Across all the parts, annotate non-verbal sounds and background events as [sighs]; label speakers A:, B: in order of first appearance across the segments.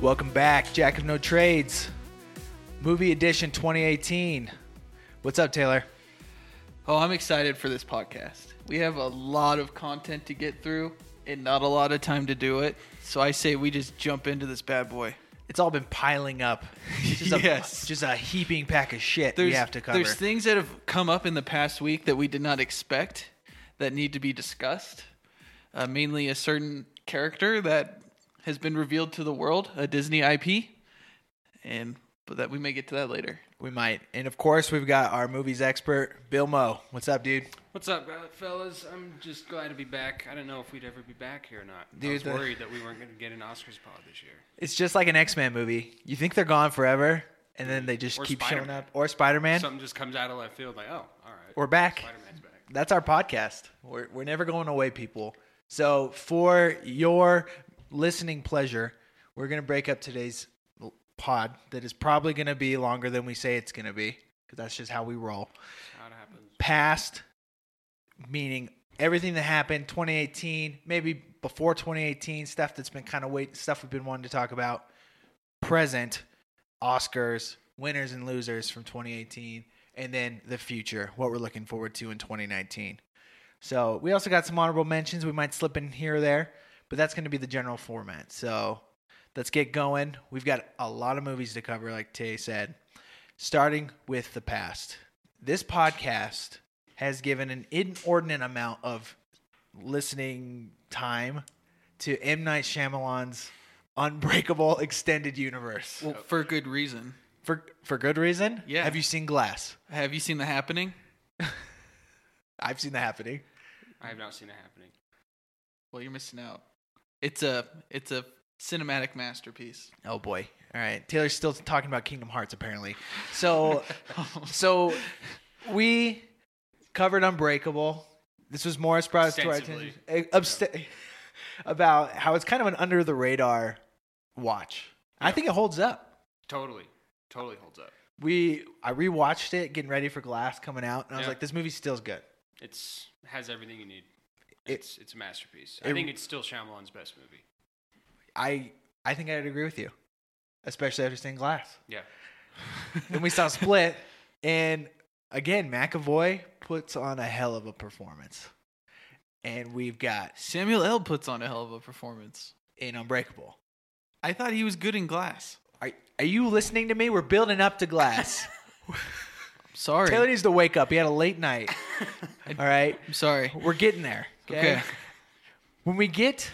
A: Welcome back, Jack of No Trades, Movie Edition 2018. What's up, Taylor?
B: Oh, I'm excited for this podcast. We have a lot of content to get through and not a lot of time to do it. So I say we just jump into this bad boy.
A: It's all been piling up. It's [laughs] just
B: Yes.
A: a just a heaping pack of shit we have to cover.
B: There's things that have come up in the past week that we did not expect that need to be discussed. Uh, mainly a certain character that has been revealed to the world, a Disney IP, and but that we may get to that later.
A: we might, and of course, we've got our movies expert, Bill Moe. What's up, dude?
C: What's up, uh, fellas? I'm just glad to be back. I don't know if we'd ever be back here or not.
A: Dude,
C: I was
A: the-
C: worried that we weren't going to get an Oscars pod
A: [laughs]
C: this year.
A: It's just like an X Men movie. You think they're gone forever, and then they just
C: Or
A: keep showing
C: Spider-Man.
A: up. Or Spider Man.
C: Something just comes out of left field, like, oh, all right.
A: We're back.
C: Spider-Man's back.
A: That's our podcast. We're, we're never going away, people. So, for your listening pleasure, we're going to break up today's l- pod that is probably going to be longer than we say it's going to be because that's just how we roll.
C: How it happens.
A: Past, meaning everything that happened 2018, maybe before 2018, stuff that's been kind of wait, stuff we've been wanting to talk about. Present, Oscars, winners and losers from 2018, and then the future, what we're looking forward to in 2019. So we also got some honorable mentions we might slip in here or there, but that's going to be the general format. So let's get going. We've got a lot of movies to cover, like Tay said, starting with the past. This podcast has given an inordinate amount of listening time to M. Night Shyamalan's Unbreakable [laughs] Extended Universe
B: Well, for good reason.
A: for for good reason.
B: Yeah.
A: Have you seen Glass?
B: Have you seen The Happening?
A: I've seen that happening.
C: I have not seen it happening.
B: Well, you're missing out. It's a it's a cinematic masterpiece.
A: Oh boy. All right. Taylor's still talking about Kingdom Hearts apparently.
B: [laughs]
A: So so we covered Unbreakable. This was Morris brought to our attention
C: Extensively.
A: eh, abst- [laughs] about how it's kind of an under the radar watch. I think it holds up.
C: Totally. Totally holds up.
A: We I rewatched it getting ready for Glass coming out and I was
C: Yeah.
A: like this movie still's good.
C: It's has everything you
A: It-
C: need. It's it's a masterpiece. I
A: it-
C: think it's still Shyamalan's best movie.
A: I I think I'd agree with you. Especially after seeing Glass.
C: Yeah.
A: then we saw Split, and again McAvoy puts on a hell of a performance, and we've got
B: Samuel L. puts on a hell of a performance.
A: in Unbreakable.
B: I thought he was good in Glass.
A: Are are you listening to me? We're building up to Glass.
B: I'm sorry.
A: Taylor needs to wake up. He had a late night. All right,
B: I'm sorry.
A: we're getting there.
B: Okay.
A: okay. When we get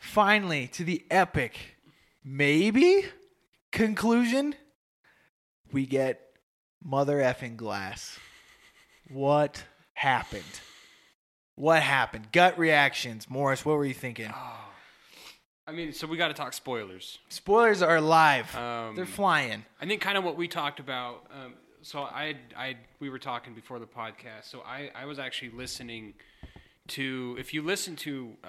A: finally to the epic, maybe conclusion, we get mother effing glass. What happened? What happened? Gut reactions. Morris, what were you thinking?
C: I mean, so we got to talk spoilers.
A: Spoilers are live.
C: Um,
A: They're flying.
C: I think kind of what we talked about. Um, so I, I, we were talking before the podcast. So I, I was actually listening to. If you listen to, uh,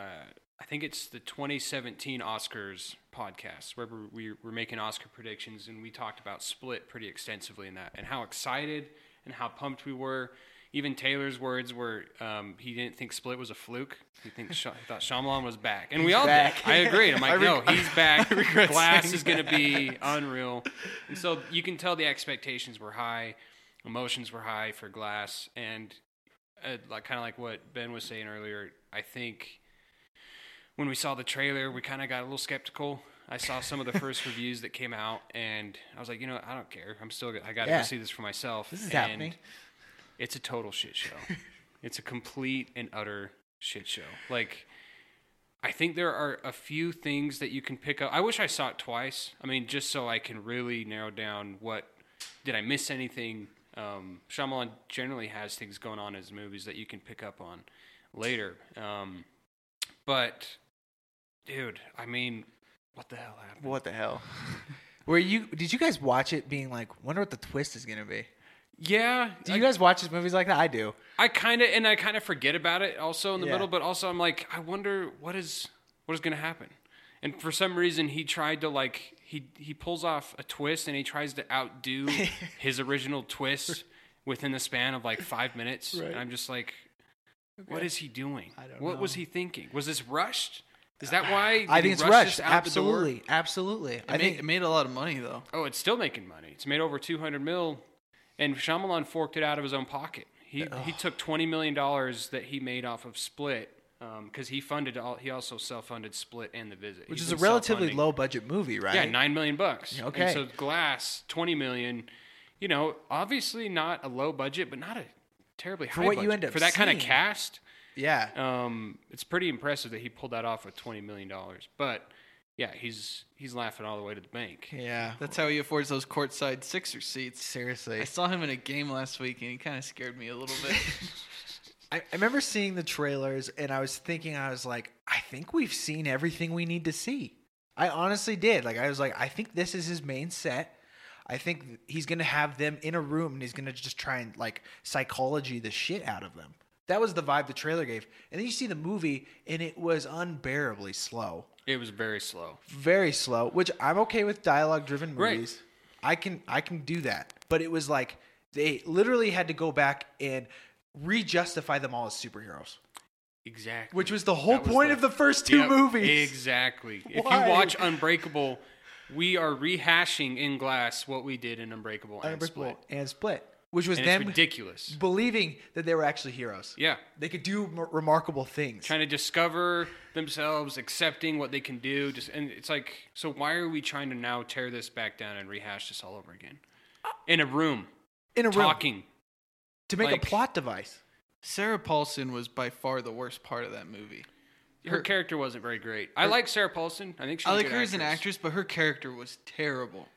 C: I think it's the 2017 Oscars podcast where we we were making Oscar predictions, and we talked about Split pretty extensively in that, and how excited and how pumped we were. Even Taylor's words were um, he didn't think Split was a fluke. He thinks Sha- he thought Shyamalan was back, and we all
A: back.
C: did. I agreed. I'm like,
B: re-
C: no, he's back.
B: regret
C: [laughs] Glass
B: saying
C: is going to be unreal. And so you can tell the expectations were high, emotions were high for Glass, and uh, like kind of like what Ben was saying earlier. I think when we saw the trailer, we kind of got a little skeptical. I saw some of the first reviews that came out, and I was like, you know, I don't care. I'm still. I got to
A: Yeah.
C: go see this for myself.
A: This is
C: and
A: happening.
C: It's a total
A: [laughs]
C: shit show. it's a complete and utter shit show. Like. I think there are a few things that you can pick up. I wish I saw it twice. I mean, just so I can really narrow down what did I miss anything. Um, Shyamalan generally has things going on in his movies that you can pick up on later. Um, but, dude, I mean, what the hell happened?
A: What the hell? Were you? Did you guys watch it being like, wonder what the twist is gonna be?
C: Yeah,
A: Do you guys watch these movies like that? I do.
C: I kind of and I kind of forget about it also in the
A: Yeah.
C: middle, but also I'm like, I wonder what is what is going to happen. And for some reason, he tried to like he he pulls off a twist and he tries to
A: [laughs]
C: outdo his original twist within the span of like five minutes.
A: Right.
C: And I'm just like, what is he doing?
A: don't
C: what was
A: know.
C: he thinking? Was this rushed? Is that why?
A: I
C: they
A: think it's
C: rushed
A: rushed.
C: this out the door?
A: Absolutely, absolutely.
B: It,
A: I
B: made,
A: think
B: it made a lot of money though.
C: Oh, it's still making money. It's made over 200 mil, and Shyamalan forked it out of his own pocket. He he took 20 million dollars that he made off of Split because he funded all. He also self-funded Split and The Visit,
A: which
C: He's
A: is a
C: been
A: relatively
C: self-funding.
A: low budget movie, right?
C: Yeah, nine million bucks.
A: Okay.
C: And so Glass, 20 million. You know, obviously not a low budget, but not a terribly high
A: what you
C: budget.
A: end up
C: for that kind of
A: seeing.
C: cast.
A: Yeah.
C: Um, it's pretty impressive that he pulled that off with 20 million dollars. But yeah, he's he's laughing all the way to the bank.
A: Yeah.
B: That's how he affords those courtside Sixers seats. I
A: Seriously.
B: saw him in a game last week and he kind of scared me a little
A: [laughs]
B: bit.
A: I, I remember seeing the trailers and I was thinking, I was like, I think we've seen everything we need to see. I honestly did. Like, I was like, I think this is his main set. I think he's going to have them in a room and he's going to just try and like psychology the shit out of them. That was the vibe the trailer gave. And then you see the movie and it was unbearably slow.
C: It was very slow.
A: very slow, which I'm okay with dialogue driven
C: Right.
A: movies. I can I can do that. But it was like they literally had to go back and re-justify them all as superheroes,
C: Exactly.
A: which was the whole
C: That was
A: point of the first two
C: Yep,
A: movies.
C: Exactly. If
A: Why?
C: you watch Unbreakable, we are rehashing in glass what we did in Unbreakable and
A: Unbreakable
C: Split.
A: and Split, which was
C: And it's
A: them
C: ridiculous.
A: believing that they were actually heroes.
C: Yeah.
A: They could do m- remarkable things.
C: Trying to discover themselves, accepting what they can do, just and it's like, so why are we trying to now tear this back down and rehash this all over again? In a room,
A: in a room
C: talking.
A: to make
C: like-
A: a plot device.
B: Sarah Paulson was by far the worst part of that movie.
C: Her, character wasn't very great. I like Sarah Paulson. I think she's
B: I
C: a
B: like
C: good
B: her as an actress, but her character was terrible.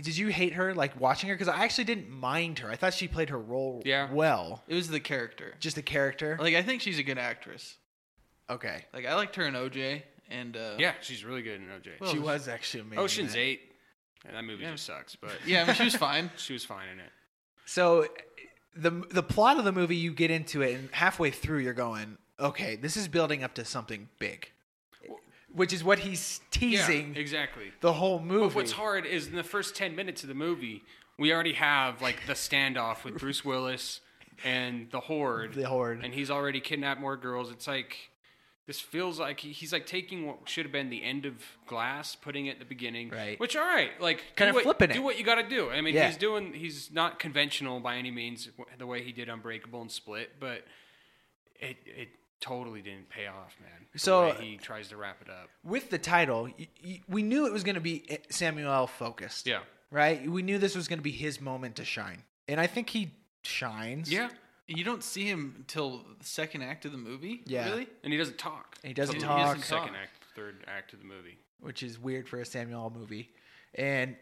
A: Did you hate her like watching her? Because I actually didn't mind her. I thought she played her role
C: Yeah.
A: well.
B: It was the character.
A: Just the character.
B: Like I think she's a good actress.
A: Okay.
B: Like I liked her in OJ and uh,
C: Yeah, she's really good in OJ.
B: Well,
A: She was actually amazing.
C: Oh, Ocean's Eight. And that movie
B: Yeah.
C: just sucks, but
B: yeah, I mean, she
A: [laughs]
B: was fine.
C: she was fine in it.
A: So the the plot of the movie, you get into it, and halfway through, you're going, okay, this is building up to something big, which is what he's teasing
C: Yeah, exactly.
A: the whole movie.
C: What's hard is in the first 10 minutes of the movie, we already have like the standoff with Bruce Willis and the Horde.
A: The Horde.
C: And he's already kidnapped more girls. It's like this feels like he- he's like taking what should have been the end of Glass, putting it at the beginning.
A: Right.
C: Which all right, like do
A: Kinda
C: what-
A: flipping it.
C: Do what you got to do. I mean,
A: Yeah.
C: he's doing he's not conventional by any means w- the way he did Unbreakable and Split, but it it totally didn't pay off, man. The
A: So-
C: way he tries to wrap it up.
A: With the title, y- y- we knew it was going to be eh, Samuel L. focused.
C: Yeah.
A: Right. We knew this was going to be his moment to shine, and I think he shines.
C: Yeah.
B: You don't see him until the second act of the movie.
A: Yeah.
B: really.
C: And he doesn't talk.
A: And he doesn't
C: Till
A: talk.
C: the
B: He doesn't
C: Second
B: talk.
C: act, third act of the movie.
A: which is weird for a Samuel L. movie, and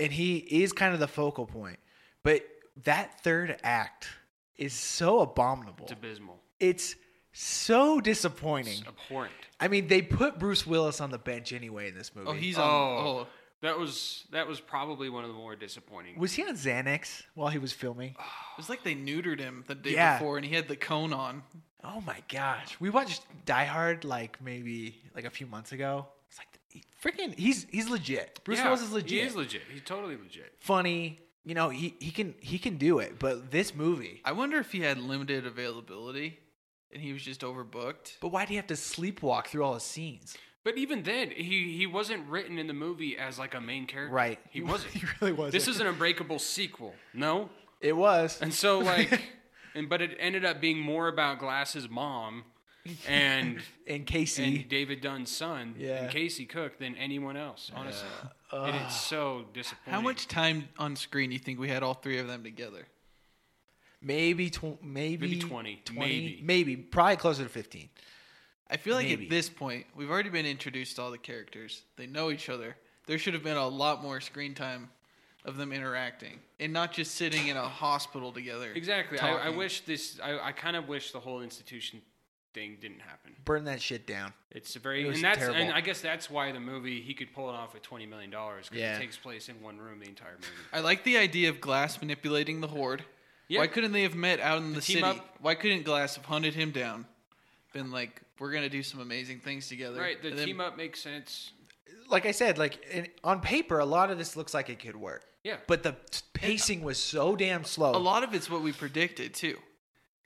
A: and he is kind of the focal point, but that third act is so abominable.
C: It's abysmal.
A: It's so disappointing.
C: It's abhorrent.
A: I mean, they put Bruce Willis on the bench anyway in this movie.
B: Oh, he's
C: Oh.
B: on. Oh,
C: That was that was probably one of the more disappointing.
A: was he on Xanax while he was filming?
B: it was like they neutered him the day
A: Yeah.
B: before, and he had the cone on.
A: Oh my gosh, we watched Die Hard like maybe like a few months ago. It's like he- freaking he's he's legit. Bruce
C: Yeah,
A: Willis is legit.
C: He is legit. He's totally legit.
A: Funny, you know he he can he can do it. But this movie,
B: I wonder if he had limited availability, and he was just overbooked.
A: but why do you have to sleepwalk through all his scenes?
C: But even then, he he wasn't written in the movie as like a main character.
A: Right.
C: He
A: [laughs]
C: wasn't.
A: He really wasn't.
C: This is an unbreakable sequel. No.
A: It was.
C: And so like and but it ended up being more about Glass's mom
A: [laughs]
C: and
A: [laughs] and Casey.
C: and David Dunn's son
A: Yeah.
C: and Casey Cook than anyone else, honestly. And it's so disappointing.
B: How much time on screen do you think we had all three of them together?
A: maybe tw- maybe
C: 20,
A: 20,
C: maybe.
A: maybe probably closer to 15.
B: I feel like
A: Maybe.
B: at this point we've already been introduced to all the characters. They know each other. There should have been a lot more screen time of them interacting and not just sitting in a hospital together.
C: Exactly. I, I
B: talking.
C: wish this. I, I kind of wish the whole institution thing didn't happen.
A: Burn that shit down.
C: It's a very
A: It was
C: and that's
A: terrible.
C: and I guess that's why the movie he could pull it off with twenty million dollars because
A: Yeah.
C: it takes place in one room the entire movie.
B: I like the idea of Glass manipulating the horde.
C: Yeah.
B: Why couldn't they have met out in the,
C: team
B: city?
C: up.
B: Why couldn't Glass have hunted him down? Been like, we're gonna do some amazing things together.
C: Right. The
B: And then-
C: team up makes sense.
A: Like I said, like in, on paper, a lot of this looks like it could work.
C: Yeah.
A: But the pacing was so damn slow.
B: A lot of it's what we predicted too.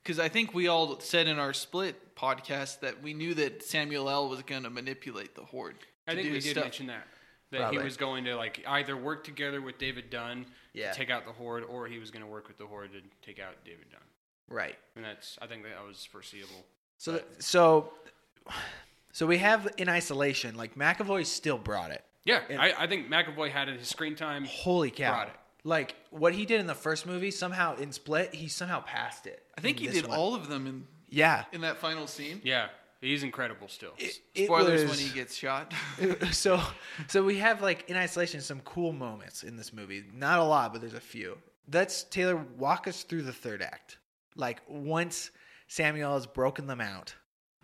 B: Because I think we all said in our split podcast that we knew that Samuel L. was going to manipulate the Horde.
C: I
B: to
C: think
B: do
C: we did
B: stuff.
C: mention that that
A: Probably.
C: he was going to like either work together with David Dunn
A: Yeah.
C: to take out the Horde, or he was going to work with the Horde to take out David Dunn.
A: Right.
C: And that's I think that was foreseeable.
A: So th- so so we have in isolation like McAvoy still brought it.
C: Yeah, I, I think McAvoy had his screen time.
A: Holy cow!
C: Brought it.
A: Like what he did in the first movie, somehow in Split, he somehow passed it.
B: I think
A: in
B: he
A: this
B: did
A: one.
B: all of them in,
A: Yeah.
B: in that final scene.
C: Yeah, he's incredible still.
A: It, it
B: Spoilers
A: was-
B: when he
A: [laughs]
B: gets shot.
A: so so we have like in isolation some cool moments in this movie not a lot but there's a few let's taylor walk us through the third act like once samuel has broken them out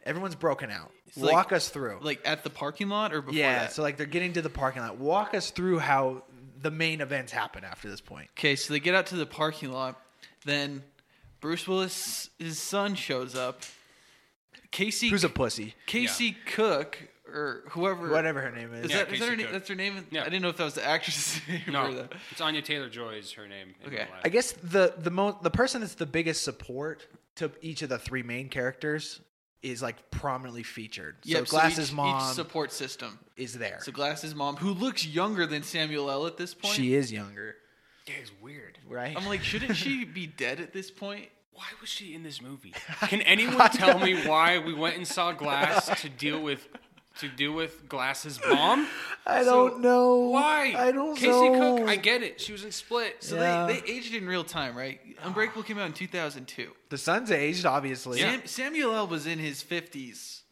A: everyone's broken out
B: like-
A: walk us through
B: [laughs] like at the parking lot or before
A: yeah
B: that?
A: so like they're getting to the parking lot walk us through how the main events happen after this point
B: Okay, so they get out to the parking lot. Then Bruce Willis' his son shows up. Casey
A: who's a pussy
B: Casey Cook or whoever
A: whatever her name
B: is
A: is
C: Yeah,
B: that, is that her
C: Casey
B: name?
C: Cook.
B: That's her name.
C: Yeah.
B: I didn't know if that was the actress's [laughs] name or
C: No,
B: the
C: it's Anya Taylor Joy is her name. in
B: Okay.
C: real life.
A: i guess the the mo- the person that's the biggest support to each of the three main characters is like prominently featured so
B: Yep,
A: glasses
B: each,
A: mom
B: each support system.
A: is there
B: So Glasses mom, who looks younger than Samuel L. at this point.
A: She is younger,
C: yeah, it's weird.
A: right?
B: I'm like, shouldn't she be dead at this point?
C: Why was she in this movie? Can
B: [laughs]
C: anyone tell me why we went and saw Glass to deal with to deal with Glass's mom?
A: [laughs] I
C: So,
A: don't know
C: Why?
A: I don't
C: Casey
A: know.
C: Cook, I get it. She was in Split.
B: So
A: Yeah.
B: they, they aged in real time, right? Unbreakable came out in 2002.
A: the son's aged, obviously.
C: Yeah.
B: Sam, Samuel L. was in his 50s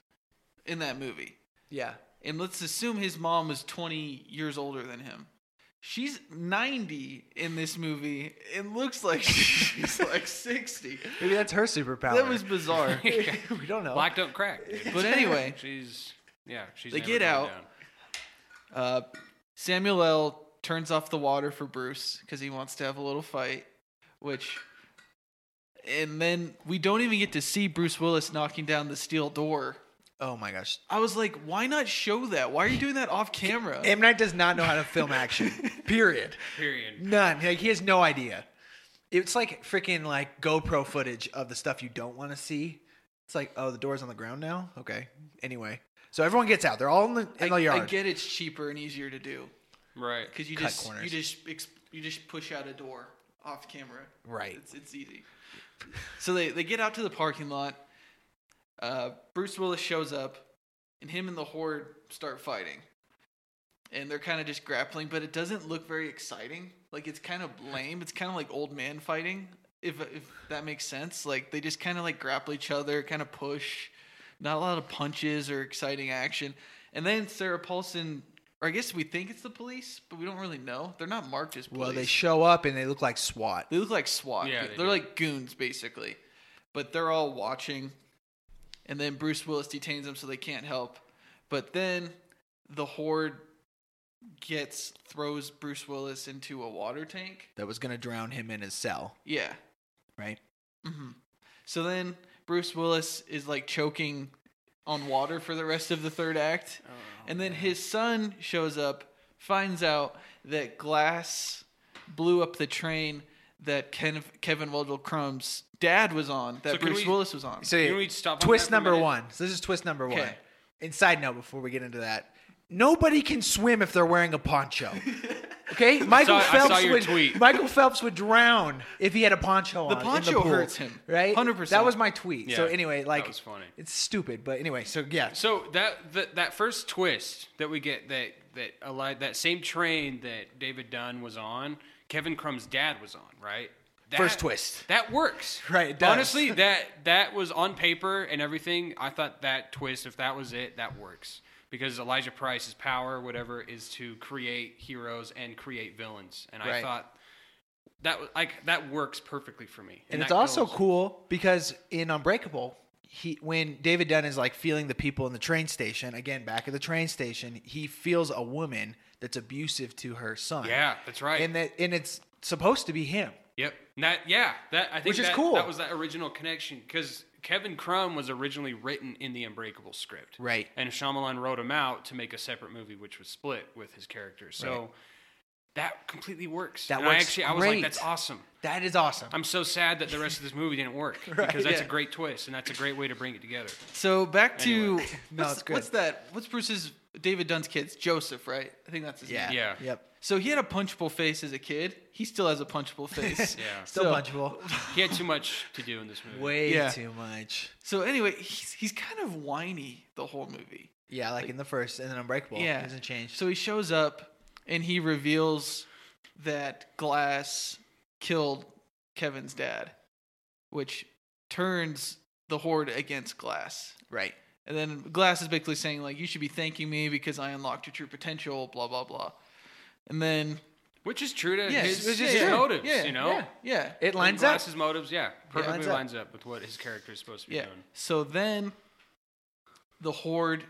B: in that movie.
A: yeah.
B: And let's assume his mom was 20 years older than him. She's 90 in this movie and looks like [laughs] she's like 60.
A: Maybe that's her superpower.
B: That was
A: [laughs]
B: bizarre.
C: [laughs]
A: we don't know.
C: Black
B: [laughs]
C: don't crack.
B: But anyway,
C: She's yeah. She's
B: They
C: never
B: get
C: going
B: out.
C: down.
B: uh, Samuel L. turns off the water for Bruce because he wants to have a little fight, which. And then we don't even get to see Bruce Willis knocking down the steel door.
A: oh my gosh.
B: I was like, why not show that? Why are you doing that off camera?
A: M Night does not know how to film action. period.
C: Period.
A: None. Like he has no idea. It's like freaking like GoPro footage of the stuff you don't want to see. It's like, oh, the door's on the ground now. Okay. Anyway, so everyone gets out. They're all in the, in the
B: I,
A: yard.
B: I get it's cheaper and easier to do
C: Right.
B: because you
A: Cut
B: just
A: corners.
B: you just ex- you just push out a door off camera.
A: Right.
B: It's it's easy. so they they get out to the parking lot. Uh, Bruce Willis shows up, and him and the horde start fighting. And they're kind of just grappling, but it doesn't look very exciting. Like it's kind of lame. It's kind of like old man fighting, if if that makes sense. Like they just kind of like grapple each other, kind of push. Not a lot of punches or exciting action. And then Sarah Paulson, or I guess we think it's the police, but we don't really know. They're not marked as police.
A: well, they show up and they look like SWAT.
B: They look like SWAT.
C: Yeah,
B: they
C: they
B: are
C: do.
B: like goons basically, but they're all watching. And then Bruce Willis detains them so they can't help. But then the horde gets throws Bruce Willis into a water tank.
A: That was gonna drown him in his cell,
B: Yeah.
A: right?
B: hmm So then Bruce Willis is like choking on water for the rest of the third act.
C: Oh,
B: and then his son shows up, finds out that glass blew up the train that Ken, Kevin Waldwell Crumb's dad was on, that
C: So can
B: Bruce
C: we-
B: Willis was on.
A: So
C: Can we stop on
A: twist
C: that for a
A: number
C: minute?
A: one. So this is twist number one.
B: Okay.
A: And side note before we get into that, nobody can swim if they're wearing a
C: [laughs]
A: poncho. Okay, Michael
C: I saw
A: Phelps
C: your
A: would
C: tweet.
A: Michael Phelps would drown if he had a poncho
B: The
A: on. in
B: poncho
A: the pool,
B: hurts him.
A: right?
B: 100%.
A: That was my tweet. so
C: Yeah,
A: anyway,
C: that
A: like
C: was funny.
A: it's stupid, but anyway, so yeah,
C: So that, that that first twist that we get that that allied, that same train that David Dunn was on, Kevin Crumb's dad was on, right? That,
A: First twist.
C: That works.
A: [laughs] Right, it does.
C: Honestly, that that was on paper and everything. I thought that twist, if that was it, that works. Because Elijah Price's power, whatever, is to create heroes and create villains. And I
A: Right.
C: thought that was like that works perfectly for me.
A: and it's
C: that
A: also
C: goes-
A: cool because in Unbreakable, he when David Dunn is like feeling the people in the train station again, back at the train station, he feels a woman that's abusive to her son.
C: Yeah, that's right.
A: and that and it's supposed to be him.
C: Yep. And That yeah. That I think
A: Which is
C: that-
A: cool.
C: That was that original connection because Kevin Crumb was originally written in the Unbreakable script,
A: Right.
C: And Shyamalan wrote him out to make a separate movie, which was split with his character. So that completely works.
A: That
C: and I
A: works
C: actually I was like,
A: great.
C: that's awesome.
A: That is awesome.
C: I'm so sad that the rest of this movie
A: [laughs]
C: didn't work because that's
B: yeah.
C: a great twist and that's a great way to bring it together.
B: So back to
C: [laughs] Anyway.
A: No,
B: what's,
A: it's good.
B: what's that? What's Bruce's David Dunn's kids? Joseph, right? I think that's his
A: yeah.
B: name.
C: Yeah.
A: Yep.
B: So he had a punchable face as a kid. He still has a
C: [laughs]
B: punchable face.
C: Yeah.
A: Still
B: So-
A: punchable. [laughs]
C: He had too much to do in this movie.
A: Way
B: Yeah.
A: too much.
B: So anyway, he's he's kind of whiny the whole movie.
A: Yeah, like, in the first, and then Unbreakable.
B: Yeah.
A: It doesn't change.
B: So he shows up and he reveals that Glass killed Kevin's dad, which turns the horde against Glass.
A: right.
B: And then Glass is basically saying like you should be thanking me because I unlocked your true potential, blah blah blah. And then
C: Which is true to
B: yeah,
C: his,
B: yeah,
C: his
B: yeah,
C: motives,
B: yeah,
C: you know?
B: Yeah. yeah.
A: It lines up.
C: Glass's motives, yeah, perfectly
A: lines up.
C: lines up with what his character is supposed to be
B: Yeah.
C: doing.
B: So then the horde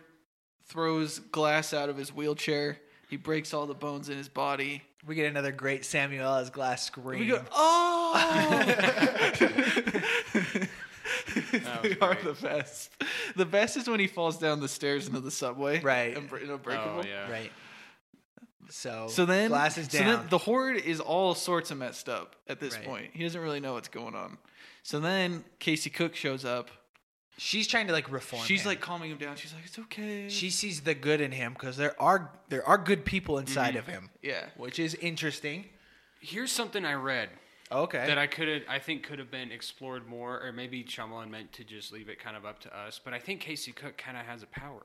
B: throws glass out of his wheelchair. He breaks all the bones in his body.
A: We get another great Samuel as Glass scream.
B: We go, [laughs] oh! they
C: was
B: are
C: great.
B: the best. The best is when he falls down the stairs into the subway.
A: Right.
B: And, you know, breakable.
C: Oh, yeah.
A: Right. So,
B: So then,
A: Glass is
B: so
A: down.
B: then the horde is all sorts of messed up at this
A: Right.
B: point. He doesn't really know what's going on. So then Casey Cook shows up.
A: She's trying to like reform.
B: She's
A: him.
B: like calming him down. She's like, it's okay.
A: she sees the good in him because there are there are good people
C: Mm-hmm.
A: inside of him,
B: yeah.
A: which is interesting.
C: Here's something I read
A: Okay.
C: that I could have, I think could have been explored more, or maybe Shyamalan meant to just leave it kind of up to us. But I think Casey Cook kind of has a power,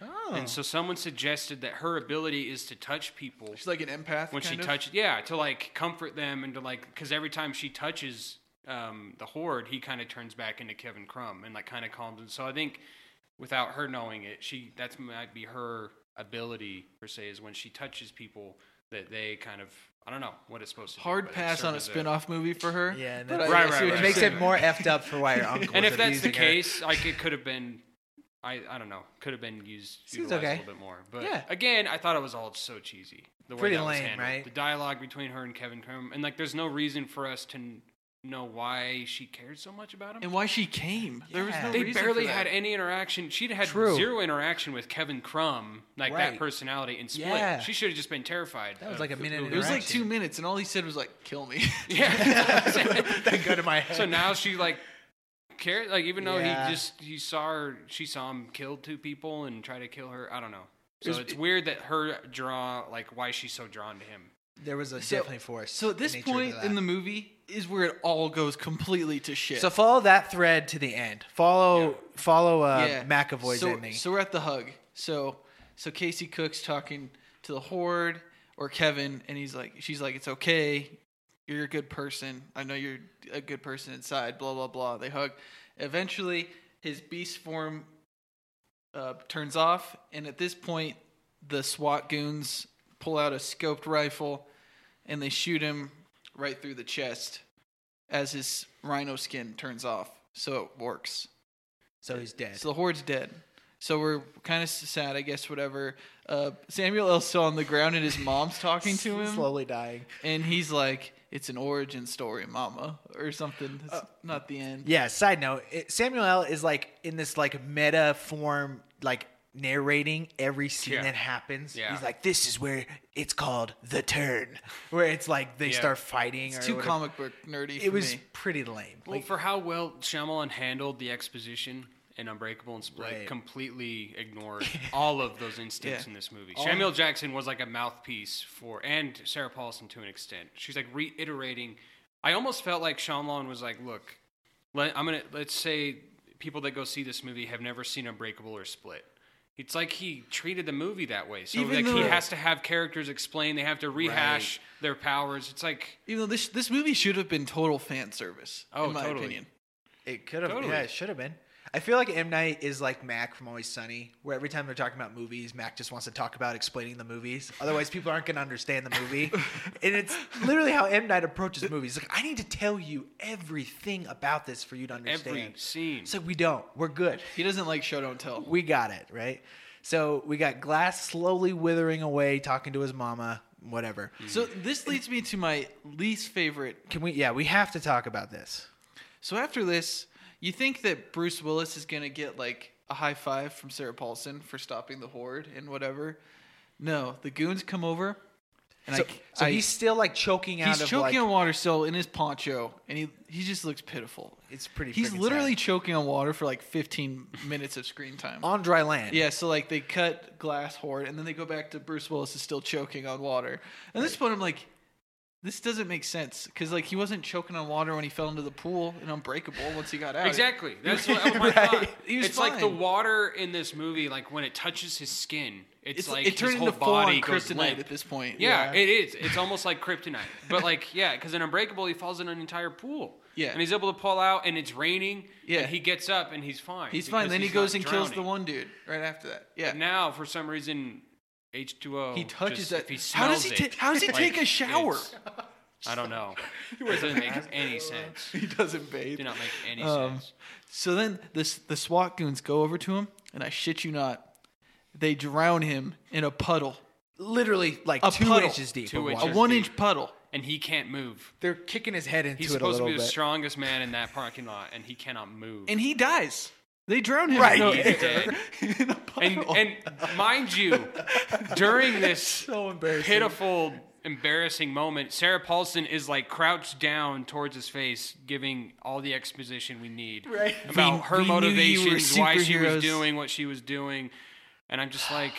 A: oh.
B: Hmm.
C: and so someone suggested that her ability is to touch people
B: She's like an empath.
C: when she
B: kind of.
C: touches, yeah, to like comfort them and to like because every time she touches um, the horde, he kind of turns back into Kevin Crumb and like kind of calms. And so I think without her knowing it, she that's might be her ability per se is when she touches people that they kind of I don't know what it's supposed to do,
B: hard
C: but it
B: pass on
C: served
B: a
C: as
B: spin-off movie for her.
A: Yeah, and
B: but
A: that's-
B: I- I
C: Right,
B: see
C: right,
B: what
A: it
C: right.
B: you're
A: makes
B: saying.
A: it
C: [laughs]
A: more effed up for why her uncle.
C: And
A: was
C: if that's the
A: abusing her.
C: case, like it could have been, I I don't know, could have been used
A: Seems
C: utilized
A: okay.
C: a little bit more. But
A: Yeah.
C: again, I thought it was all so cheesy. The way
A: Pretty
C: that was
A: lame,
C: handled.
A: right?
C: The dialogue between her and Kevin Krum, and like, there's no reason for us to n- know why she cared so much about him.
B: And why she came? There was
A: Yeah.
B: no
C: they
B: reason
C: barely
B: for that.
C: had any interaction. She'd had
A: True.
C: zero interaction with Kevin Crumb, like
A: Right.
C: that personality in Split.
A: Yeah.
C: She should have just been terrified.
A: That was
C: of
A: like a
C: the
A: minute
C: movie.
B: It was like
A: interaction.
B: two minutes, and all he said was like,
A: [laughs]
B: "Kill me."
C: Yeah.
A: that go to my head.
C: [laughs] so now she like cared like even though
A: Yeah.
C: he just he saw her she saw him kill two people and try to kill her i don't know so
B: It's-
C: it's weird that her draw like why she's so drawn to him
A: there was a
B: So-
A: definitely force.
B: [laughs] so at this
A: nature to
B: point
A: that.
B: in the movie is where it all goes completely to shit.
A: so follow that thread to the end. Follow follow uh,
B: yeah.
A: McAvoy's
B: so,
A: ending.
B: So we're at the hug. So so Casey Cook's talking to the horde or Kevin, and he's like, she's like, "It's okay. You're a good person. I know you're a good person inside." Blah blah blah. They hug. Eventually, his beast form uh, turns off, and at this point, the SWAT goons pull out a scoped rifle, and they shoot him right through the chest as his rhino skin turns off. So it works.
A: so he's dead.
B: So the horde's dead. So we're kind of sad, I guess. Whatever. Uh, Samuel L. still on the ground, and his mom's talking
A: [laughs]
B: to him,
A: slowly dying.
B: and he's like, "It's an origin story, Mama," or something. It's not the end.
A: Uh, Yeah. Side note: it, Samuel L. is like in this like meta form, like narrating every scene
C: Yeah.
A: that happens.
C: Yeah.
A: He's like, "This is where it's called the turn," where it's like they
C: Yeah.
A: start fighting.
B: It's
A: or
B: too
A: whatever.
B: comic book nerdy.
A: It
B: for
A: was
B: me.
A: pretty lame.
C: well
A: Like,
C: for how well Shyamalan handled the exposition and Unbreakable and Split
A: Right.
C: completely
B: [laughs]
C: ignored all of those instincts
B: Yeah.
C: in this movie. Samuel Jackson was like a mouthpiece for, and Sarah Paulson to an extent. She's like reiterating. I almost felt like Shyamalan was like, "Look, let, I'm gonna let's say people that go see this movie have never seen Unbreakable or Split." It's like he treated the movie that way. So
B: Even
C: like he
B: though-
C: has to have characters explain. They have to rehash their powers. It's like
B: Even though this this movie should have been total fan service,
C: Oh,
B: in my
C: totally.
B: opinion.
A: It could have.
C: Totally.
A: Yeah, it should have been. I feel like M Night is like Mac from Always Sunny, where every time they're talking about movies, Mac just wants to talk about explaining the movies. Otherwise, people aren't going to understand the movie.
B: [laughs]
A: and it's literally how M Night approaches movies. Like, I need to tell you everything about this for you to understand.
C: every scene.
A: So we don't. We're good.
B: He doesn't like show don't tell.
A: We got it right. So we got Glass slowly withering away, talking to his mama. Whatever.
B: So this leads me to my least favorite
A: Can we? Yeah, we have to talk about this.
B: So after this, you think that Bruce Willis is gonna get like a high five from Sarah Paulson for stopping the horde and whatever. No, the goons come over, And
A: so
B: I, c-
A: so
B: I-
A: he's still like choking out
B: he's
A: of
B: choking
A: like
B: on water still in his poncho, and he he just looks pitiful.
A: it's pretty.
B: He's
A: freaking
B: literally
A: sad.
B: choking on water for like 15 minutes of screen time.
A: on dry land.
B: Yeah, so like they cut glass hoard, and then they go back to Bruce Willis is still choking on water. At this point, I'm like, this doesn't make sense because like he wasn't choking on water when he fell into the pool and unbreakable once he got out. [laughs]
C: Exactly. That's what oh my
A: Right.
C: God.
B: He was
C: It's like the
B: fine.
C: water in this movie, like when it touches his skin, it's,
B: It's
C: like
B: it turned
C: his whole
B: into full
C: body
B: on
C: goes
B: kryptonite
C: limp.
B: at this point.
C: Yeah, it is. It's almost like kryptonite. But like, yeah, because in Unbreakable, he falls in an entire pool.
B: Yeah.
C: and he's able to pull out, and it's raining.
B: Yeah.
C: and he gets up and he's fine.
B: he's fine.
C: because
B: Then he
C: he's
B: goes
C: not
B: and kills the
C: drowning.
B: one dude right after that. Yeah.
C: But now, for some reason, H two O.
B: He touches
C: just,
B: that.
C: If he
B: how does
C: smells
B: he?
C: it,
B: ta- how does he
C: like,
B: take a shower?
C: it's- I
B: [laughs]
C: don't know. It doesn't make any sense.
B: [laughs] He doesn't bathe.
C: Did not make any
B: Um,
C: sense.
B: So then this the SWAT goons go over to him, and I shit you not, they drown him in a puddle,
A: literally like
B: A
A: two
B: puddle.
A: inches deep.
C: Two
A: of
C: inches.
B: a
A: water.
C: Just
B: one
C: the-
B: inch puddle.
C: And he can't move.
A: They're kicking his head into
C: He's
A: it a
C: supposed to
A: little
C: be the
A: bit.
C: strongest man in that parking lot, and he cannot move.
B: and he dies. They drown him.
A: Right,
B: in [laughs] a-
A: he's
C: dead.
B: in a puddle.
C: and and mind you,
A: [laughs]
C: during this
B: Oh,
A: so embarrassing.
C: pitiful, embarrassing moment, Sarah Paulson is like crouched down towards his face, giving all the exposition we need
A: Right.
C: about
B: We-
C: her
B: we knew you were
C: motivations, why she
B: superheroes.
C: was doing what she was doing, and I'm just like,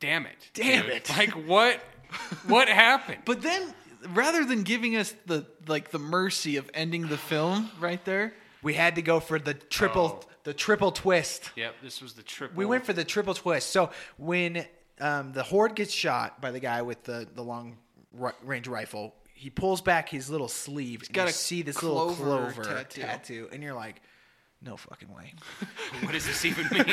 C: damn it,
A: Damn
C: dude.
A: it.
C: like what,
A: [laughs]
C: what happened?
B: but then, rather than giving us the like the mercy of ending the film right there,
A: we had to go for the triple
B: Oh.
A: the triple twist.
C: Yep, this was the triple.
A: We went for the triple twist. So when um, the horde gets shot by the guy with the the long ri- range rifle, he pulls back his little sleeve. and
B: got
A: you
B: a
A: see this little
B: clover
A: clover
B: tattoo.
A: tattoo. and you're like, no fucking way.
C: [laughs] What does this even
A: [laughs]
C: mean?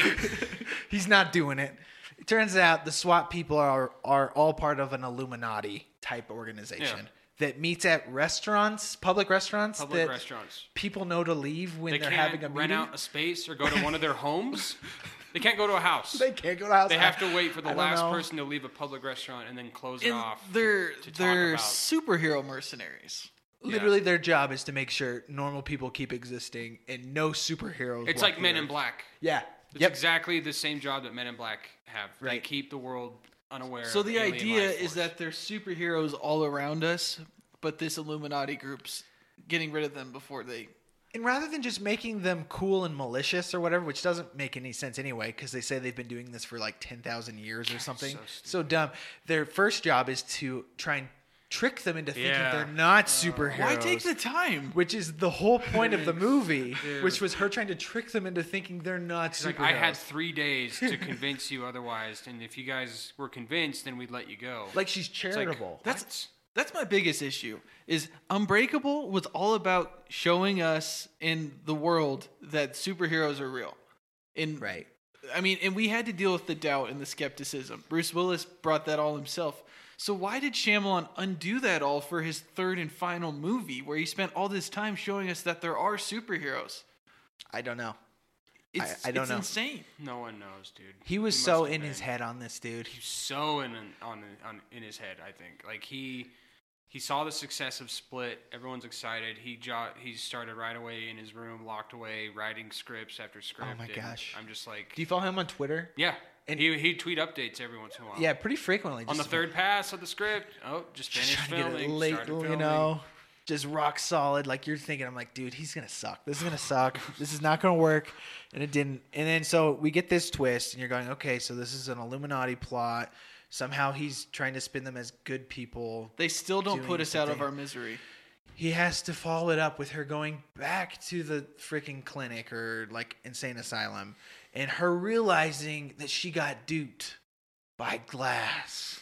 A: He's not doing it. It turns out the SWAT people are are all part of an Illuminati type organization that meets at restaurants, public restaurants
C: Public
A: that
C: restaurants.
A: people know to leave when
C: They
A: are
C: can't
A: having a meeting.
C: rent out a space or go
A: [laughs]
C: to one of their homes. They can't go to a house.
A: They can't go to house.
C: They have to wait for
A: I
C: the
A: don't
C: last
A: know.
C: person to leave a public restaurant and then close it
B: and
C: off.
B: they're
C: to talk
B: they're
C: about-
B: superhero mercenaries.
A: Literally, their job is to make sure normal people keep existing and no superheroes.
C: It's
A: walk
C: like Men
A: the
C: in
A: earth.
C: Black.
A: Yeah.
C: It's
A: yep.
C: exactly the same job that Men in Black have. They
A: Right.
C: keep the world unaware.
B: So
C: of
B: the
C: alien
B: idea
C: life
B: is
C: force.
B: that there's superheroes all around us, but this Illuminati group's getting rid of them before they.
A: and rather than just making them cool and malicious or whatever, which doesn't make any sense anyway, because they say they've been doing this for like ten thousand years or something. So, dumb. Their first job is to try and trick them into thinking
C: Yeah.
A: they're not superheroes.
B: Why take the time?
A: Which is the whole point of the movie, which was her trying to trick them into thinking they're not superheroes.
C: It's like, I had three
A: [laughs]
C: days to convince you otherwise, and if you guys were convinced, then we'd let you go.
A: Like she's
C: It's like,
A: charitable.
B: That's that's my biggest issue. Is Unbreakable was all about showing us in the world that superheroes are real. And
A: right.
B: I mean, and we had to deal with the doubt and the skepticism. Bruce Willis brought that all himself. So why did Shyamalan undo that all for his third and final movie, where he spent all this time showing us that there are superheroes?
A: I don't know.
B: It's,
A: I don't
B: it's
A: know.
B: insane.
C: no one knows, dude.
A: He was
C: must
A: so
C: have
A: in his
C: been.
A: head on this, dude.
C: He's so in on, on in his head. I think like he he saw the success of Split. Everyone's excited. He jo- he started right away in his room, locked away, writing scripts after script.
A: Oh my
C: and
A: gosh.
C: I'm just like,
A: Do you follow him on Twitter?
C: yeah.
A: and-
C: he he tweet updates every once in a while.
A: Yeah, pretty frequently.
C: On the
A: just
C: third pass of the script, oh, just
A: just
C: finished
A: trying to
C: filming.
A: get it late,
C: started filming.
A: you know, just rock solid. Like you're thinking, I'm like, dude, he's gonna suck. This is gonna suck. this is not gonna work, and it didn't. And then so we get this twist, and you're going, okay, so this is an Illuminati plot. Somehow he's trying to spin them as good people.
B: They still don't
A: Doing
B: put us out of
A: something.
B: our misery.
A: He has to follow it up with her going back to the freaking clinic or like insane asylum, and her realizing that she got duped by glass.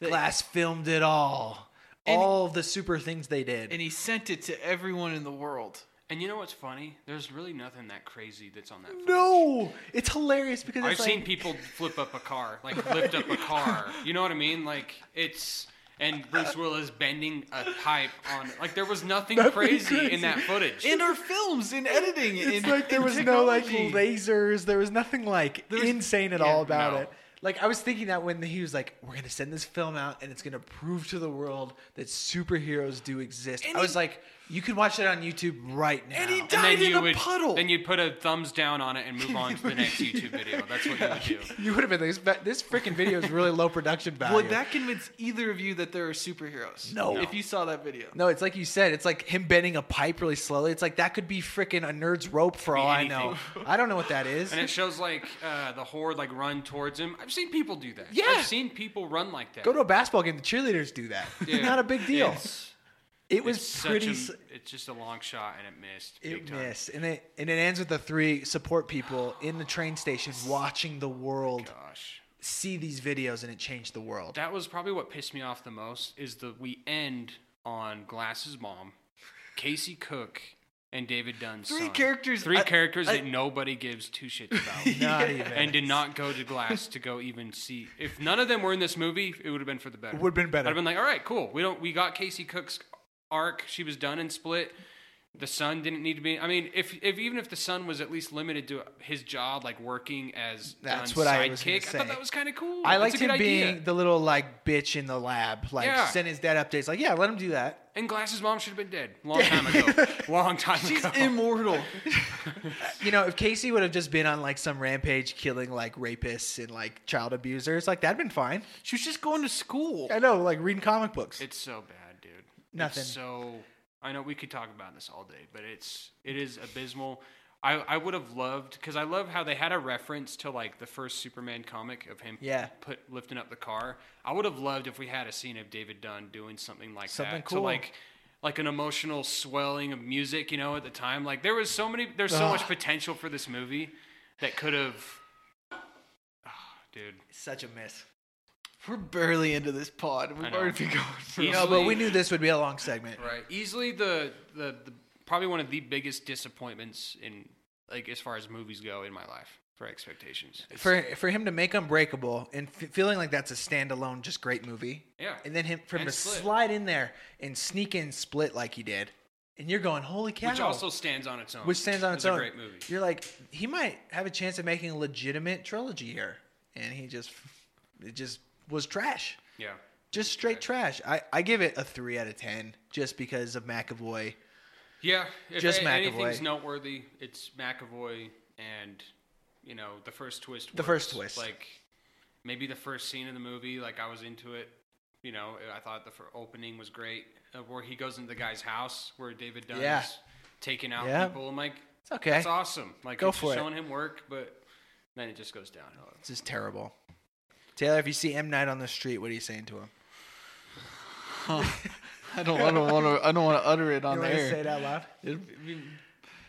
B: That-
A: Glass filmed it all.
B: And-
A: all of the super things they did.
B: and he sent it to everyone in
A: [laughs]
B: the world.
C: And you know what's funny? There's really nothing that crazy that's on that. footage.
A: no, it's hilarious because
C: I've
A: it's like,
C: seen people flip up a car, like lift up
A: [laughs]
C: a car. You know what I mean? Like it's and Bruce Willis bending a pipe on. Like there was nothing, crazy, in that footage.
B: In our films, in editing,
A: it's
B: in,
A: like there
B: in
A: was no like
B: technology.
A: lasers. There was nothing like
B: was-
A: insane at
B: yeah,
A: all about
C: no.
A: it. Like I was thinking that when he was like, "We're gonna send this film out, and it's gonna prove to the world that superheroes do exist."
B: And
A: I
B: he-
A: was like, You can watch that on YouTube right now.
B: And he
C: And
B: Died
C: then
B: in
C: you
B: a
C: would
B: puddle.
C: then you'd put a thumbs down on it and move on to the
A: [laughs]
C: next YouTube video. That's what you would do.
A: you would have been like, this freaking video is really low production value.
B: Would that convince either of you that there are superheroes?
A: No.
B: If you saw that video.
A: no, it's like you said. It's like him bending a pipe really slowly. It's like that could be freaking a nerd's rope for all I know. I don't know what that is.
C: And it shows like uh, the horde like run towards him. I've seen people do that.
A: Yeah.
C: I've seen people run like that.
A: Go to a basketball game. The cheerleaders do that.
C: Yeah.
A: Not a big deal.
C: It's-
A: it was
C: it's such
A: pretty.
C: a-
A: s-
C: it's just a long shot and it missed. big
A: It
C: time.
A: missed, and it and it ends with the three support
C: [gasps]
A: people in the train station watching the world
C: Gosh,
A: see these videos, and it changed the world.
C: that was probably what pissed me off the most. Is the we end on Glass's mom, Casey Cook, and David Dunn's
B: Three
C: son.
B: characters-
C: Three
B: I-
C: characters
B: I-
C: that nobody gives two
A: [laughs]
C: shits about. [laughs]
A: Not even.
C: and did not go to Glass to go even see. If none of them were in this movie, it would have been for the better.
A: Would've been better.
C: I'd have been like, all right, cool. We don't. We got Casey Cook's arc. She was done in Split. The son didn't need to be. I mean, if if even if the son was at least limited to his job, like working as
A: That's
C: Dunn's
A: what I
C: sidekick,
A: was gonna
C: I thought
A: say.
C: that was kind of cool.
A: I
C: That's
A: liked
C: a good
A: him being
C: idea.
A: the little like bitch in the lab, like
C: Yeah.
A: send his dad updates, like yeah, let him do that.
C: And Glass's mom should have been dead long time
A: [laughs]
C: ago. long time
B: She's
C: ago.
B: immortal.
A: You know, if Casey would have just been on like some rampage, killing like rapists and like child abusers, like that'd been fine.
B: She was just going to school.
A: I know, like reading comic books.
C: It's so bad, dude.
A: Nothing.
C: It's so I know we could talk about this all day, but it's it is abysmal. I, I would have loved because I love how they had a reference to like the first Superman comic of him
A: Yeah.
C: put lifting up the car. I would have loved if we had a scene of David Dunn doing something like
A: Something
C: that
A: cool.
C: to like like an emotional swelling of music, you know, at the time. Like there was so many there's so
A: Ugh.
C: much potential for this movie that could have Ah, dude.
A: Such a miss.
B: We're barely into this pod. We've
C: I know.
B: already been going for
A: You know, but we knew this would be a long segment.
C: Right. Easily the, the the probably one of the biggest disappointments in like as far as movies go in my life for expectations. It's-
A: For for him to make Unbreakable and f- feeling like that's a standalone, just great movie.
C: Yeah.
A: And then him for him
C: And
A: to
C: Split.
A: slide in there and sneak in Split like he did, and you're going, holy cow!
C: which also stands on its own.
A: which stands on its
C: It's
A: own.
C: a great movie.
A: You're like, he might have a chance of making a legitimate trilogy here, and he just, it just was trash,
C: Yeah.
A: just straight trash. I, I give it a three out of ten just because of McAvoy.
C: Yeah. If
A: Just
C: a-
A: McAvoy.
C: anything's noteworthy, it's McAvoy and you know, the first twist
A: The first
C: works.
A: twist.
C: Like maybe the first scene of the movie, like I was into it. You know, I thought the fir- opening was great, uh, where he goes into the guy's house where David Dunn
A: Yeah.
C: is taking out
A: Yeah.
C: people. I'm like,
A: It's okay.
C: That's awesome. Like
A: Go
C: it's
A: for
C: just
A: it.
C: showing him work, but then it just goes downhill.
A: It's just terrible. Taylor, if you see M Night on the street, what are you saying to him?
B: I don't want to. Want to. I don't want to utter it on
A: You
B: the
A: want to say
B: air.
A: it out loud?
B: It'd be-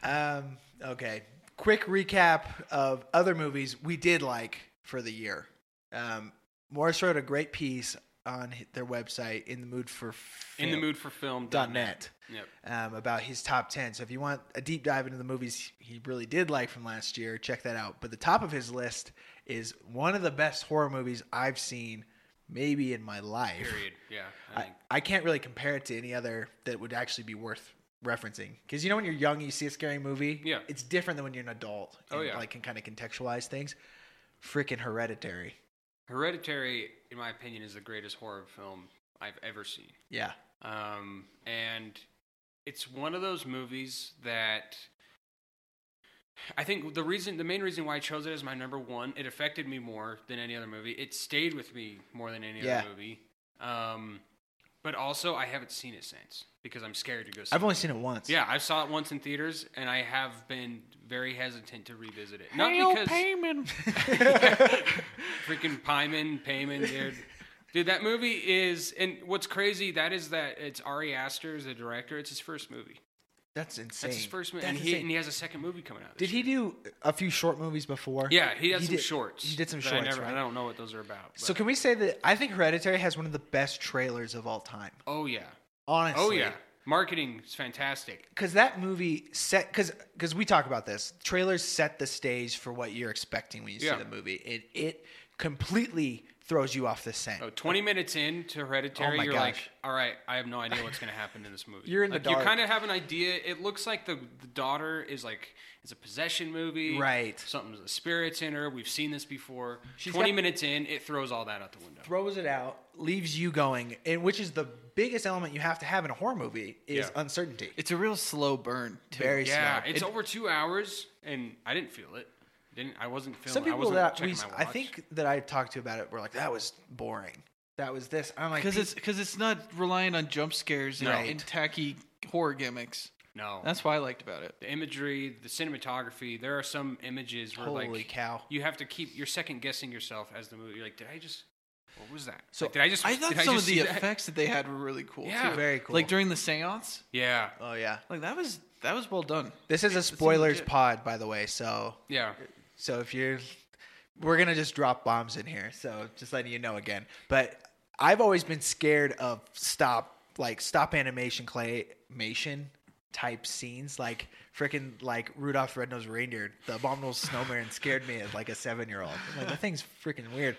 A: Um, okay. Quick recap of other movies we did like for the year. Um, Morris wrote a great piece on hi- their website, In the Mood for
C: In the mood for film.
A: dot net
C: Yep.
A: um, about his top 10. So if you want a deep dive into the movies he really did like from last year, check that out. But the top of his list is one of the best horror movies I've seen maybe in my life.
C: Period. Yeah. I
A: I,
C: think
A: I can't really compare it to any other that would actually be worth referencing because you know when you're young you see a scary movie
C: Yeah.
A: it's different than when you're an adult
C: Oh,
A: and,
C: yeah.
A: like can kind of contextualize things freaking hereditary
C: Hereditary, in my opinion, is the greatest horror film I've ever seen.
A: yeah
C: Um, and it's one of those movies that I think the reason, the main reason why I chose it as my number one, it affected me more than any other movie. It stayed with me more than any
A: Yeah.
C: other movie. Um, but also, I haven't seen it since because I'm scared to go. see
A: i've
C: it.
A: only seen it once
C: Yeah, I saw it once in theaters, and I have been very hesitant to revisit it. Not
B: Hail
C: because
B: Payman.
C: freaking Pyman,
A: [laughs]
C: Payman, dude. Dude, that movie is, and what's crazy that is that it's Ari Aster is the director. It's his first movie.
A: that's insane
C: That's his first movie,
A: That's
C: and he
A: insane.
C: and he has a second movie coming out.
A: did
C: this
A: he
C: year.
A: do a few short movies before
C: Yeah, he had some
A: did-
C: shorts.
A: he did some
C: that
A: shorts
C: I, never,
A: right?
C: I don't know what those are about.
A: so
C: but-
A: can we say that i think hereditary has one of the best trailers of all time
C: oh yeah,
A: honestly
C: oh yeah, marketing is fantastic.
A: because that movie set because because we talk about this trailers set the stage for what you're expecting when you
C: Yeah.
A: see the movie it it completely throws you off the scent
C: Oh, 20 minutes into Hereditary,
A: Oh my
C: you're
A: gosh.
C: like, all right, I have no idea what's going to happen in this movie.
A: You're in the
C: like,
A: dark.
C: You kind of have an idea. It looks like the, the daughter is like, it's a possession movie.
A: Right.
C: Something's a spirit's in her. We've seen this before.
A: She's
C: 20
A: got-
C: minutes in, it throws all that out the window.
A: throws it out leaves you going and which is the biggest element you have to have in a horror movie is
C: Yeah.
A: uncertainty.
B: It's a real slow burn. Too.
A: Very
C: Yeah,
A: slow.
C: it's
B: It-
C: over two hours, and I didn't feel it. Didn't I? Wasn't feeling.
A: Some
C: I
A: people
C: wasn't
A: that we,
C: checking my watch.
A: I think that I talked to about it were like, "That was boring. That was this." I'm like,
B: because it's because it's not relying on jump scares and,
C: No.
B: and tacky horror gimmicks.
C: no.
B: That's what I liked about it.
C: the imagery, the cinematography. There are some images where
A: holy
C: like
A: cow!
C: you have to keep you're second guessing yourself as the movie. You're like, did I just? What was that?
A: So,
C: Like, did I just?
B: I thought
C: did I
B: some
C: just
B: of the
C: see that?
B: effects that they had were really cool.
C: Yeah.
B: too.
A: Very cool.
B: Like during the seance,
C: Yeah,
A: oh yeah,
B: like that was that was well done.
A: this is a
B: seemed
A: spoilers
B: legit.
A: pod, by the way. So,
C: yeah.
A: so if you're, we're gonna just drop bombs in here. So just letting you know again. But I've always been scared of stop, like stop animation claymation type scenes, like freaking like Rudolph the Red-Nosed Reindeer, the Abominable Snowman scared me as like a seven-year-old. I'm Like that thing's freaking weird.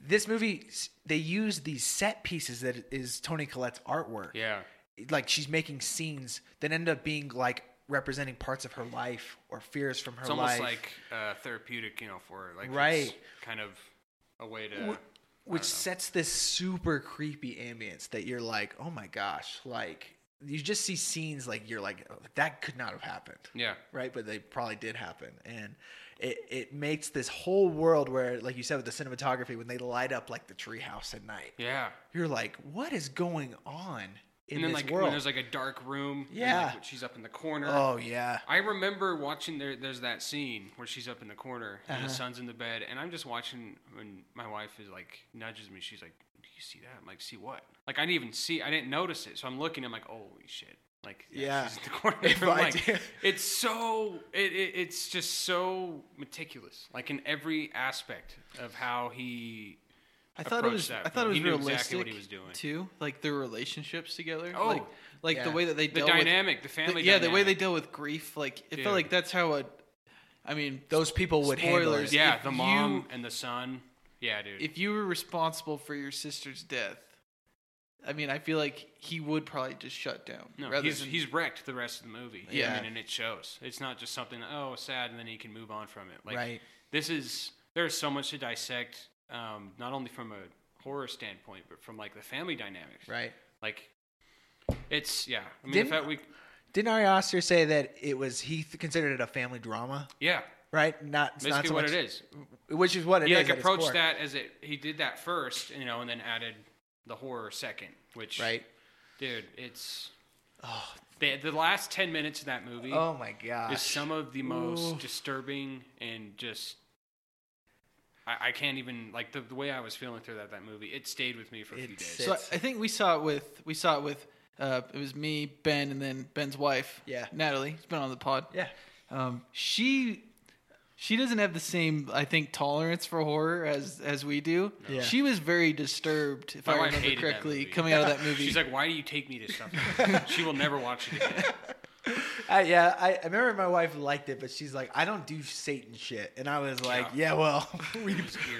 A: This movie, s- they use these set pieces that is Tony Collette's artwork
C: Yeah.
A: like she's making scenes that end up being like representing parts of her life or fears from her
C: It's
A: life
C: almost like uh, therapeutic, you know, for her. like
A: Right.
C: it's kind of a way to.
A: Wh- which sets this super creepy ambience that you're like oh my gosh like you just see scenes like you're like "Oh, that could not have happened
C: yeah,
A: right but they probably did happen and it, it makes this whole world where like you said with the cinematography when they light up like the treehouse at night
C: yeah.
A: you're like what is going on in
C: and then
A: this
C: like when
A: world
C: there's like a dark room. and,
A: Yeah.
C: like, when she's up in the corner.
A: oh yeah
C: I remember watching there. There's that scene where she's up in the corner and
B: Uh-huh.
C: the son's in the bed, and I'm just watching. When my wife is like nudges me, she's like, "Do you see that?" I'm like, "See what?" Like I didn't even see. I didn't notice it. So I'm looking. I'm like, "Holy shit!" Like
A: Yeah.
C: she's in
B: [laughs]
C: the corner.
A: If
C: I'm
A: I
C: like,
A: did-
C: it's so. It, it, it's just so meticulous. Like in every aspect of how he.
B: I thought it
C: approach
B: was
C: that
B: I thought it
C: from.
B: was
C: He knew
B: realistic
C: exactly what he was doing.
B: too. Like their relationships together.
C: Oh,
B: like, like
A: yeah.
B: the way that they
C: The
B: dealt
C: dynamic, the
B: with
C: family.
B: yeah, the way they
C: dynamic.
B: dealt with grief. Like it
C: Dude.
B: felt like that's how a. I mean,
A: those people would handle it.
B: Spoilers.
C: Yeah,
B: if
C: the
B: you-
C: mom and the son. Yeah, dude.
B: if you were responsible for your sister's death, I mean, I feel like he would probably just shut down.
C: No,
B: rather
C: he's,
B: than-
C: he's wrecked the rest of the movie. Yeah,
B: Yeah.
C: I mean, and it shows. It's not just something oh sad, and then he can move on from it. Like
A: Right.
C: this is there's so much to dissect, um, not only from a horror standpoint, but from like the family dynamics.
A: right
C: Like it's yeah. I mean,
A: Didn't-
C: the fact we
A: Didn't Ari Aster say that it was he th- considered it a family drama,
C: yeah,
A: right? Not it's not
C: basically
A: so
C: what
A: much,
C: it is.
A: which is what it is.
C: he like
A: at its
C: approached
A: core,
C: that as it he did that first, you know, and then added the horror second, which
A: right?
C: dude, it's the the last ten minutes of that movie.
A: Oh my
C: is
A: gosh!
C: some of the most
A: Ooh.
C: disturbing and just I, I can't even like the, the way I was feeling through that that movie. It stayed with me for a few
A: It's sick.
C: days.
B: So I, I think we saw it with we saw it with uh, it was me, Ben, and then Ben's wife.
A: Yeah.
B: Natalie. She's been on the pod.
A: Yeah,
B: Um, she she doesn't have the same I think tolerance for horror as as we do.
A: Yeah.
B: She was very disturbed, if
C: My
B: I
C: wife
B: remember
C: hated that
B: correctly,
C: movie.
B: coming out
C: [laughs]
B: of that movie.
C: She's like, "Why do you take me to stuff?" like
A: [laughs]
C: that?" she will never watch it again.
A: I, yeah. I, I remember my wife liked it, but she's like, "I don't do Satan shit," and I was like, "Yeah,
C: [laughs]
A: well, [laughs] we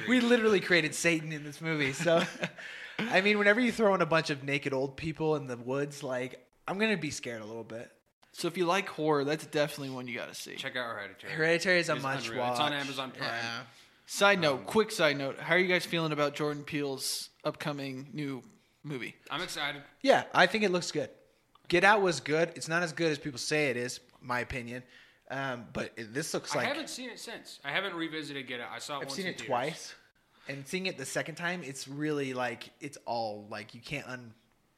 A: we literally created Satan in this movie." So, [laughs] I mean, whenever you throw in a bunch of naked old people in the woods, like I'm gonna be scared a little bit.
B: so if you like horror, that's definitely one you got to see.
C: Check out Hereditary.
A: Hereditary is a
C: It's
A: much
C: unreal.
A: watch.
C: It's on Amazon Prime.
A: Yeah.
B: Side note, quick side note: How are you guys feeling about Jordan Peele's upcoming new movie?
C: I'm excited.
A: Yeah, I think it looks good. Get Out was good. It's not as good as people say it is, my opinion. Um, but it- this looks
C: I
A: like
C: haven't seen it since. I haven't revisited Get Out. I saw it.
A: I've
C: once
A: seen
C: in
A: it
C: theaters.
A: twice, and seeing it the second time, it's really like it's all like you can't un,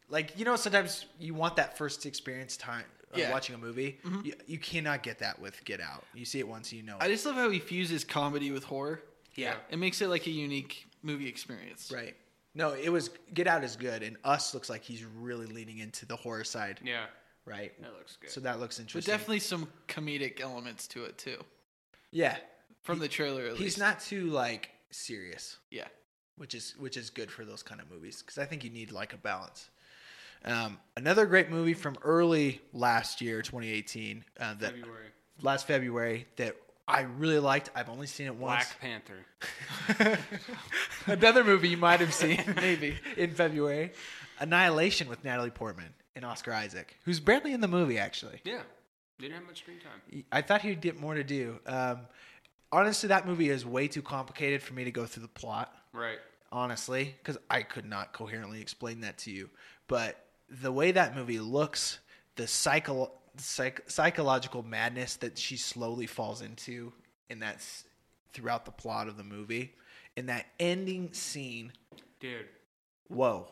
A: like you know sometimes you want that first experience time of
B: Yeah. Mm-hmm.
A: watching a movie. You, you cannot get that with Get Out. You see it once, you know.
B: I
A: it.
B: just love how he fuses comedy with horror.
A: yeah.
B: It makes it like a unique movie experience.
A: right. No, it was Get Out is good, and Us looks like he's really leaning into the horror side,
C: Yeah,
A: right?
C: that looks good.
A: So that looks
B: But
A: interesting.
B: definitely some comedic elements to it too,
A: yeah,
B: from the trailer at least.
A: he's not too like serious.
B: Yeah.
A: which is which is good for those kind of movies because I think you need like a balance. Um, another great movie from early last year, 2018, uh, that
C: February.
A: last February that I really liked. I've only seen it once.
C: Black Panther.
A: [laughs] another movie you might have seen [laughs]
B: Maybe.
A: in February, Annihilation with Natalie Portman and Oscar Isaac, who's barely in the movie actually.
C: Yeah, didn't have much screen time.
A: I thought he'd get more to do. Um, honestly, that movie is way too complicated for me to go through the plot.
C: Right.
A: honestly, because I could not coherently explain that to you. But the way that movie looks, the psycho- psych- psychological madness that she slowly falls into, and that's throughout the plot of the movie, and that ending scene,
C: dude.
A: whoa,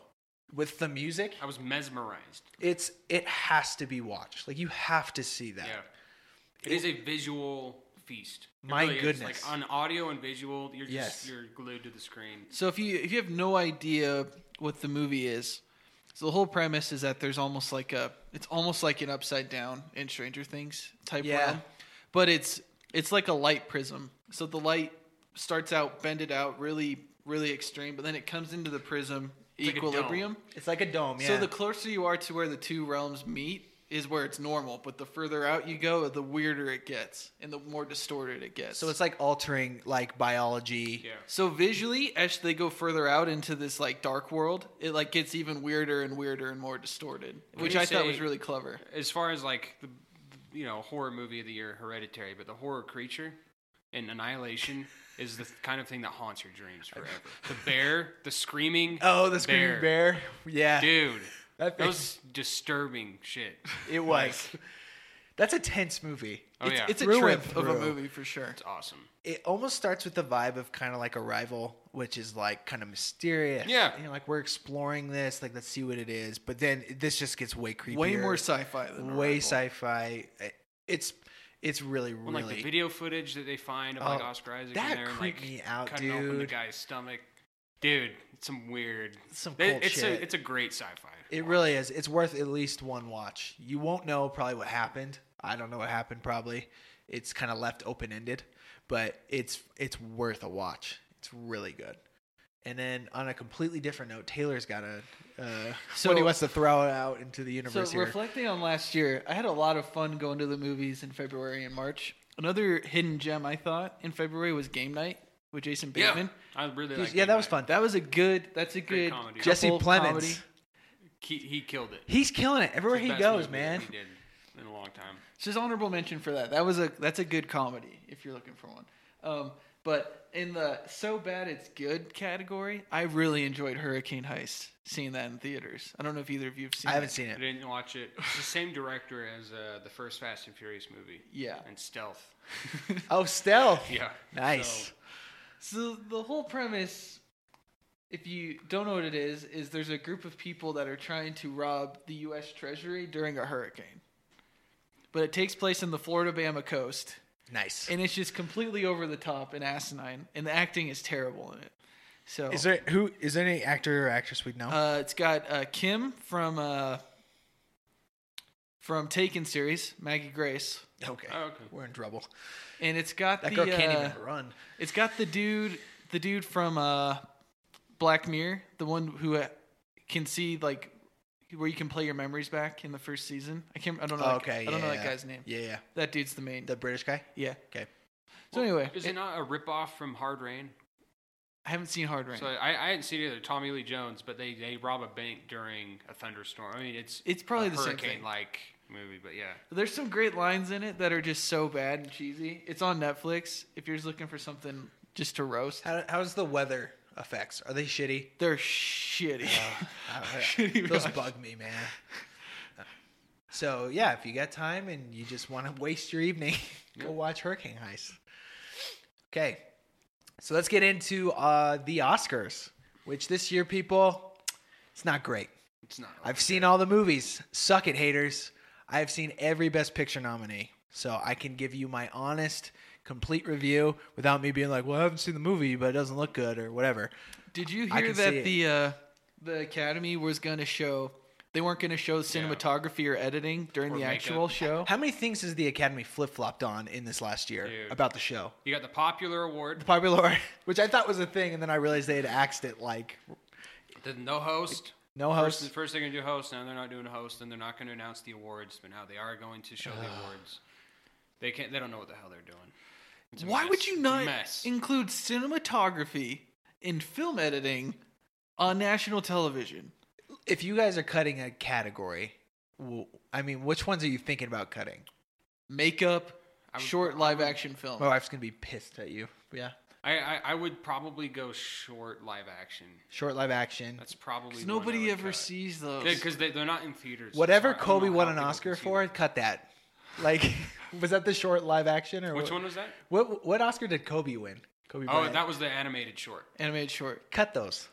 A: with the music,
C: I was mesmerized.
A: it's it has to be watched. Like you have to see that.
C: Yeah, it is a visual feast. It
A: My
C: is.
A: goodness.
C: like on audio and visual, you're just
A: Yes.
C: you're glued to the screen.
B: So if you if you have no idea what the movie is, so the whole premise is that there's almost like a it's almost like an upside down in Stranger Things type
A: Yeah.
B: realm, but it's it's like a light prism. So the light starts out bended out, really really extreme, but then it comes into the prism
C: like a dome.
B: equilibrium.
A: It's like a dome. Yeah.
B: So the closer you are to where the two realms meet is where it's normal, but the further out you go, the weirder it gets and the more distorted it gets.
A: So it's like altering like biology.
C: Yeah,
B: So visually, as they go further out into this like dark world, it like gets even weirder and weirder and more distorted, which
C: you
B: I thought
C: say-
B: was really clever.
C: as far as like the the, you know horror movie of the year, Hereditary, but the horror creature in
A: [laughs]
C: Annihilation is the kind of thing that haunts your dreams forever. the bear, the screaming.
A: Oh, the screaming bear. Yeah. [laughs]
C: dude.
A: That
C: That,
A: thing-
C: was disturbing shit. [laughs]
A: It was. That's a tense movie.
C: Oh
B: it's,
C: yeah,
B: it's a
A: Through
B: trip
A: and
B: of a
A: through.
B: movie for sure.
C: It's awesome.
A: It almost starts with the vibe of kind of like Arrival, which is like kind of mysterious.
C: Yeah.
A: You know, like we're exploring this, like let's see what it is. But then this just gets way creepier.
B: Way more sci-fi than
A: way
B: Arrival.
A: sci-fi. It's it's really
C: Well,
A: really
C: like the video footage that they find of like
A: Oh,
C: Oscar Isaac
A: that
C: in there, and,
A: creeped
C: like
A: me out,
C: cutting open the
A: dude.
C: guy's stomach. Dude, it's some weird.
A: Some
C: It-
A: cult
C: it's
A: shit.
C: a it's a great sci-fi.
A: It really is. It's worth at least one watch. You won't know probably what happened. I don't know what happened probably. It's kind of left open ended, but it's it's worth a watch. It's really good. And then on a completely different note, Taylor's got a [laughs] uh,
B: So-
A: what he wants to throw out into the
B: So
A: universe here.
B: reflecting on last year, I had a lot of fun going to the movies in February and March. Another hidden gem I thought in February was Game Night with Jason
C: Yeah,
B: Bateman.
C: I really
A: He's-
C: like.
A: yeah, that was fun.
B: That was a good. That's a
C: Great
B: good
C: comedy.
A: Jesse
B: couple
A: Plemons.
B: comedy.
C: He, he killed it.
A: He's killing it everywhere
C: It's the
A: he
C: best
A: goes,
C: movie that
A: man.
C: He did in a long time.
B: It's just honorable mention for that. That was a that's a good comedy if you're looking for one. Um, but in the so bad it's good category, I really enjoyed Hurricane Heist. Seeing that in theaters, I don't know if either of you have seen.
A: I haven't
B: it.
A: seen
C: I
A: it.
C: didn't watch it. It's the same director as uh, the first Fast and Furious movie.
B: Yeah.
C: And Stealth. [laughs]
B: [laughs]
A: Oh, stealth.
C: Yeah.
A: Nice.
C: So,
B: So the whole premise, if you don't know what it is, is there's a group of people that are trying to rob the U.S. Treasury during a hurricane. But it takes place in the Florida Bama coast,
A: nice.
B: and it's just completely over the top and asinine, and the acting is terrible in it. So
A: Is there who is there any actor or actress we know?
B: Uh, it's got uh, Kim from uh, from Taken series, Maggie Grace,
A: okay.
C: oh, okay.
A: We're in trouble.
B: and it's got
A: That
B: the
A: girl can't
B: uh,
A: even run.
B: it's got the dude the dude from uh, Black Mirror, the one who uh, can see like where you can play your memories back in the first season. I can't. I don't know.
A: Oh,
B: that-
A: okay.
B: I don't
A: yeah,
B: know
A: yeah.
B: that guy's name.
A: Yeah, yeah.
B: That dude's the main.
A: The British guy?
B: yeah.
A: Okay.
B: So anyway,
C: Is it not a ripoff from Hard Rain?
B: I haven't seen Hard Rain.
C: So I, I hadn't seen it either. Tommy Lee Jones, but they, they rob a bank during a thunderstorm. I mean, it's
B: It's probably
C: a
B: the same thing.
C: hurricane-like movie, but yeah.
B: There's some great lines in it that are just so bad and cheesy. It's on Netflix. If you're just looking for something just to roast,
A: How how's the weather effects? Are they
B: [laughs]
A: shitty?
B: They're shitty.
A: Uh,
B: Shitty
A: those
B: rock.
A: bug me, man. So yeah, if you got time and you just want to waste your evening, [laughs] go watch Hurricane Heist. Okay, so let's get into uh, the Oscars, which this year, people, it's not great.
C: It's not.
A: I've seen all the movies. Suck it, haters. I've seen every Best Picture nominee, so I can give you my honest, complete review without me being like, "Well, I haven't seen the movie, but it doesn't look good" or whatever.
B: [laughs] Did you
A: I
B: hear
A: can see
B: that
A: it.
B: the uh, the Academy was going to show? They weren't going to show cinematography or editing during
C: Or
B: the
C: makeup.
B: actual show.
A: How many things has the Academy flip flopped on in this last year
C: Dude.
A: about the show?
C: You got the popular award,
A: The Popular Award, [laughs] which I thought was a thing, and then I realized they had axed it like
C: the no host.
A: no
C: First,
A: host.
C: first they're gonna do host. Now they're not doing a host, and they're not gonna announce the awards. But now they are going to show the awards. They can't. They don't know what the hell they're doing. It's a
B: Why
C: mess.
B: would you not
C: Mess.
B: include cinematography in film editing on national television?
A: If you guys are cutting a category, w- I mean, which ones are you thinking about cutting?
B: Makeup,
C: I would-
B: short live action film.
A: Oh, My wife's gonna be pissed at you. Yeah,
C: I, I, I would probably go short live action.
A: Short live action.
C: That's probably
B: 'Cause
C: the one I
B: nobody
C: would
B: ever
C: cut.
B: sees those.
C: because they, they're not in theaters.
A: Whatever
C: Sorry, I don't
A: Kobe
C: know
A: won
C: how
A: an
C: people
A: Oscar
C: see
A: for,
C: them.
A: cut that. Like, [laughs] was that the short live action or
C: Which
A: what-
C: one was that?
A: What what Oscar did Kobe win? Kobe
C: Oh,
A: Bryant.
C: that was the animated short.
B: Animated short.
A: cut those.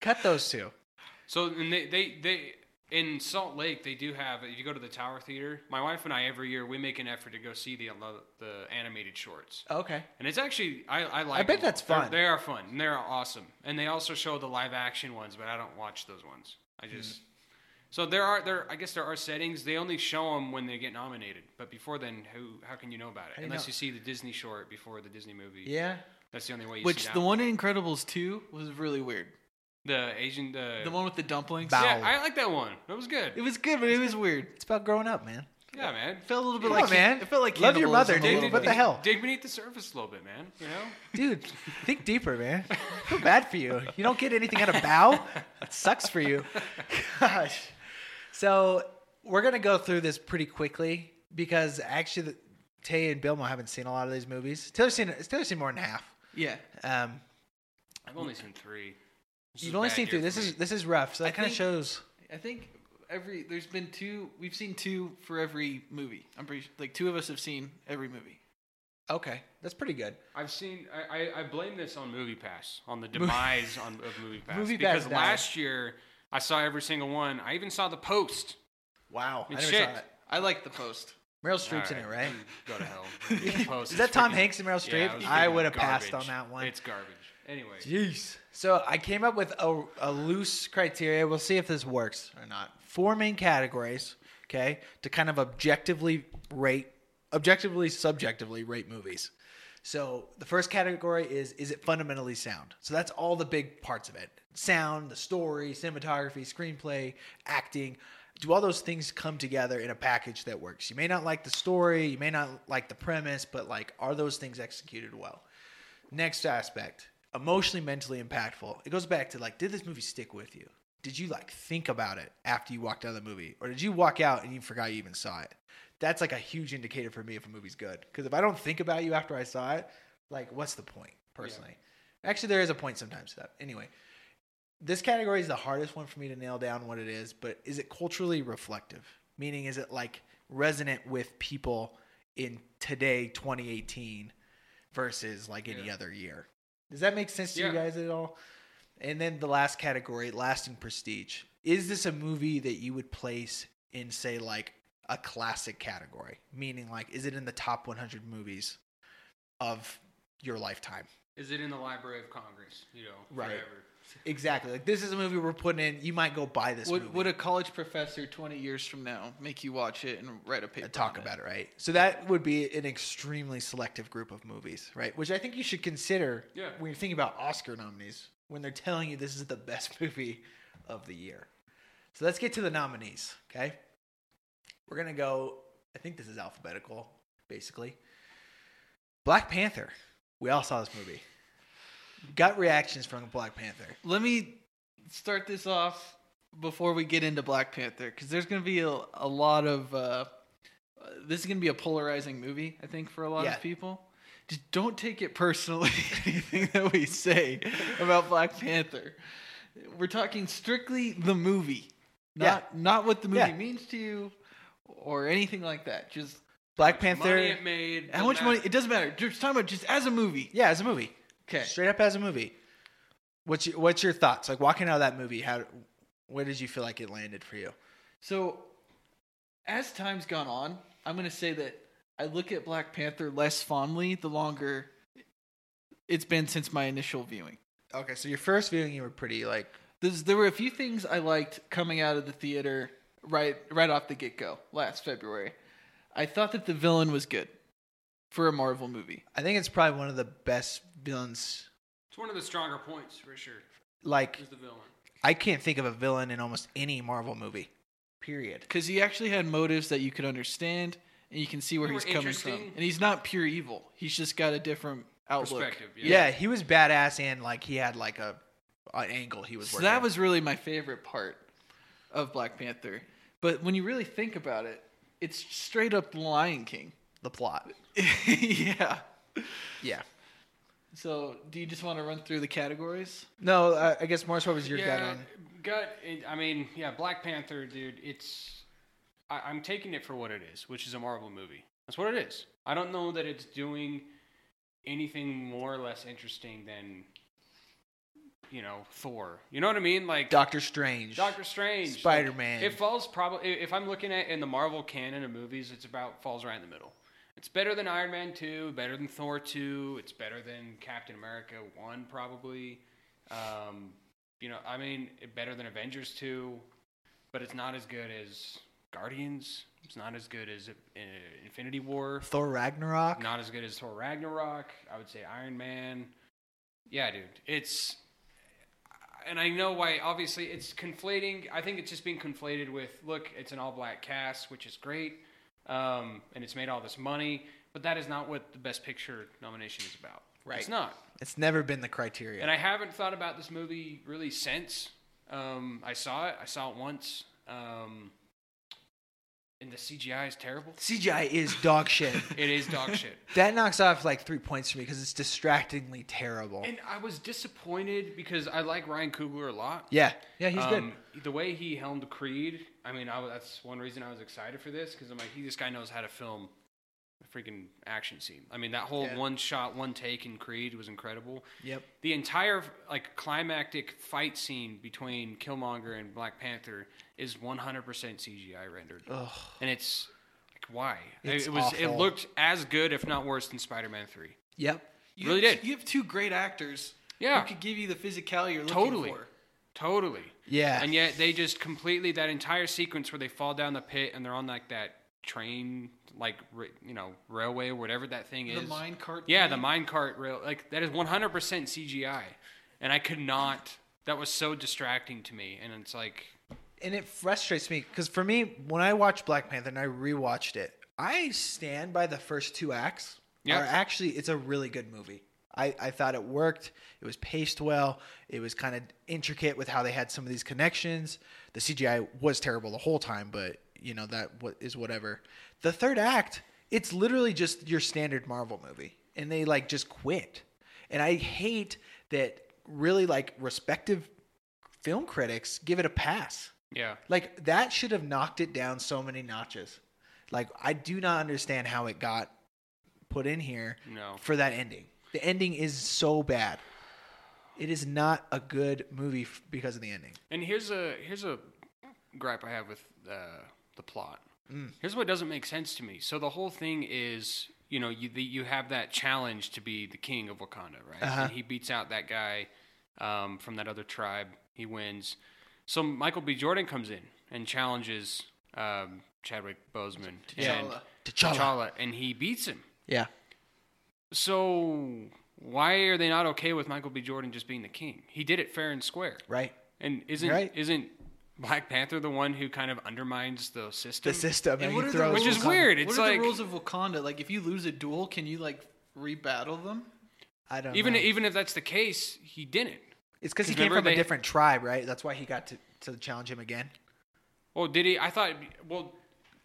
A: cut those two.
C: So and they, they they in Salt Lake they do have. If you go to the Tower Theater, my wife and I every year we make an effort to go see the the animated shorts,
A: Okay.
C: and it's actually I I like.
A: bet
C: them.
A: that's
C: They're-
A: fun.
C: They are fun. And they're awesome, and they also show the live action ones, but I don't watch those ones. I
A: Mm-hmm.
C: just. So there are there I guess there are settings they only show them when they get nominated but before then who how can you know about it
A: do you
C: unless
A: know?
C: you see the Disney short before the Disney movie
A: Yeah.
C: that's the only way you see
B: Which
C: that
B: the one in Incredibles 2 was really weird.
C: the Asian the,
B: The one with the dumplings.
A: Bow.
C: yeah I like that one it was good
B: It was good, but it was weird.
A: It's about growing up, man.
C: yeah man
B: It felt a little bit
A: Come
B: like
A: on, man.
B: It felt like
A: Love your mother,
B: cannibalism a
A: dude.
B: little
A: What
B: bit.
A: the hell?
C: Dig beneath the surface a little bit, man. You know,
A: Dude, think deeper, man. I feel bad for you. You don't get anything out of bow. It sucks for you. Gosh. So we're gonna go through this pretty quickly because actually, the, Tay and Bilmo haven't seen a lot of these movies. Taylor's seen Taylor's seen more than half.
B: Yeah.
A: Um,
C: I've only seen three. This is
A: you've
C: a
A: only
C: bad
A: seen
C: year
A: three.
C: for
A: This
C: me.
A: is this is rough. So that
B: I
A: kind of
B: think-
A: shows.
B: I think every there's been two. We've seen two for every movie. I'm pretty sure, like two of us have seen every movie.
A: Okay, that's pretty good.
C: I've seen. I, I, I blame this on Movie Pass, on
A: [laughs]
C: the demise on, of Movie Pass,
A: MoviePass
C: because
A: died.
C: last year I saw every single one. I even saw the post.
A: Wow,
C: And
A: I never
C: shit.
A: saw that.
B: I like the post.
A: Meryl Streep's in it,
C: All
A: right?
C: Go to hell.
A: [laughs]
C: The Post
A: Is that Tom
C: freaking-
A: Hanks and Meryl
C: Yeah,
A: Streep?
C: it was
A: I
C: freaking
A: would have passed
C: garbage.
A: on that one.
C: It's garbage. Anyway,
A: Jeez. So I came up with a, a loose criteria. We'll see if this works or not. Four main categories, okay, to kind of objectively rate, objectively, subjectively rate movies. So the first category is is it fundamentally sound? So that's all the big parts of it sound, the story, cinematography, screenplay, acting. Do all those things come together in a package that works? You may not like the story, you may not like the premise, but like, are those things executed well? Next aspect, emotionally, mentally impactful. It goes back to like, did this movie stick with you? Did you like think about it after you walked out of the movie? Or did you walk out and you forgot you even saw it? That's like a huge indicator for me if a movie's good. Because if I don't think about you after I saw it, like, what's the point, personally? Actually, there is a point sometimes to that. Anyway, this category is the hardest one for me to nail down what it is, but is it culturally reflective? Meaning, is it like resonant with people in today, 2018, versus like any
C: Yeah.
A: other year? Does that make sense to you
C: Yeah.
A: guys at all? And then the last category, lasting prestige. Is this a movie that you would place in, say, like a classic category? Meaning, like, is it in the top 100 movies of your lifetime?
C: is it in the Library of Congress? You know,
A: Right.
C: forever.
A: Exactly. Like, this is a movie we're putting in. You might go buy this movie.
B: Would, would a college professor 20 years from now make you watch it and write a paper?
A: and talk
B: on
A: about it, right? So that would be an extremely selective group of movies, right? Which I think you should consider
C: Yeah.
A: when you're thinking about Oscar nominees when they're telling you this is the best [laughs] movie of the year. So let's get to the nominees, okay? We're going to go, I think this is alphabetical, basically. Black Panther. We all saw this movie. Gut reactions from Black Panther.
B: Let me start this off before we get into Black Panther because there's going to be a, a lot of. Uh, uh, this is going to be a polarizing movie, I think, for a lot
A: Yeah.
B: of people. Just don't take it personally, [laughs] anything that we say about Black Panther. We're talking strictly the movie, not, not what the movie
A: Yeah.
B: means to you or anything like that. Just
A: Black
C: Money
A: Panther.
C: it made.
B: how
C: doesn't
B: much money?
C: matter.
B: It doesn't matter. Just talking about just as a movie.
A: Yeah, as a movie.
B: Okay.
A: straight up as a movie. What's your, what's your thoughts? Like walking out of that movie, how where did you feel like it landed for you?
B: So, as time's gone on, I'm going to say that I look at Black Panther less fondly the longer it's been since my initial viewing.
A: Okay, so your first viewing, you were pretty like
B: There's, there were a few things I liked coming out of the theater right right off the get go last February. I thought that the villain was good for a Marvel movie.
A: I think it's probably one of the best villains.
C: It's one of the stronger points for sure.
A: Like
C: Is the villain.
A: I can't think of a villain in almost any Marvel movie. Period.
B: because he actually had motives that you could understand and you can see where
C: They were
B: he's coming from
C: interesting.
B: and he's not pure evil he's just got a different outlook
C: Perspective.
A: Yeah, he was badass and like he had like a an angle he was
B: so
A: working.
B: that was really my favorite part of black panther but when you really think about it it's [laughs] straight up lion king
A: the plot.
B: yeah
A: Yeah.
B: So, do you just want to run through the categories?
A: No, uh, I, I guess Morris, what was your
C: yeah,
A: gut on?
C: gut, it- I mean, yeah, Black Panther, dude. It's I, I'm taking it for what it is, which is a Marvel movie. That's what it is. I don't know that it's doing anything more or less interesting than you know Thor. You know what I mean? Like
A: Doctor Strange.
C: Doctor Strange, like,
A: Spider-Man.
C: it falls probably if I'm looking at in the Marvel canon of movies, it's about falls right in the middle. It's better than Iron Man two, better than Thor two, it's better than Captain America one probably. Um, you know, I mean, it- better than Avengers two, but it's not as good as Guardians. It's not as good as uh, Infinity War.
A: Thor Ragnarok.
C: Not as good as Thor Ragnarok. I would say Iron Man. Yeah, dude. It's and I know why obviously it's conflating I think it's just being conflated with look, it's an all black cast, which is great. Um, and it's made all this money, but that is not what the best picture nomination is about.
A: Right.
C: It's not.
A: It's never been the criteria.
C: And I haven't thought about this movie really since um, I saw it. I saw it once. Um, and the CGI is terrible.
A: CGI is dog [laughs] shit.
C: It is dog [laughs] shit.
A: that knocks off like three points for me because it's distractingly terrible.
C: And I was disappointed because I like Ryan Coogler a lot.
A: Yeah, yeah,
C: um,
A: he's good.
C: The way he helmed Creed, I mean, I, was- that's one reason I was excited for this because I'm like, he, this guy knows how to film a freaking action scene. I mean, that whole
A: Yeah.
C: one shot, one take in Creed was incredible.
A: Yep.
C: The entire like climactic fight scene between Killmonger and Black Panther is 100% CGI rendered,
A: Ugh.
C: and it's like, why?
A: It's
C: it was. It
A: awful.
C: looked as good, if not worse, than Spider-Man Three.
A: Yep.
B: You
C: Really
B: have,
C: did.
B: You have two great actors.
C: Yeah.
B: Who could give you the physicality you're
C: Totally.
B: looking for.
C: Totally.
A: Yeah.
C: And yet they just completely that entire sequence where they fall down the pit and they're on like that train, like ra- you know railway or whatever that thing
B: The
C: is.
B: mine cart.
C: yeah, the
B: thing.
C: minecart rail. Like that is 100% CGI, and I could not. That was so distracting to me, and it's like
A: and it frustrates me because for me, when I watched Black Panther and I rewatched it, I stand by the first two acts.
C: Yeah.
A: Are actually, it's a really good movie. I, I thought it worked. It was paced well. It was kind of intricate with how they had some of these connections. The CGI was terrible the whole time, but you know that what is whatever. The third act, it's literally just your standard Marvel movie, and they like just quit. And I hate that. Really, like respective film critics give it a pass.
C: yeah,
A: Like that should have knocked it down so many notches. Like I do not understand how it got put in here
C: No.
A: for that ending. The ending is so bad. It is not a good movie f- because of the ending.
C: And here's a here's a gripe I have with uh, the plot. Here's what doesn't make sense to me. So the whole thing is, you know, you the, you have that challenge to be the king of Wakanda, right?
A: Uh-huh.
C: And he beats out that guy um, from that other tribe. He wins. So Michael B. Jordan comes in and challenges um, Chadwick Boseman and
B: T'Challa.
A: T'Challa.
C: T'Challa, and he beats him.
A: Yeah.
C: So why are they not okay with Michael B. Jordan just being the king? He did it fair and square.
A: Right.
C: And isn't
A: Right.
C: isn't Black Panther the one who kind of undermines the system?
A: The system and,
B: And what
A: he
B: are the
A: throws
B: rules?
C: Which is
A: Wakanda.
C: weird.
B: What
C: It's
B: are
C: like
B: the rules of Wakanda? Like, if you lose a duel, can you like rebattle them?
A: I don't
C: even
A: know.
C: even if that's the case, he didn't.
A: it's because he
C: 'cause
A: came
C: remember
A: from a
C: they-
A: different tribe, right? That's why he got to, to challenge him again.
C: Well, did he? I thought. Well,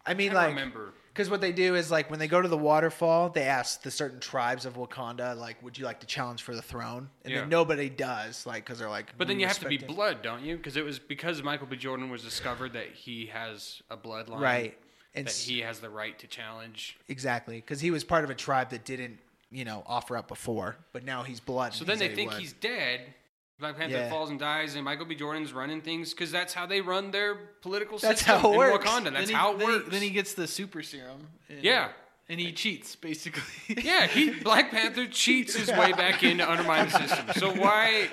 A: I
C: I
A: mean,
C: don't
A: like,
C: remember.
A: Because what they do is like when they go to the waterfall, they ask the certain tribes of Wakanda, like, "Would you like to challenge for the throne?" And
C: Yeah.
A: then nobody does, like, because they're like.
C: But then
A: "We
C: you have to be
A: respect him."
C: blood, don't you? Because it was because Michael B. Jordan was discovered that he has a bloodline,
A: right? And
C: That
A: s-
C: he has the right to challenge.
A: exactly because he was part of a tribe that didn't, you know, offer up before, but now he's blood.
C: So
A: and
C: then
A: he's
C: they
A: a
C: think
A: blood.
C: he's dead. Black Panther
A: Yeah.
C: falls and dies, and Michael B. Jordan's running things because that's how they run their political
B: [laughs]
C: system.
A: That's how it
C: in
A: works.
C: Wakanda.
B: Then
C: That's
B: he-
C: how it
B: then he-
C: works.
B: then he gets the super serum. and-
C: Yeah.
B: And he cheats basically. [laughs]
C: Yeah, he Black Panther cheats his way back in to undermine the system. So why?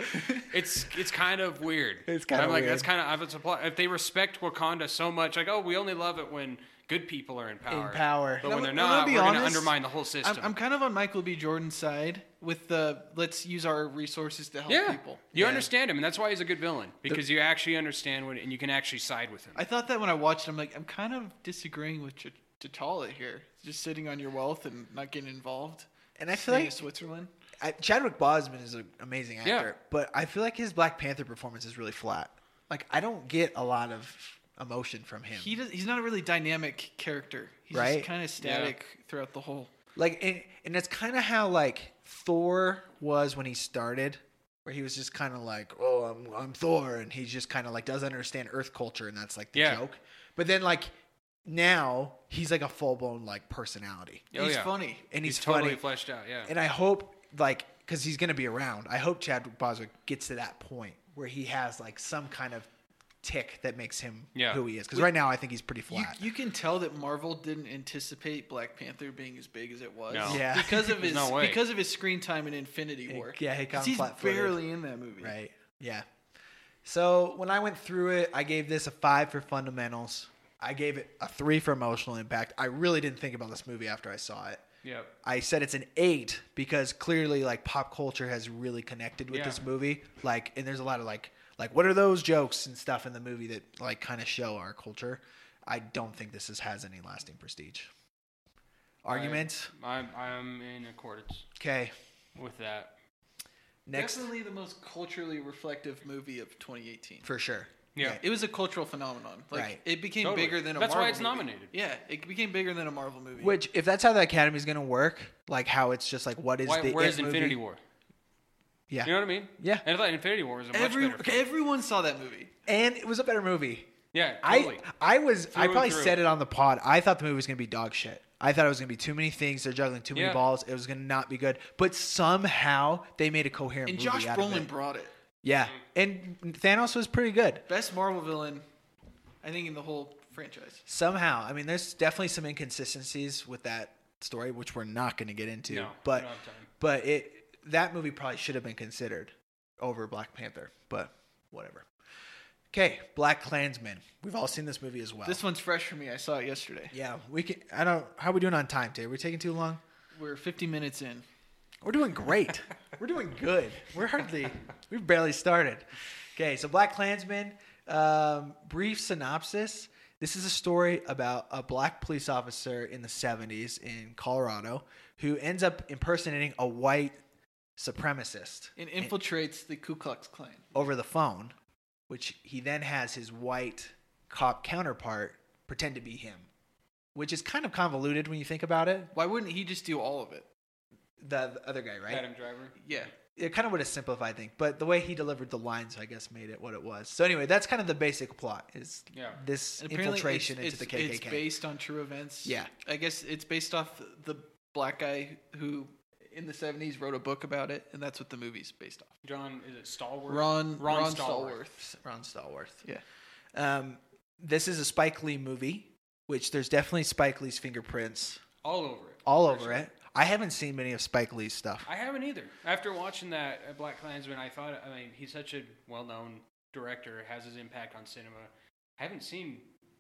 C: It's it's kind of weird.
A: It's kinda
C: I'm like
A: weird.
C: that's kind of if, apply, if they respect Wakanda so much, like oh we only love it when good people are in power.
A: power.
C: but
A: And
B: I'm-
C: when they're
B: I'm gonna
C: not,
B: be
C: we're going to
B: honest,
C: undermine the whole
B: I'm,
C: system.
B: I'm kind of on Michael B. Jordan's side with the let's use our resources to help
C: yeah,
B: people.
C: you understand him, and that's why he's a good villain because you actually understand what and you can actually side with him.
B: I thought that when I watched, it, I'm like, I'm kind of disagreeing with Ch- T'Challa here, just sitting on your wealth and not getting involved.
A: And I feel
B: Staying in
A: like-
B: Switzerland.
A: I, Chadwick Boseman is an amazing actor,
C: Yeah.
A: but I feel like his Black Panther performance is really flat. Like I don't get a lot of emotion from him.
B: He does, he's not a really dynamic character. He's
A: Right?
B: just kind of static throughout the whole.
A: like and, and it's kind of how like thor was when he started where he was just kind of like oh i'm i'm thor and he just kind of like doesn't understand earth culture and that's like the
C: Yeah.
A: joke but then like now he's like a full-blown like personality
C: Oh,
B: he's
C: yeah.
B: funny.
A: and
C: He's,
A: he's,
C: totally
A: funny
C: fleshed out. Yeah.
A: and i hope like because he's gonna be around i hope chad boswick gets to that point where he has like some kind of tick that makes him
C: Yeah.
A: who he is because right now i think he's pretty
B: You,
A: flat
B: you can tell that Marvel didn't anticipate Black Panther being as big as it was.
C: No.
A: Yeah.
B: Because of
C: [laughs]
B: his
C: There's no way.
B: because of his screen time in Infinity War.
A: yeah, he got
B: 'Cause he's
A: flat-footed.
B: barely in that movie.
A: Right. Yeah. So when I went through it, I gave this a five for fundamentals. I gave it a three for emotional impact. I really didn't think about this movie after I saw it.
C: yep.
A: I said it's an eight because clearly, like pop culture has really connected with
C: Yeah.
A: this movie. Like, and there's a lot of like, like what are those jokes and stuff in the movie that like kind of show our culture. I don't think this is, has any lasting prestige. Arguments.
C: I'm I'm in accordance
A: Okay.
C: with that.
A: Next
B: Definitely the most culturally reflective movie of 2018.
A: for sure.
C: Yeah.
B: It was a cultural phenomenon. Like
A: Right.
B: it became
C: Totally.
B: bigger than a
C: That's why
B: Marvel
C: it's
B: movie.
C: nominated.
B: Yeah, it became bigger than a Marvel movie.
A: Which, if that's how the Academy's going to work, like how it's just like, what is
C: Why,
A: the
C: where
A: it
C: is
A: movie?
C: Infinity War?
A: Yeah,
C: You know what I mean?
A: Yeah.
C: And I thought Infinity War was a much
B: Every,
C: better. film.
B: everyone saw that movie.
A: and it was a better movie.
C: Yeah. Totally.
A: I I was
C: Through
A: I
C: and
A: probably
C: through.
A: said it on the pod. I thought the movie was going to be dog shit. I thought it was going to be too many things. They're juggling too many
C: Yeah.
A: balls. It was going to not be good. But somehow they made a coherent
B: And
A: movie
B: Josh
A: out of
B: Brolin
A: it.
B: brought it.
A: Yeah,
C: Mm.
A: and Thanos was pretty good.
B: Best Marvel villain, I think, in the whole franchise.
A: Somehow, I mean, there's definitely some inconsistencies with that story, which we're not going to get into.
C: No, we
A: but
C: don't have time.
A: but it that movie probably should have been considered over Black Panther. But whatever. Okay, Black Klansman. We've all seen this movie as well.
B: This one's fresh for me. I saw it yesterday.
A: Yeah, we can. I don't. How are we doing on time, Dave? We're taking too long.
B: We're 50 minutes in.
A: We're doing great. We're doing good. We're hardly. We've barely started. Okay, so Black Klansman. Um, brief synopsis. This is a story about a black police officer in the '70s in Colorado who ends up impersonating a white supremacist
B: It infiltrates the Ku Klux Klan.
A: over the phone, which he then has his white cop counterpart pretend to be him, which is kind of convoluted when you think about it.
B: Why wouldn't he just do all of it?
A: The, the other guy, right?
C: Adam Driver.
B: Yeah.
A: it kind of would have simplified things, but the way he delivered the lines, I guess, made it what it was. So anyway, that's kind of the basic plot: is
C: Yeah.
A: this
B: And apparently
A: infiltration
B: it's,
A: into the
B: it's-
A: KKK.
B: It's based on true events.
A: Yeah.
B: I guess it's based off the black guy who in the 70s wrote a book about it, and that's what the movie's based off.
C: John is it Stallworth?
B: Ron,
C: Ron
B: Ron,
C: Stallworth.
B: Stallworth.
A: Ron Stallworth.
B: Yeah.
A: Um, this is a Spike Lee movie, which there's definitely Spike Lee's fingerprints
C: all over it.
A: all
C: for
A: over
C: sure.
A: it. I haven't seen many of Spike Lee's stuff.
C: I haven't either. After watching that uh, Black Klansman, I thought, I mean, he's such a well-known director, has his impact on cinema. I haven't seen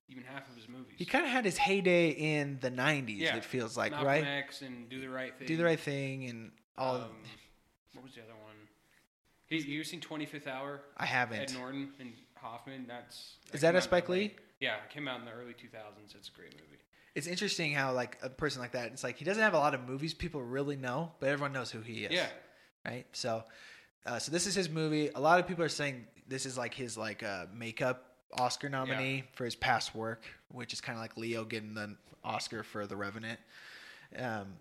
C: even half of his movies.
A: He kind of had his heyday in the '90s.
C: Yeah.
A: It feels like,
C: Malcolm
A: right?
C: X and Do the Right Thing.
A: Do the right thing and all.
C: Um, what was the other one? He, you've seen 25th Hour?
A: I haven't.
C: Ed Norton and Hoffman. That's
A: Is that a
C: came out in the
A: Spike Lee?
C: late- Yeah, it came out in the early 2000s. It's a great movie.
A: It's interesting how like a person like that. It's like he doesn't have a lot of movies people really know, but everyone knows who he is.
C: Yeah,
A: right? So, uh, so this is his movie. A lot of people are saying this is like his like uh, makeup Oscar nominee for his past work, which is kind of like Leo getting the Oscar for The Revenant. Um,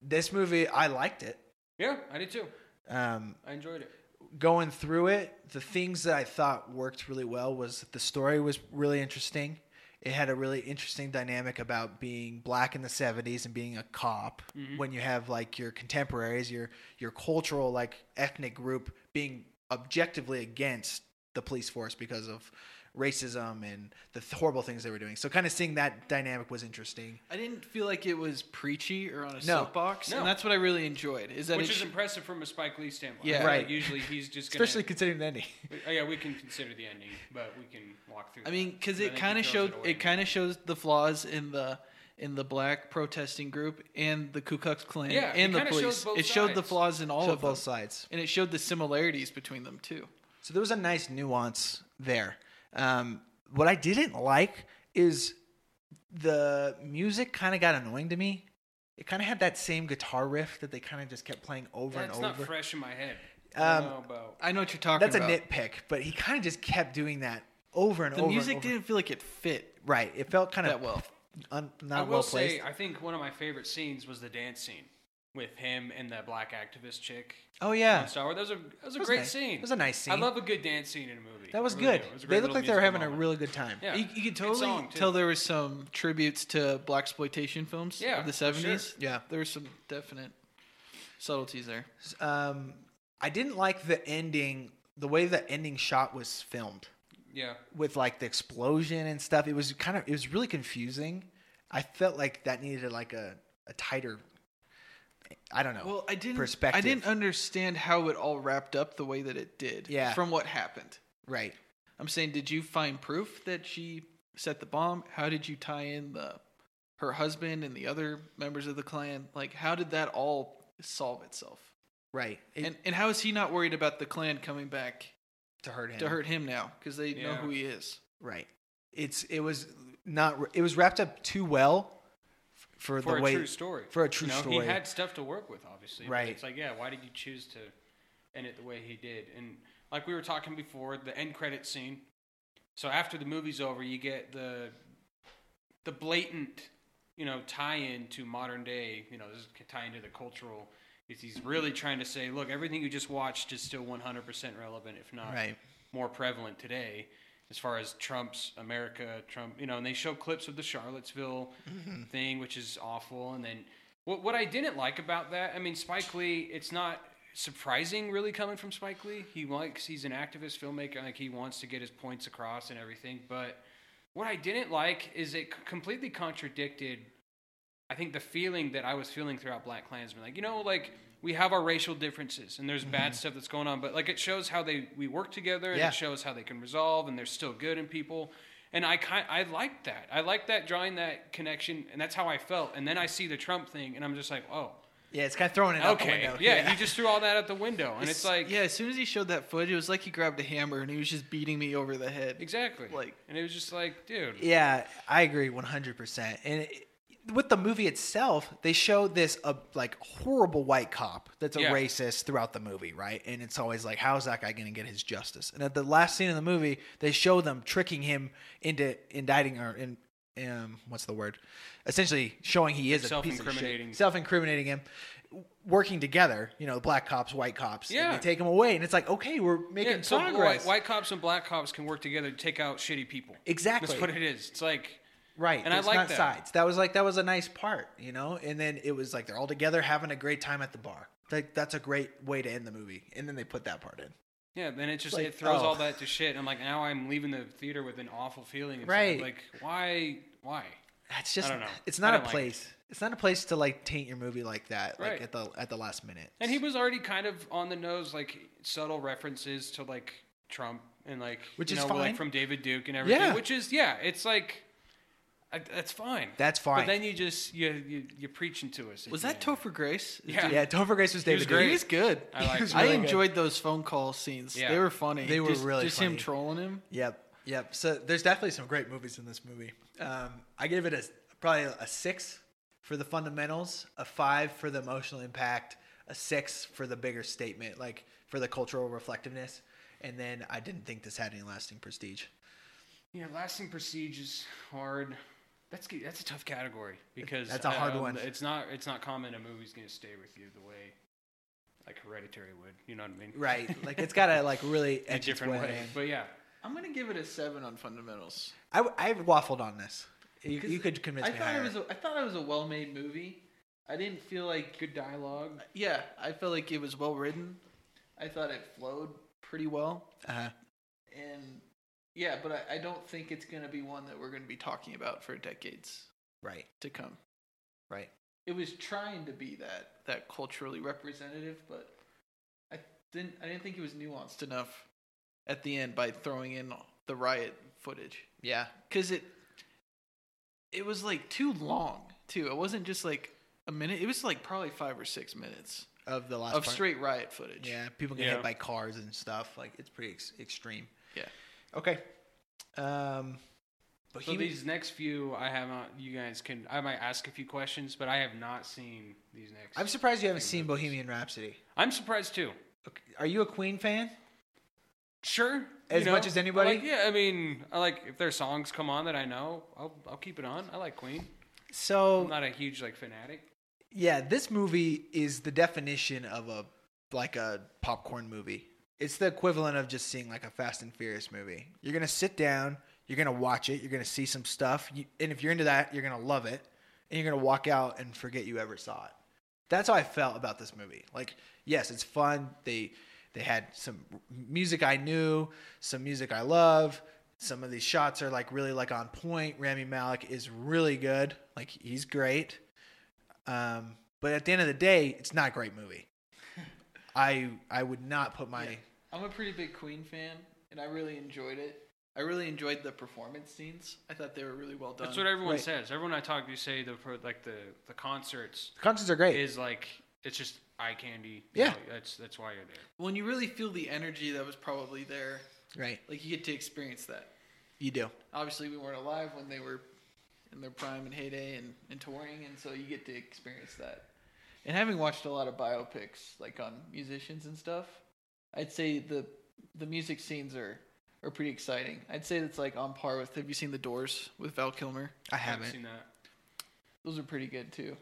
A: this movie, I liked it.
C: yeah, I did too.
A: Um,
C: I enjoyed it.
A: going through it, the things that I thought worked really well was that the story was really interesting. It had a really interesting dynamic about being black in the 70s and being a cop
B: Mm-hmm.
A: when you have like your contemporaries, your your cultural like ethnic group being objectively against the police force because of racism and the th- horrible things they were doing. So kind of seeing that dynamic was interesting.
B: I didn't feel like it was preachy or on a
A: No.
B: soapbox,
C: No.
B: and that's what I really enjoyed. Is that
C: Which
B: it
C: is
B: sh-
C: impressive from a Spike Lee standpoint.
B: Yeah.
C: I feel like
A: Right.
C: Usually he's just gonna,
A: Especially considering the ending.
C: Uh, Yeah, we can consider the ending, but we can walk through.
B: I
C: that.
B: mean, because
C: I
B: it
C: think he
B: kind of
C: throws
B: showed
C: away.
B: it kind of shows the flaws in the in the black protesting group and the Ku Klux Klan
C: Yeah,
B: and
C: it
B: the
C: kinda shows
B: police.
C: both
B: It showed the
C: sides.
B: flaws in all
A: Showed
B: of them,
A: both sides.
B: and it showed the similarities between them too.
A: So there was a nice nuance there. Um, what I didn't like is the music kind of got annoying to me. It kind of had that same guitar riff that they kind of just kept playing over
C: that's
A: and
C: not
A: over.
C: fresh in my head. I don't
A: Um,
C: know about.
B: I know what you're talking
A: That's a
B: about.
A: nitpick, but he kind of just kept doing that over and
B: the
A: over. and
B: music
A: over.
B: didn't feel like it fit
A: Right. It felt kind of
B: that well.
A: un,
C: I
A: not
C: will
A: well
C: say,
A: placed.
C: I think one of my favorite scenes was the dance scene with him and the black activist chick
A: Oh yeah,
C: on Star Wars. That was a that was a
A: It was
C: great
A: nice.
C: scene.
A: It was a nice
C: I
A: scene.
C: love a good dance scene in a movie.
A: that was
C: I really
A: good.
C: do. It was a great
A: They looked
C: little
A: like they were
C: musical
A: having a
C: moment.
A: really good time.
C: Yeah.
B: You, you
C: Good
B: could totally
C: song, too.
B: tell there was some tributes to black exploitation films
C: Yeah,
B: of the
C: for sure.
B: seventies.
A: Yeah.
B: there were some definite subtleties there.
A: Um, I didn't like the ending, the way the ending shot was filmed
C: Yeah.
A: with like the explosion and stuff. It was kind of, it was really confusing. I felt like that needed like a, a tighter, I don't know.
B: Well, I didn't.
A: Perspective.
B: I didn't understand how it all wrapped up the way that it did.
A: Yeah.
B: from what happened.
A: right.
B: I'm saying, did you find proof that she set the bomb? How did you tie in the her husband and the other members of the clan? Like, how did that all solve itself?
A: Right. It-
B: and and how is he not worried about the clan coming back
A: to hurt him.
B: to hurt him now because they know
C: Yeah.
B: who he is?
A: Right. It's, it was not, it was wrapped up too well f- for,
C: For
A: the
C: a
A: way,
C: true story.
A: for a true
C: you know,
A: story.
C: He had stuff to work with, obviously. but
A: Right.
C: It's like, yeah, why did you choose to end it the way he did? And like we were talking before, the end credit scene. So after the movie's over, you get the the blatant, you know, tie-in to modern day. You know, this is tie-in to the cultural. Is he's really trying to say, look, everything you just watched is still 100% relevant, if not
A: right.
C: more prevalent today as far as Trump's America, Trump, you know, and they show clips of the Charlottesville thing, which is awful. And then what, what I didn't like about that, I mean, Spike Lee, it's not surprising really coming from Spike Lee. He likes, he's an activist filmmaker, like he wants to get his points across and everything. But what I didn't like is it c- completely contradicted, I think, the feeling that I was feeling throughout Black Klansman. Like, you know, like we have our racial differences and there's bad stuff that's going on, but like it shows how they we work together and
A: Yeah.
C: it shows how they can resolve and there's still good in people. And I kind I like that. I like that drawing that connection and that's how I felt. And then I see the Trump thing and I'm just like, oh,
A: Yeah. It's kind of throwing it out the
C: okay,
A: window.
C: yeah, you just threw all that out the window, and it's, like,
B: yeah. As soon as he showed that footage, it was like he grabbed a hammer and he was just beating me over the head.
C: exactly.
B: Like-
C: and it was just like, dude,
A: Yeah, I agree 100%. And it, with the movie itself, they show this uh, like horrible white cop that's a
C: Yeah.
A: racist throughout the movie, right? And it's always like how's that guy going to get his justice? And at the last scene of the movie, they show them tricking him into indicting or in um what's the word? Essentially showing he is a piece of
C: Self-incriminating.
A: shit. Self-incriminating him. Working together, you know, black cops, white cops, and
C: Yeah.
A: they take him away, and it's like, okay, we're making
C: Yeah, so wh-
A: progress,
C: White, cops and black cops can work together to take out shitty people.
A: Exactly.
C: That's what it is. It's like,
A: Right.
C: And I
A: there's
C: like
A: not
C: that.
A: sides. That was like that was a nice part, you know? And then it was like they're all together having a great time at the bar. Like that's a great way to end the movie. And then they put that part in.
C: yeah. Then it just
A: Like,
C: it throws
A: oh.
C: all that to shit. And I'm like, now I'm leaving the theater with an awful feeling. inside.
A: Right.
C: Like, why? Why?
A: It's just
C: don't know.
A: it's
C: I
A: not a
C: don't like it.
A: place. It's not a place to like taint your movie like that,
C: Right.
A: like at the at the last minute.
C: And he was already kind of on the nose, like subtle references to like Trump and like
A: Which
C: you
A: is
C: know,
A: fine.
C: like from David Duke and everything.
A: Yeah.
C: Which is yeah, it's like I, that's fine.
A: That's fine.
C: But then you just you you you're preaching to us.
B: Was that Topher Grace?
C: Yeah.
A: yeah, Topher Grace was David.
C: was
A: Duke.
C: great.
B: He's good. [laughs]
C: I like
A: He's
C: that.
A: really
B: I
A: good.
B: enjoyed those phone call scenes.
C: Yeah.
B: They were funny.
A: They were
B: Just-
A: really
B: just him
A: funny.
B: trolling him.
A: Yep. Yep. So there's definitely some great movies in this movie. Um, I give it a probably a six for the fundamentals, a five for the emotional impact, a six for the bigger statement, like for the cultural reflectiveness. And then I didn't think this had any lasting prestige.
C: Yeah, lasting prestige is hard. That's g- that's a tough category because
A: That's a hard
C: um,
A: one.
C: It's not it's not common a movie's going to stay with you the way like Hereditary would. You know what I mean?
A: Right. [laughs] Like it's got to like
B: [laughs]
A: really
C: In [laughs] a
A: edge its
C: different
A: way.
C: way.
A: in.
C: But yeah,
B: I'm gonna give it a seven on fundamentals.
A: I, w- I waffled on this. You,
B: 'Cause
A: you could convince
B: I
A: me
B: thought
A: higher.
B: it was. A, I thought it was a well-made movie. I didn't feel like
C: good dialogue.
B: Yeah, I felt like it was well written. I thought it flowed pretty well,
A: uh-huh.
B: and yeah, but I, I don't think it's gonna be one that we're gonna be talking about for decades
A: Right.
B: to come.
A: Right.
B: It was trying to be that that culturally representative, but I didn't. I didn't think it was nuanced enough at the end by throwing in the riot footage
A: Yeah.
B: because it it was like too long too. It wasn't just like a minute. It was like probably five or six minutes
A: Of the last
B: of
A: part.
B: straight riot footage.
A: Yeah. People get
C: Yeah.
A: hit by cars and stuff. Like it's pretty ex- extreme.
B: yeah.
A: Okay. Um, but
C: So
A: he,
C: these next few, I have not. You guys can. I might ask a few questions, but I have not seen these next.
A: I'm surprised you haven't seen Bohemian Rhapsody.
C: I'm surprised too.
A: Okay, Are you a Queen fan?
C: Sure.
A: As much as anybody?
C: I like- yeah, I mean, I like if their songs come on that I know, I'll I'll keep it on. I like Queen. I'm
A: So
C: not a huge like fanatic.
A: yeah, this movie is the definition of a like a popcorn movie. It's the equivalent of just seeing like a Fast and Furious movie. You're gonna sit down, you're gonna watch it, you're gonna see some stuff, you, and if you're into that, you're gonna love it, and you're gonna walk out and forget you ever saw it. That's how I felt about this movie. Like, yes, it's fun. They they had some music I knew, some music I love. Some of these shots are like really like on point. Rami Malik is really good. Like he's great. Um, but at the end of the day, it's not a great [laughs] movie. I I would not put my
B: I'm a pretty big Queen fan, and I really enjoyed it. I really enjoyed the performance scenes. I thought they were really well done.
C: That's what everyone
A: Right.
C: says. Everyone I talk to say the pro- like the the concerts
A: concerts are great.
C: is like it's just eye candy. You
A: Yeah.
C: know, that's that's why you're there.
B: when you really feel the energy that was probably there,
A: right,
B: like you get to experience that.
A: you do.
B: Obviously, we weren't alive when they were in their prime and heyday and, and touring, and so you get to experience that. And having watched a lot of biopics, like on musicians and stuff, I'd say the the music scenes are are pretty exciting. I'd say that's like on par with. Have you seen The Doors with Val Kilmer?
A: I
C: I haven't
A: haven't.
C: seen that.
B: Those are pretty good too.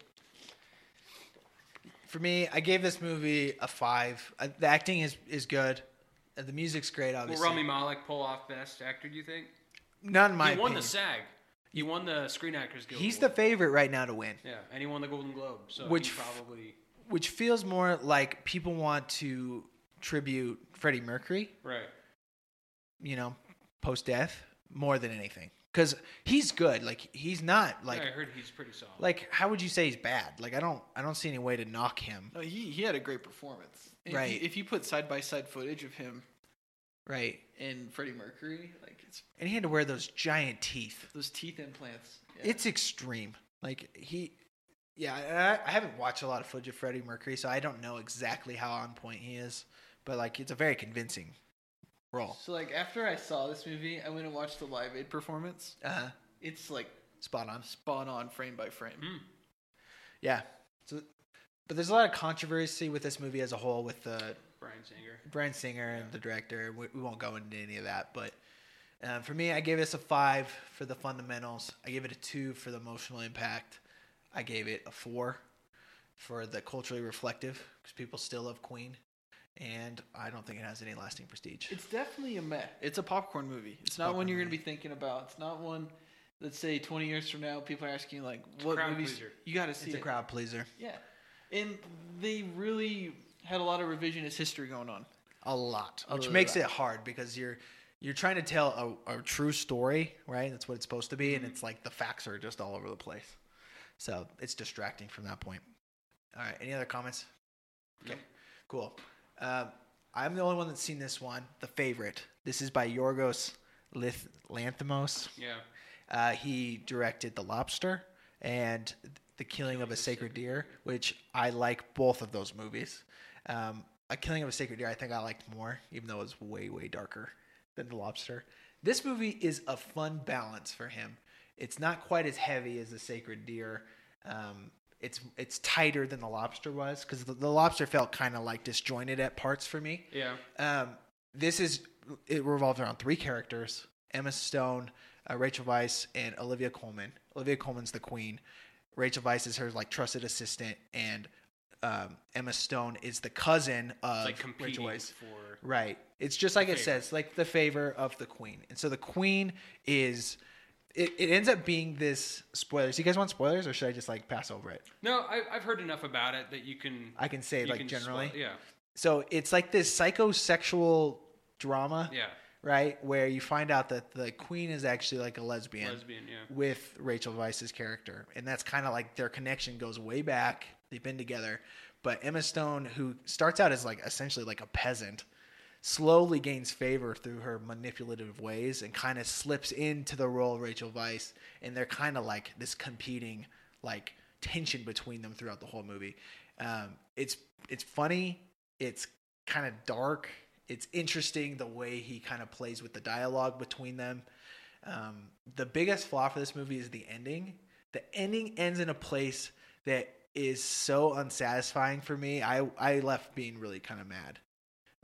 A: For me, I gave this movie a five. Uh, the acting is is good. Uh, The music's great,
C: Will
A: obviously.
C: Rami Malek pull off best actor? Do you think?
A: Not in my
C: he won
A: opinion.
C: the SAG. He won the Screen Actors Guild.
A: He's the
C: Award.
A: favorite right now to win,
C: yeah, and he won the Golden Globe. So
A: Which
C: he
A: f-
C: probably
A: which feels more like people want to tribute Freddie Mercury,
C: right.
A: you know, post death more than anything, because he's good. Like he's not like
C: yeah, I heard he's pretty solid.
A: like how would you say he's bad? Like I don't I don't see any way to knock him.
B: No, he he had a great performance. And if you-
A: Right.
B: if you put side by side footage of him
A: Right.
B: and Freddie Mercury, like it's
A: and he had to wear those giant teeth.
B: those teeth implants. Yeah.
A: It's extreme. Like he, yeah. and I, I haven't watched a lot of footage of Freddie Mercury, so I don't know exactly how on point he is. But like, it's a very convincing role.
B: so like after I saw this movie, I went and watched the Live Aid performance.
A: Uh,
B: It's like
A: spot on.
B: spot on frame by frame.
C: Hmm.
A: Yeah. So, but there's a lot of controversy with this movie as a whole, with the
C: Brian Singer.
A: Brian Singer and the director. We, we won't go into any of that, but. Um, for me, I gave this a five for the fundamentals. I gave it a two for the emotional impact. I gave it a four for the culturally reflective because people still love Queen, and I don't think it has any lasting prestige.
B: It's definitely a meh. It's a popcorn movie. It's not one
A: popcorn
B: you're gonna
A: movie.
B: be thinking about. It's not one. Let's say 20 years from now, people are asking like,
C: a
B: "What
C: crowd
B: movies?"
C: pleaser.
B: You got to see
A: It's a
B: it.
A: crowd pleaser.
B: Yeah, and they really had a lot of revisionist history going on.
A: a lot,
B: Other
A: which
B: than
A: makes
B: that.
A: it hard because you're you're trying to tell a, a true story, right? That's what it's supposed to be, and it's like the facts are just all over the place. So it's distracting from that point. All right, any other comments? Okay, cool. Uh, I'm the only one that's seen this one, the favorite. This is by Yorgos Lith- Lanthimos.
C: Yeah.
A: Uh, he directed The Lobster and The Killing of a Sacred Deer, which I like both of those movies. Um, a Killing of a Sacred Deer, I think I liked more, even though it was way, way darker than The Lobster. This movie is a fun balance for him. It's not quite as heavy as The Sacred Deer. Um, it's it's tighter than The Lobster was because the, the Lobster felt kind of like disjointed at parts for me.
C: Yeah.
A: Um, this is it revolves around three characters: Emma Stone, uh, Rachel Weisz, and Olivia Coleman. Olivia Coleman's the queen. Rachel Weisz is her like trusted assistant, and um, Emma Stone is the cousin of
C: It's like
A: Rachel
C: competing
A: Weisz.
C: for
A: Right. It's just like it
C: favor.
A: says, like the favor of the queen. And so the queen is. It, it ends up being this spoilers. You guys want spoilers, or should I just like pass over it?
C: No, I, I've heard enough about it that you can.
A: I can say
C: you
A: like
C: can
A: generally.
C: swallow- yeah,
A: So it's like this psychosexual drama.
C: yeah,
A: right? Where you find out that the queen is actually like a lesbian,
C: lesbian, yeah,
A: with Rachel Weisz's character, and that's kind of like their connection goes way back. They've been together, but Emma Stone, who starts out as like essentially like a peasant, slowly gains favor through her manipulative ways and kind of slips into the role of Rachel Weisz, and they're kind of like this competing like tension between them throughout the whole movie. Um, it's it's funny. It's kind of dark. It's interesting the way he kind of plays with the dialogue between them. Um, the biggest flaw for this movie is the ending. The ending ends in a place that is so unsatisfying for me. I, I left being really kind of mad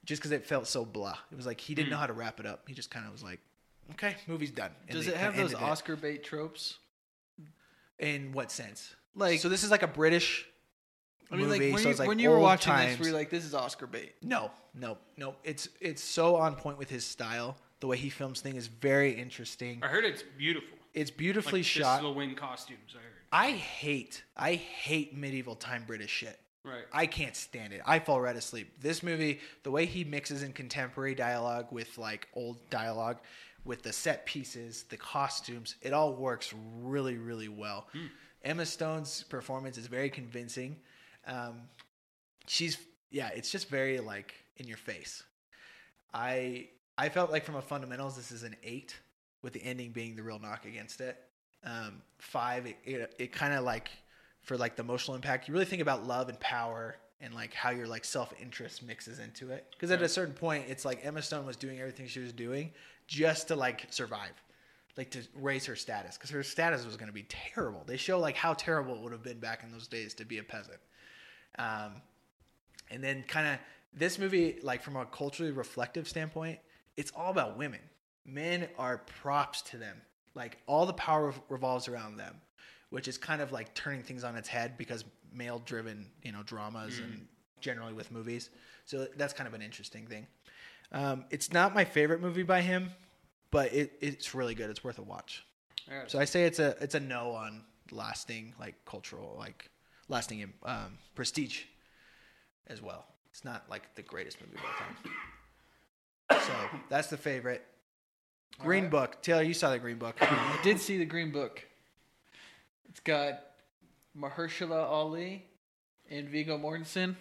A: just because it felt so blah. It was like he
B: Hmm.
A: didn't know how to wrap it up. He just kind of was like, okay, movie's done. And
B: Does
A: they
B: it have
A: kinda
B: those
A: ended it.
B: Oscar bait tropes?
A: In what sense?
B: Like-
A: so this is like a British.
B: I mean,
A: movie,
B: like when
A: so
B: you
A: it's like
B: when you were
A: old
B: watching
A: times.
B: this, were you like, "This is Oscar bait"?
A: No, no, no. It's it's so on point with his style. The way he films things is very interesting.
C: I heard it's beautiful.
A: It's
C: Like,
A: beautifully
C: this
A: shot.
C: will win costumes. I
A: I hate I hate medieval time British shit.
C: heard. Right.
A: I can't stand it. I fall right asleep. This movie, the way he mixes in contemporary dialogue with like old dialogue, with the set pieces, the costumes, it all works really, really well. Emma Stone's performance is very convincing. Um, she's yeah, it's just very like in your face. I I felt like from a fundamentals, this is an eight, with the ending being the real knock against it. Um, five, it it, it kind of like for like the emotional impact. You really think about love and power and like how your like self interest mixes into it. Because at a certain point, it's like Emma Stone was doing everything she was doing just to like survive, like to raise her status. Because her status was going to be terrible. They show like how terrible it would have been back in those days to be a peasant. Um, and then kind of this movie, like from a culturally reflective standpoint, it's all about women. Men are props to them. Like all the power revolves around them, which is kind of like turning things on its head because male driven, you know, dramas and generally with movies. So that's kind of an interesting thing. Um, it's not my favorite movie by him, but it, it's really good. It's worth a watch.
C: I got it.
A: So I say it's a it's a no on lasting like cultural like lasting um, prestige as well. It's not like the greatest movie of all time. So that's the favorite. Green
B: Alright.
A: Book. Taylor, you saw the Green
C: [coughs]
A: Book.
B: I did see the Green Book. It's got Mahershala Ali and Vigo Mortensen,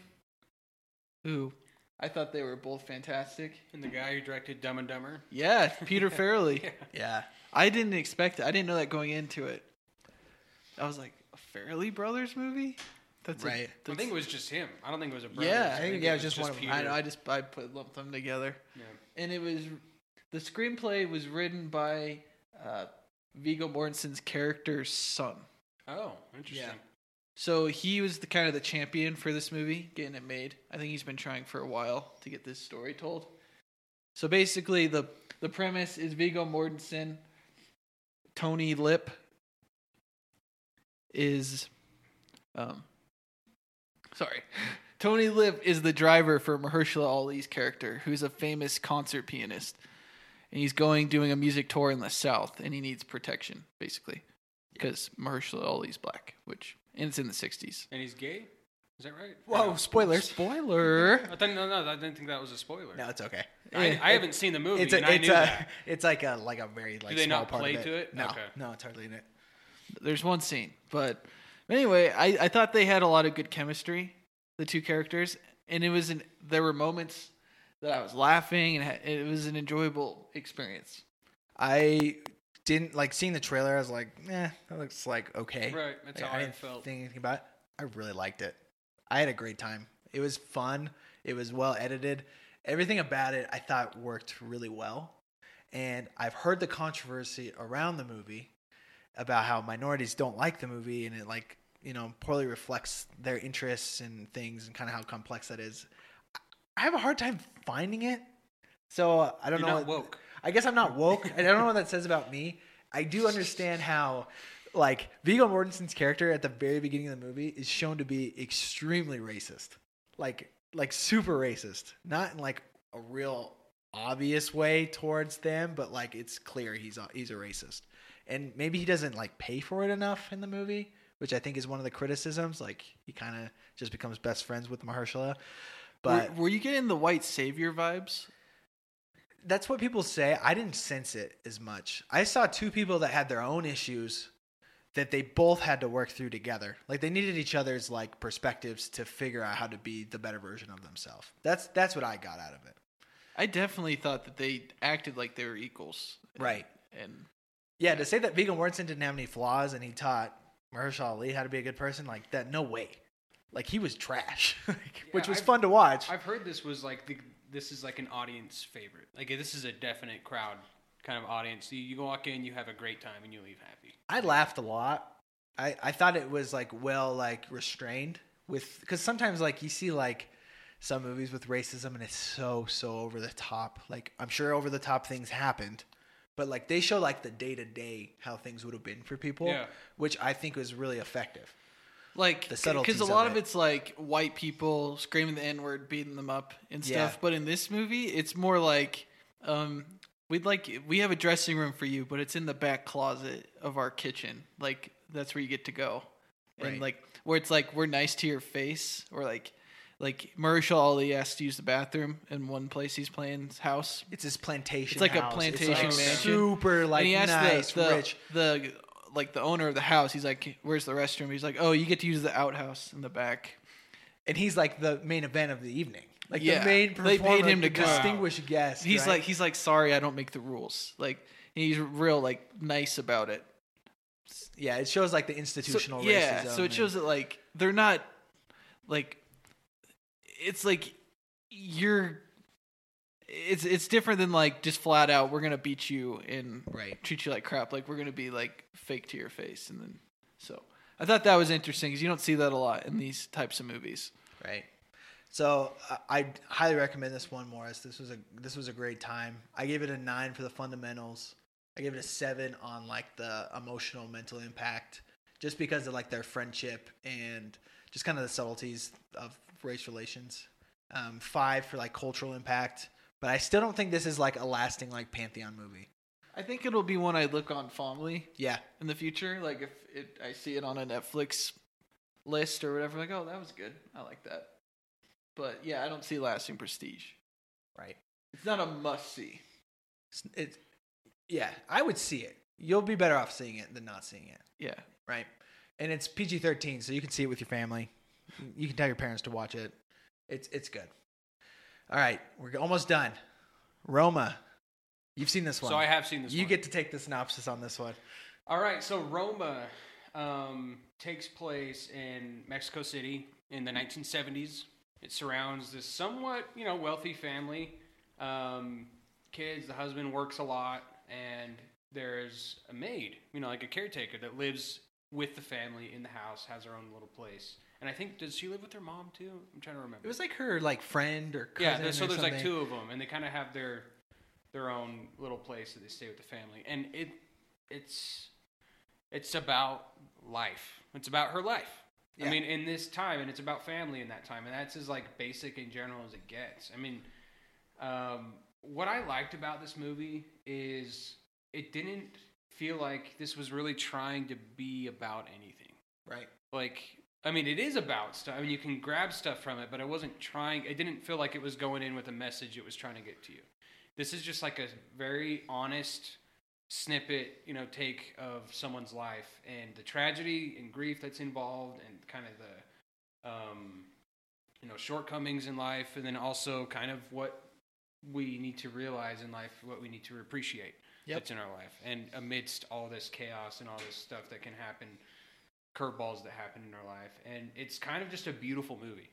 B: who I thought they were both fantastic.
C: And the guy who directed Dumb and Dumber.
B: Yeah,
A: [laughs]
B: Peter Farrelly.
A: yeah,
B: I didn't expect it. I didn't know that going into it. I was like, a Farrelly Brothers movie? That's a-
A: Right.
C: I
B: that's-
C: think it was just him. I don't think it was a brother.
B: yeah, I
A: think, yeah, it was just one of them.
B: I know. I just I put lumped them together,
C: Yeah.
B: and it was the screenplay was written by uh, Vigo Mortensen's character's son.
C: Oh, interesting.
B: So he was the kind of the champion for this movie, getting it made. I think he's been trying for a while to get this story told. So basically, the the premise is Vigo Mortensen, Tony Lip, is, um, sorry, [laughs] Tony Lip is the driver for Mahershala Ali's character, who's a famous concert pianist, and he's going doing a music tour in the South, and he needs protection basically because Mahershala Ali's black, which and it's in the '60s.
C: And he's gay. Is that right?
A: Whoa, spoilers.
B: Spoiler.
C: I didn't, no, no, I didn't think that was a spoiler.
A: No, it's okay.
C: I,
B: Yeah.
C: I haven't seen the movie.
A: It's a,
C: and I
A: it's
C: knew
A: a, [laughs]
C: that.
A: it's like a like a very like
C: they
A: small
C: not
A: part
C: play
A: of it.
C: to it?
A: No,
C: Okay.
A: no, it's hardly in it.
B: There's one scene, but anyway, I, I thought they had a lot of good chemistry, the two characters, and it was an, there were moments that I was laughing and ha- it was an enjoyable experience.
A: I didn't like seeing the trailer. I was like, eh, that looks like okay.
C: Right, that's
A: Like,
C: how I
A: didn't
C: felt.
A: Think anything about it. I really liked it. I had a great time. It was fun. It was well edited. Everything about it, I thought, worked really well. And I've heard the controversy around the movie about how minorities don't like the movie and it like you know poorly reflects their interests and things and kind of how complex that is. I have a hard time finding it. So uh, I don't
C: You're
A: know.
C: not
A: what-
C: woke.
A: I guess I'm not woke. I don't know what that says about me. I do understand how, like, Viggo Mortensen's character at the very beginning of the movie is shown to be extremely racist, like, like super racist. Not in like a real obvious way towards them, but like it's clear he's a, he's a racist, and maybe he doesn't like pay for it enough in the movie, which I think is one of the criticisms. Like, he kind of just becomes best friends with Mahershala. But
B: were, were you getting the white savior vibes?
A: that's what people say. I didn't sense it as much. I saw two people that had their own issues that they both had to work through together. Like they needed each other's like perspectives to figure out how to be the better version of themselves. That's that's what I got out of it.
B: I definitely thought that they acted like they were equals.
A: Right.
B: And
A: Yeah, to say that Viggo Mortensen didn't have any flaws and he taught Mahershala Ali how to be a good person, like that, no way. Like he was trash, [laughs] like, which was
C: I've-
A: fun to watch.
C: I've heard this was like the, this is like an audience favorite. Like this is a definite crowd kind of audience. You, you walk in, you have a great time, and you leave happy.
A: I laughed a lot. I, I thought it was like well like restrained with because sometimes like you see like some movies with racism and it's so so over the top. Like I'm sure over the top things happened, but like they show like the day to day how things would have been for people,
C: Yeah.
A: which I think was really effective.
B: like
A: The
B: because
A: subtleties
B: a
A: of
B: lot of
A: it.
B: it's like white people screaming the n word, beating them up and stuff.
A: Yeah.
B: But in this movie, it's more like um, we'd like we have a dressing room for you, but it's in the back closet of our kitchen. Like that's where you get to go,
A: Right.
B: and like where it's like we're nice to your face, or like like Marshall Ali has to use the bathroom in one place he's playing his house,
A: It's this plantation.
B: It's like a
A: house.
B: plantation
A: it's like
B: mansion.
A: super like
B: and he asked
A: nice,
B: the, the,
A: rich.
B: the like the owner of the house. He's like, "Where's the restroom?" He's like, "Oh, you get to use the outhouse in the back."
A: and he's like the main event of the evening. Like
B: Yeah.
A: the main performer,
B: They paid him
A: the
B: to come.
A: distinguished guest.
B: He's
A: right?
B: like, he's like, "Sorry, I don't make the rules." Like he's real like nice about it.
A: yeah, it shows like the
B: So,
A: institutional
B: yeah,
A: racism.
B: so it
A: and-
B: shows that like they're not like it's like you're. It's it's different than like just flat out we're gonna beat you and
A: right.
B: treat you like crap. Like we're gonna be like fake to your face, and then so I thought that was interesting because you don't see that a lot in these types of movies.
A: Right. So I I'd highly recommend this one, Morris. This was a this was a great time. I gave it a nine for the fundamentals. I gave it a seven on like the emotional mental impact, just because of like their friendship and just kind of the subtleties of race relations. Um, five for like cultural impact, but I still don't think this is like a lasting like pantheon movie.
B: I think it'll be one I look on fondly
A: Yeah,
B: in the future. Like if it, I see it on a Netflix list or whatever, like oh that was good, I like that. But yeah, I don't see lasting prestige.
A: right.
B: It's not a must see.
A: It's, it's yeah. I would see it. You'll be better off seeing it than not seeing it.
B: Yeah,
A: right? And it's PG thirteen, so you can see it with your family. You can tell your parents to watch it. It's it's good. All right, we're almost done. Roma, you've seen this one.
C: So I have seen this.
A: you
C: one.
A: get to take the synopsis on this one.
C: All right, so Roma um, takes place in Mexico City in the 1970s. It surrounds this somewhat, you know, wealthy family. Um, kids, the husband works a lot, and there's a maid, you know, like a caretaker that lives with the family in the house, has her own little place. And I think does she live with her mom too? I'm trying to remember.
A: It was like her like friend or cousin
C: yeah, there's, so
A: or
C: there's like
A: something.
C: two of them, and they kind of have their their own little place that they stay with the family, and it it's it's about life. It's about her life.
A: Yeah.
C: I mean, in this time, and it's about family in that time, and that's as like basic and general as it gets. I mean, um, what I liked about this movie is it didn't feel like this was really trying to be about anything
A: right.
C: like I mean, it is about stuff. I mean, you can grab stuff from it, but it wasn't trying. It didn't feel like it was going in with a message it was trying to get to you. This is just like a very honest snippet, you know, take of someone's life and the tragedy and grief that's involved, and kind of the, um, you know, shortcomings in life, and then also kind of what we need to realize in life, what we need to appreciate
A: Yep.
C: that's in our life, and amidst all this chaos and all this stuff that can happen curveballs that happen in our life, and it's kind of just a beautiful movie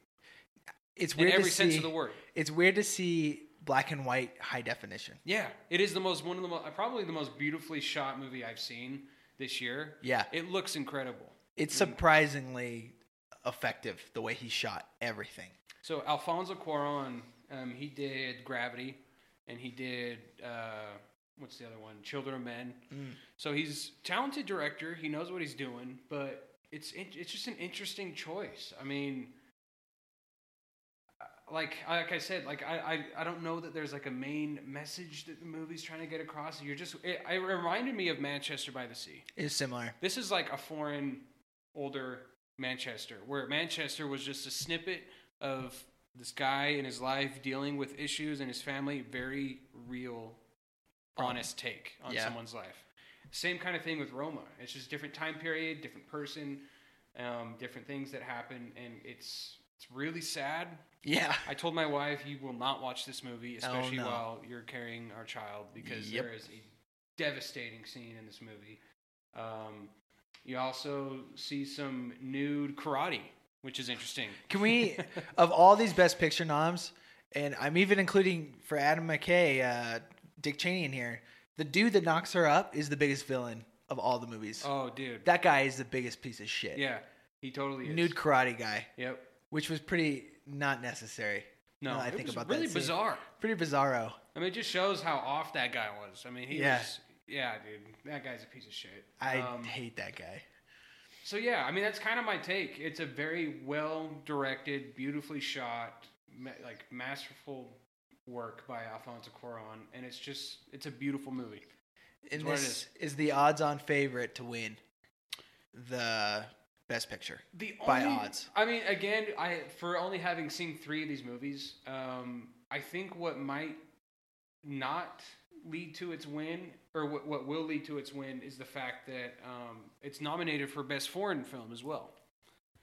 A: It's
C: in
A: weird to
C: every sense
A: see.
C: of the word.
A: It's weird to see black and white high definition.
C: Yeah, it is the most one of the most, probably the most beautifully shot movie I've seen this year.
A: Yeah,
C: It looks incredible.
A: it's surprisingly effective the way he shot everything.
C: So Alfonso Cuarón, um, he did Gravity, and he did uh, what's the other one? Children of Men. So he's talented director. He knows what he's doing, but it's in- it's just an interesting choice. I mean, uh, like like I said, like I, I I don't know that there's like a main message that the movie's trying to get across. You're just it, it reminded me of Manchester by the Sea.
A: It's similar.
C: This is like a foreign, older Manchester, where Manchester was just a snippet of this guy in his life dealing with issues in his family. Very real, honest take on
A: Yeah.
C: someone's life. Same kind of thing with Roma. It's just different time period, different person, um, different things that happen, and it's it's really sad.
A: Yeah.
C: I told my wife you will not watch this movie, especially
A: Oh, no.
C: while you're carrying our child, because
A: Yep.
C: there is a devastating scene in this movie. Um, you also see some nude karate, which is interesting.
A: Can
C: [laughs]
A: we, of all these Best Picture noms, and I'm even including for Adam McKay, uh, Dick Cheney in here, the dude that knocks her up is the biggest villain of all the movies.
C: Oh, dude.
A: That guy is the biggest piece of shit.
C: Yeah, he totally is.
A: Nude karate guy,
C: Yep.
A: which was pretty not necessary.
C: No,
A: Now I
C: it
A: think
C: was
A: about that
C: really
A: scene.
C: bizarre.
A: Pretty bizarro.
C: I mean, it just shows how off that guy was. I mean, he
A: Yeah.
C: was. Yeah, dude, that guy's a piece of shit.
A: I
C: Um,
A: hate that guy.
C: so yeah, I mean, that's kind of my take. It's a very well directed, beautifully shot, ma- like masterful work by Alfonso Cuarón, and it's just it's a beautiful movie.
A: And
C: what it
A: this is the odds-on favorite to win the Best Picture.
C: The
A: By
C: only-
A: odds.
C: I mean, again, I for only having seen three of these movies, um, I think what might not lead to its win, or what, what will lead to its win, is the fact that um, it's nominated for best foreign film as well.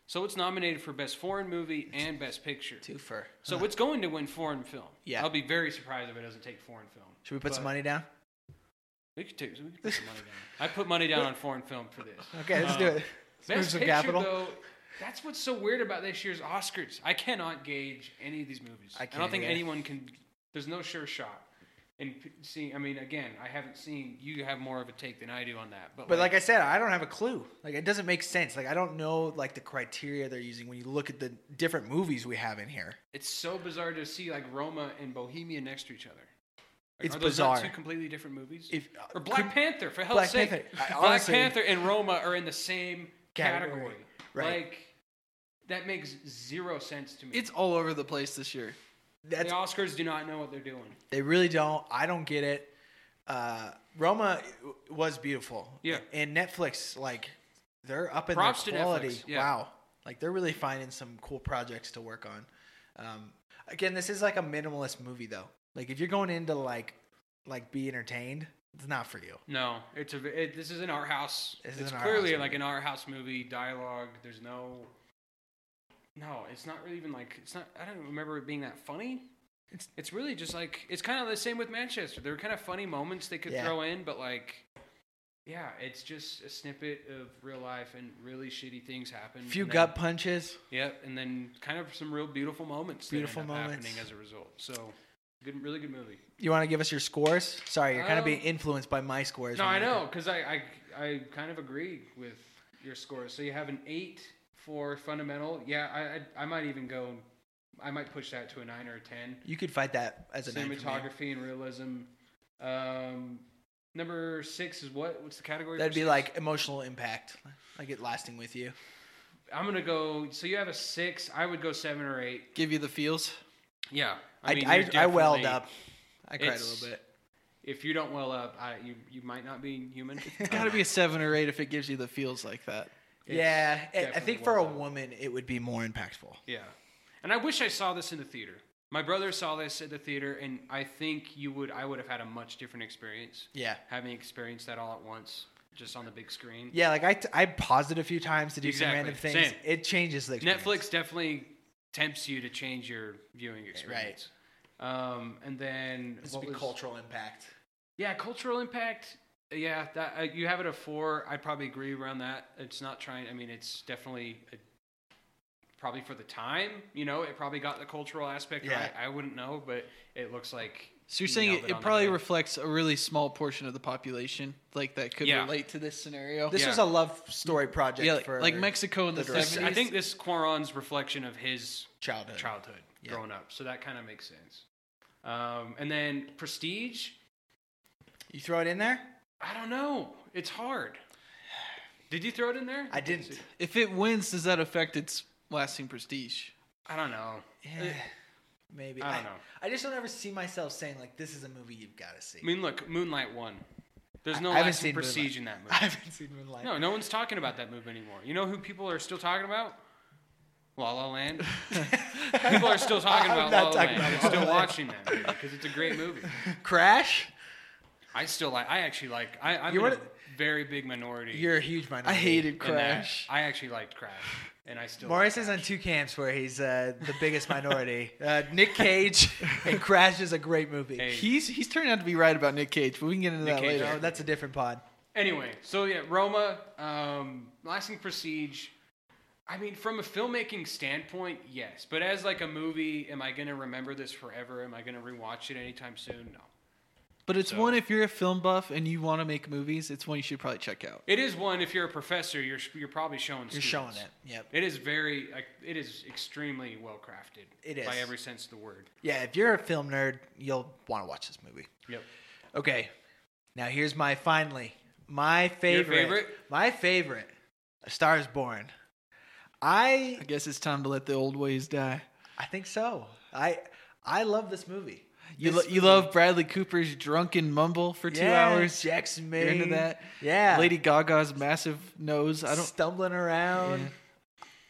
C: So it's nominated for best foreign movie and best picture.
A: Two for.
C: So it's going to win foreign film.
A: Yeah.
C: I'll be very surprised if it doesn't take foreign film.
A: Should we put some
C: But
A: money
C: [laughs]
A: down?
C: We could take. We could put some money
A: [laughs]
C: down. I put money down on foreign film for this.
A: Okay, let's do
C: Um,
A: it. Let's move
C: Best
A: some
C: picture,
A: capital.
C: though, that's what's so weird about this year's Oscars. I cannot gauge any of these movies.
A: I
C: I,
A: can't
C: don't think
A: either.
C: anyone can. There's no sure shot. And p- seeing, I mean, again, I haven't seen. You have more of a take than I do on that. But,
A: But like I said, I don't have a clue. Like it doesn't make sense. Like I don't know like the criteria they're using when you look at the different movies we have in here.
C: it's so bizarre to see like Roma and Bohemia next to each other. Like,
A: It's
C: are those not
A: bizarre.
C: two completely different movies?
A: If uh,
C: or Black
A: could-
C: Panther, for hell's
A: Black
C: sake,
A: Panther. I-
C: Black
A: honestly-
C: Panther and Roma are in the same
A: Category.
C: category.
A: Right.
C: Like that makes zero sense to me.
B: It's all over the place this year.
C: the
A: that's
C: Oscars do not know what they're doing.
A: They really don't. I don't get it. Uh, Roma w- was beautiful.
C: Yeah.
A: And Netflix, like, they're up in
C: Props to
A: their quality.
C: Netflix, yeah.
A: Wow. Like they're really finding some cool projects to work on. Um, again, this is like a minimalist movie though. Like if you're going into like like be entertained, it's not for you.
C: No, it's a. It, this is an art house.
A: This is
C: it's
A: an art
C: clearly
A: house
C: like
A: movie.
C: an art house movie. Dialogue. There's no. No, it's not really even like it's not. I don't remember it being that funny. It's
A: It's-
C: it's really just like it's kind of the same with Manchester. There were kind of funny moments they could
A: Yeah.
C: throw in, but like, yeah, it's just a snippet of real life and really shitty things happen.
A: Few
C: and then-
A: gut punches.
C: Yep, and then kind of some real beautiful moments. that end
A: Beautiful
C: up
A: moments.
C: happening as a result. So, good, really good movie.
A: You want to give us your scores? Sorry, you're kind of
C: Um,
A: being influenced by my scores.
C: No,
A: when
C: I
A: look
C: know because I, I I kind of agree with your score. So you have an eight for fundamental. Yeah, I I, I might even go. I might push that to a nine or a ten.
A: at- You could fight that as a cinematographer.
C: Cinematography and realism. Um, number six is what? What's the category? for
A: That'd be
C: six?
A: like emotional impact, like it lasting with you.
C: I'm gonna go. So you have a six. I would go seven or eight.
B: Give you the feels.
C: Yeah,
A: I,
C: mean,
A: I,
C: you're
A: I welled
C: definitely-
A: up. I cried a
C: it's-
A: little bit.
C: If you don't well up, I, you you might not be
A: [laughs]
C: human.
B: It's got to be a seven or eight if it gives you the feels like that.
C: It's
A: yeah, I- I
C: definitely
A: think for a
C: welled up.
A: woman, it would be more impactful.
C: Yeah. And I wish I saw this in the theater. My brother saw this at the theater and I think you would I would have had a much different experience
A: Yeah,
C: having experienced that all at once just on the big screen.
A: yeah. Like I, t- I paused it a few times to do
C: Exactly,
A: some random things.
C: same.
A: It changes the experience.
C: Netflix definitely tempts you to change your viewing experience. Um, and then
A: This
C: what
A: would be
C: was-
A: cultural impact.
C: Yeah, cultural impact. Yeah, that uh, you have it a four. I'd probably agree around that. It's not trying. I mean, it's definitely a, probably for the time. You know, it probably got the cultural aspect
A: Yeah.
C: right. I wouldn't know, but it looks like.
B: So you're
C: he
B: saying it,
C: nailed on
B: it
C: the
B: probably
C: head.
B: reflects a really small portion of the population, like that could
C: Yeah.
B: relate to this scenario.
A: This
C: Yeah.
A: was a love story project
B: yeah, like,
A: for
B: like Mexico in
A: the
B: the,
A: director.
B: seventies.
C: I think this Quaron's reflection of his
A: childhood.
C: childhood
A: Yeah.
C: growing up. So that kind of makes sense. Um, and then prestige.
A: You throw it in there?
C: I don't know. It's hard. Did you throw it in there?
A: I didn't.
B: if it wins, does that affect its lasting prestige?
C: I don't know.
A: Eh, maybe.
C: I don't know.
A: I just don't ever see myself saying like, "This is a movie you've got to see."
C: I mean, look, Moonlight won. There's no
A: I haven't
C: lasting
A: seen Moonlight.
C: prestige
A: [laughs]
C: in that
A: [laughs]
C: movie.
A: I haven't seen Moonlight. [laughs]
C: No, no one's talking about that movie anymore. You know who people are still talking about? La La Land. people
A: [laughs]
C: are still talking
A: I'm
C: about
A: not
C: La La
A: talking about
C: Land. I'm
A: La La
C: still
A: Land.
C: watching that movie because it's a great movie.
A: Crash.
C: I still like. I actually like. I, I'm
A: You
C: in a
A: wanna-
C: very big minority.
A: You're a huge minority.
B: I hated
C: in that.
B: Crash.
C: I actually liked Crash, and I still.
A: Morris
C: like
A: is
C: Crash.
A: on two camps where he's uh, the biggest minority. uh, Nick
C: [laughs]
A: Cage and Crash is a great movie.
C: Hey.
B: He's he's turned out to be right about Nick Cage, but we can get into that
C: Cage.
B: later.
A: No, Oh, that's a different pod.
C: Anyway, so yeah, Roma, um, Lasting Prestige. I mean, from a filmmaking standpoint, yes. But as like a movie, am I gonna remember this forever? Am I gonna rewatch it anytime soon? No.
B: But it's
C: So-
B: one if you're a film buff and you want to make movies, it's one you should probably check out.
C: It is one. If you're a professor, you're you're probably showing.
A: You're
C: students.
A: showing it. Yep.
C: It is very. like, It is extremely well crafted.
A: It is.
C: by every sense of the word.
A: Yeah, if you're a film nerd, you'll want to watch this movie.
C: Yep.
A: Okay. Now here's my finally my favorite.
C: favorite?
A: My favorite. A Star is Born. I
B: I guess it's time to let the old ways die.
A: I think so. I I love this movie.
B: You lo-
A: This
B: you
A: movie-
B: love Bradley Cooper's drunken mumble for two
A: Yeah,
B: hours.
A: Jackson
B: You're
A: Maine.
B: into that.
A: Yeah.
B: Lady Gaga's massive nose. I don't.
A: stumbling around.
B: Yeah.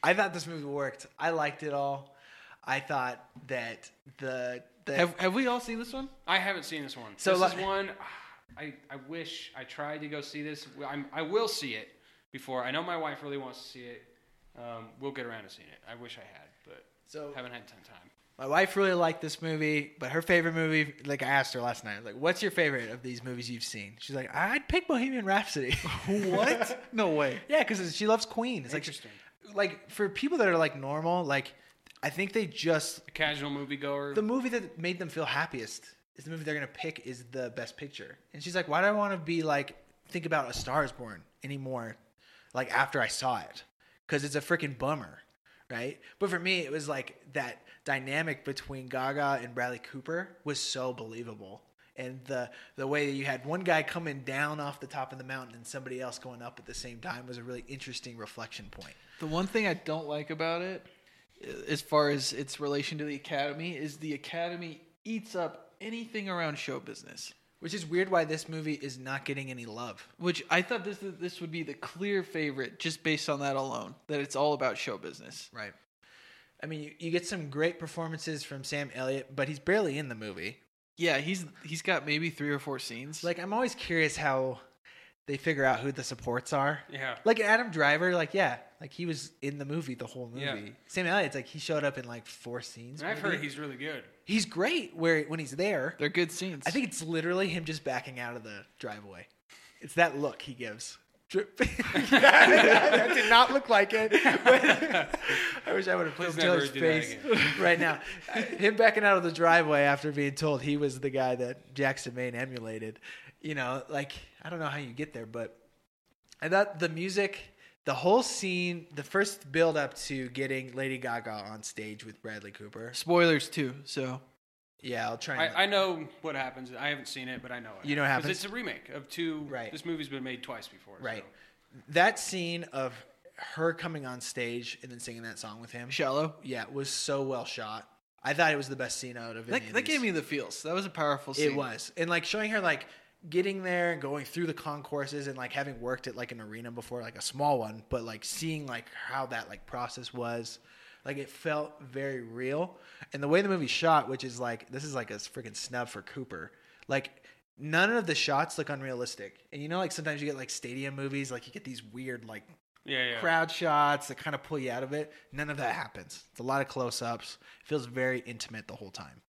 A: I thought this movie worked. I liked it all. I thought that the the
B: Have Have we all seen this one?
C: I haven't seen this one.
A: So,
C: So this
A: like-
C: is one. [sighs] I I wish I tried to go see this. I'm, I will see it before. I know my wife really wants to see it. Um, we'll get around to seeing it. I wish I had, but
A: so
C: haven't had time. time.
A: My wife really liked this movie, but her favorite movie, like I asked her last night, like, what's your favorite of these movies you've seen? She's like, I'd pick Bohemian Rhapsody.
B: [laughs] What? no way.
A: [laughs] yeah, because she loves Queen. It's like,
C: Interesting.
A: like for people that are like normal, like I think they just
C: A casual moviegoer.
A: the movie that made them feel happiest is the movie they're gonna pick is the best picture. And she's like, why do I want to be like think about A Star Is Born anymore? Like after I saw it, because it's a freaking bummer, right? But for me, it was like that dynamic between Gaga and Bradley Cooper was so believable. And the the way that you had one guy coming down off the top of the mountain and somebody else going up at the same time was a really interesting reflection point.
B: The one thing I don't like about it, i- as far as its relation to the Academy, is the Academy eats up anything around show business.
A: Which is weird why this movie is not getting any love.
B: Which I thought this this would be the clear favorite just based on that alone. That it's all about show business.
A: Right. I mean, you, you get some great performances from Sam Elliott, but he's barely in the movie.
B: Yeah, he's he's got maybe three or four scenes.
A: Like, I'm always curious how they figure out who the supports are.
C: yeah.
A: Like Adam Driver, like yeah, like he was in the movie the whole movie.
C: Yeah.
A: Sam Elliott's like he showed up in like four scenes.
C: And I've
A: maybe.
C: heard he's really good.
A: he's great where when he's there.
B: they're good scenes.
A: I think it's literally him just backing out of the driveway. It's that look he gives. Drip. [laughs] that did not look like it. [laughs] but- I wish I would have
C: Please
A: filmed
C: never
A: Taylor's
C: do that
A: face
C: [laughs]
A: right now. Uh, Him backing out of the driveway after being told he was the guy that Jackson Maine emulated. You know, like I don't know how you get there, but I thought the music, the whole scene, the first build up to getting Lady Gaga on stage with Bradley Cooper.
B: spoilers too. So
A: Yeah, I'll try. And,
C: I, I know what happens. I haven't seen it, but I know it.
A: You know what
C: 'Cause
A: happens?
C: It's a remake of two.
A: Right.
C: This movie's been made twice before.
A: Right.
C: so.
A: That scene of her coming on stage and then singing that song with him,
B: shallow.
A: yeah, was so well shot. I thought it was the best scene out of
B: That,
A: any of
B: that
A: these.
B: gave me the feels. That was a powerful scene.
A: It was, and like showing her like getting there and going through the concourses and like having worked at like an arena before, like a small one, but like seeing like how that like process was, like it felt very real. And the way the movie's shot, which is like this is like a freaking snub for Cooper, like. None of the shots look unrealistic. And you know, like sometimes you get like stadium movies, like you get these weird, like
C: Yeah, yeah.
A: crowd shots that kind of pull you out of it. None of that happens. It's a lot of close ups. It feels very intimate the whole time.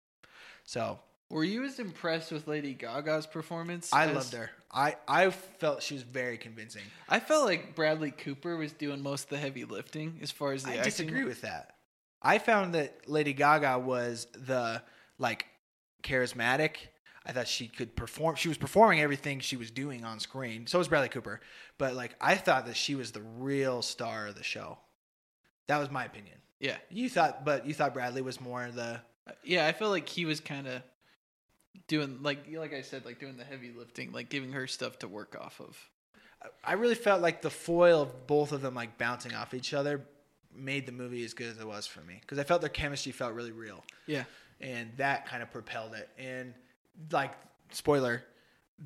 A: So
B: Were you as impressed with Lady Gaga's performance?
A: I
B: as-
A: loved her. I, I felt she was very convincing.
B: I felt like Bradley Cooper was doing most of the heavy lifting as far as the
A: I
B: acting.
A: disagree with that. I found that Lady Gaga was the like charismatic. I thought she could perform. She was performing everything she was doing on screen. So was Bradley Cooper. But like I thought that she was the real star of the show. That was my opinion.
B: Yeah,
A: You thought, but you thought Bradley was more the
B: yeah. I felt like he was kind of doing like like I said, like doing the heavy lifting, like giving her stuff to work off of.
A: I really felt like the foil of both of them like bouncing off each other made the movie as good as it was for me because I felt their chemistry felt really real
B: Yeah,
A: and that kind of propelled it and like spoiler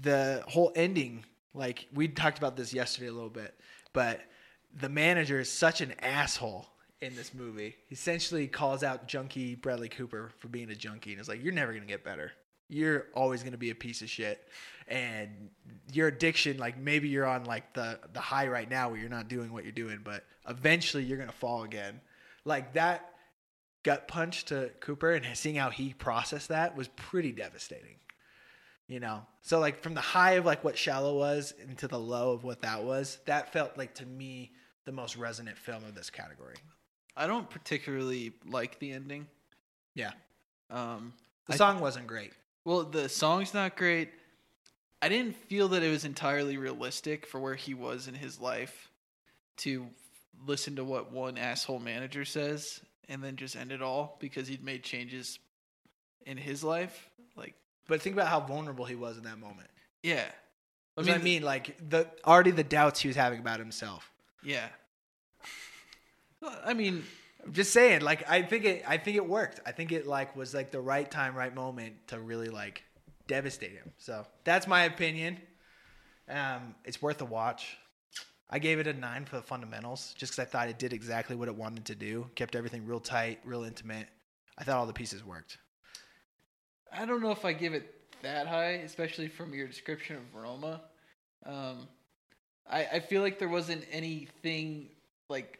A: the whole ending like we talked about this yesterday a little bit but the manager is such an asshole in this movie he essentially calls out junkie Bradley Cooper for being a junkie and is like you're never going to get better you're always going to be a piece of shit and your addiction like maybe you're on like the the high right now where you're not doing what you're doing but eventually you're going to fall again like that gut punch to Cooper and seeing how he processed that was pretty devastating. You know, so like from the high of like what Shallow was into the low of what that was, that felt like to me the most resonant film of this category.
B: I don't particularly like the ending.
A: Yeah.
B: Um,
A: The
B: I-
A: song wasn't great.
B: well, the song's not great. I didn't feel that it was entirely realistic for where he was in his life to listen to what one asshole manager says and then just end it all because he'd made changes in his life. Like,
A: But think about how vulnerable he was in that moment.
B: yeah.
A: I mean, I mean, like the already the doubts he was having about himself.
B: yeah. Well, I mean,
A: I'm just saying, like I think it, I think it worked. I think it like was like the right time, right moment to really like devastate him. So that's my opinion. Um, it's worth a watch. I gave it a nine for the fundamentals, just because I thought it did exactly what it wanted to do. Kept everything real tight, real intimate. I thought all the pieces worked.
B: I don't know if I give it that high, especially from your description of Roma. Um, I I feel like there wasn't anything like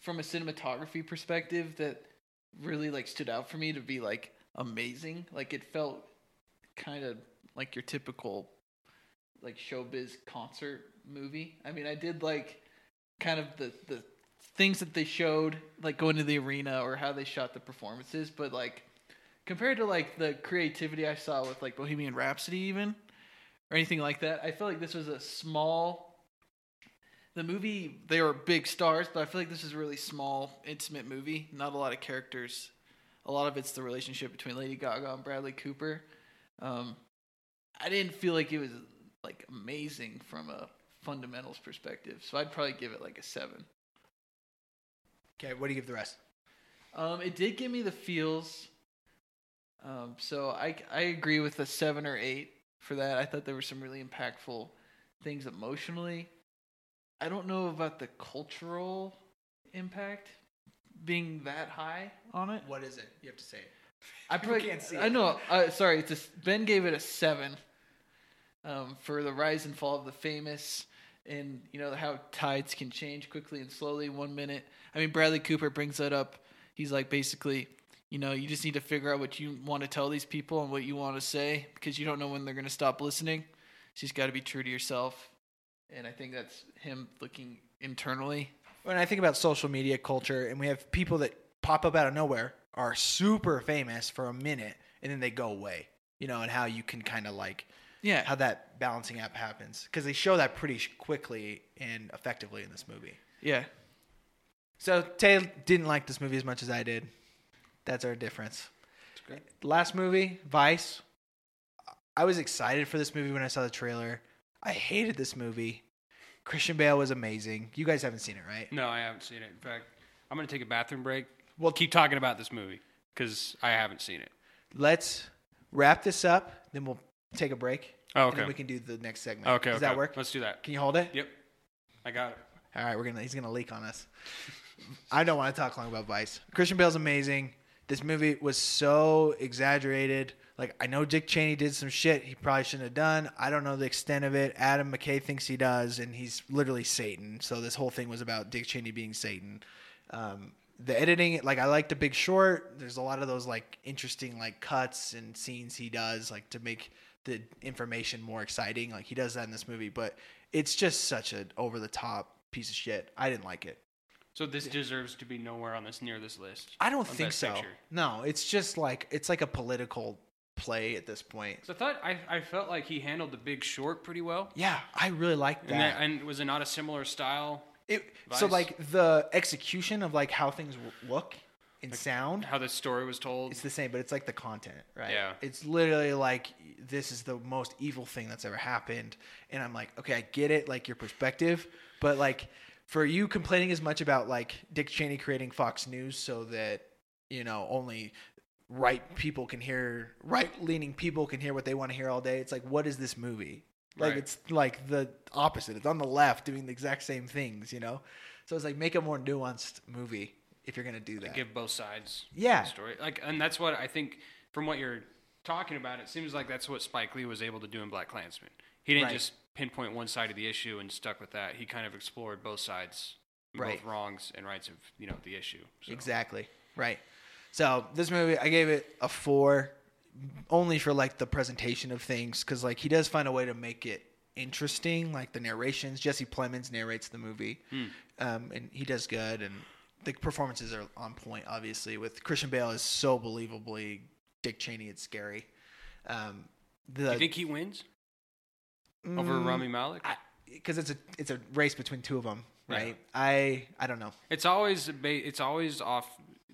B: from a cinematography perspective that really like stood out for me to be like amazing. Like it felt kind of like your typical like showbiz concert movie. I mean, I did like kind of the the things that they showed like going to the arena or how they shot the performances, but like compared to like the creativity I saw with like Bohemian Rhapsody even or anything like that, I feel like this was a small the movie they were big stars, but I feel like this is a really small, intimate movie. Not a lot of characters. A lot of it's the relationship between Lady Gaga and Bradley Cooper. Um, I didn't feel like it was like amazing from a fundamentals perspective, so I'd probably give it like a seven.
A: Okay, what do you give the rest?
B: Um, it did give me the feels. Um, so I I agree with a seven or eight for that. I thought there were some really impactful things emotionally. I don't know about the cultural impact being that high on it.
A: What is it? You have to say it.
B: I
A: People
B: probably
A: can't see
B: I
A: it.
B: know. Uh, sorry, it's a, Ben gave it a seven um, for the rise and fall of the famous, and you know how tides can change quickly and slowly. One minute, I mean, Bradley Cooper brings that up. He's like, basically, you know, you just need to figure out what you want to tell these people and what you want to say because you don't know when they're going to stop listening. So you just got to be true to yourself, and I think that's him looking internally.
A: when I think about social media culture, and we have people that pop up out of nowhere, are super famous for a minute, and then they go away. You know, and how you can kind of like
B: Yeah,
A: how that balancing app happens because they show that pretty sh- quickly and effectively in this movie.
B: yeah.
A: So Tay didn't like this movie as much as I did. That's our difference.
B: great.
A: Last movie, Vice. I was excited for this movie when I saw the trailer. I hated this movie. Christian Bale was amazing. You guys haven't seen it, right?
C: No, I haven't seen it. In fact, I'm going to take a bathroom break. Well, keep talking about this movie because I haven't seen it.
A: let's wrap this up, then we'll take a break.
C: Oh,
A: And
C: okay.
A: then we can do the next segment.
C: Okay.
A: Does
C: okay.
A: that work?
C: Let's do that.
A: Can you hold it?
C: Yep. I got it.
A: All right, we're gonna he's gonna leak on us. I don't want to talk long about Vice. Christian Bale's amazing. This movie was so exaggerated. Like I know Dick Cheney did some shit he probably shouldn't have done. I don't know the extent of it. Adam McKay thinks he does, and he's literally Satan. So this whole thing was about Dick Cheney being Satan. Um, the editing, like I like The Big Short. There's a lot of those like interesting like cuts and scenes he does, like to make the information more exciting. Like he does that in this movie, but it's just such an over the top piece of shit. I didn't like it.
C: So this deserves to be nowhere on this near this list.
A: I don't
C: On
A: think
C: Best
A: so.
C: Picture.
A: No, it's just like it's like a political play at this point.
C: 'Cause I thought I, I felt like he handled the Big Short pretty well,
A: Yeah, I really like
C: and that,
A: that.
C: and was it not a similar style?
A: It, so
C: Vice.
A: like the execution of like how things w- look and sound,
C: How the story was told.
A: it's the same, but it's like the content, right?
C: Yeah.
A: It's literally like this is the most evil thing that's ever happened, and I'm like, okay, I get it, like your perspective, but like for you complaining as much about like Dick Cheney creating Fox News so that you know only right people can hear right leaning people can hear what they want to hear all day. It's like, what is this movie? Like
C: Right.
A: it's like the opposite. It's on the left doing the exact same things, you know. So it's like make a more nuanced movie if you're gonna do that.
C: give both sides of
A: Yeah.
C: the story like and that's what i think from what you're talking about it seems like that's what spike lee was able to do in black klansman he didn't
A: Right.
C: just pinpoint one side of the issue and stuck with that he kind of explored both sides
A: Right.
C: both wrongs and rights of you know the issue so.
A: Exactly. Right. So this movie, I gave it a four, only for like the presentation of things, because like he does find a way to make it interesting, like the narrations. Jesse Plemons narrates the movie, um, and he does good, and the performances are on point. Obviously, with Christian Bale is so believably Dick Cheney, it's scary. Um, the
C: you think he wins over
A: Mm,
C: Rami Malik?
A: because it's a it's a race between two of them,
C: Yeah.
A: right? I I don't know.
C: It's always ba- it's always off.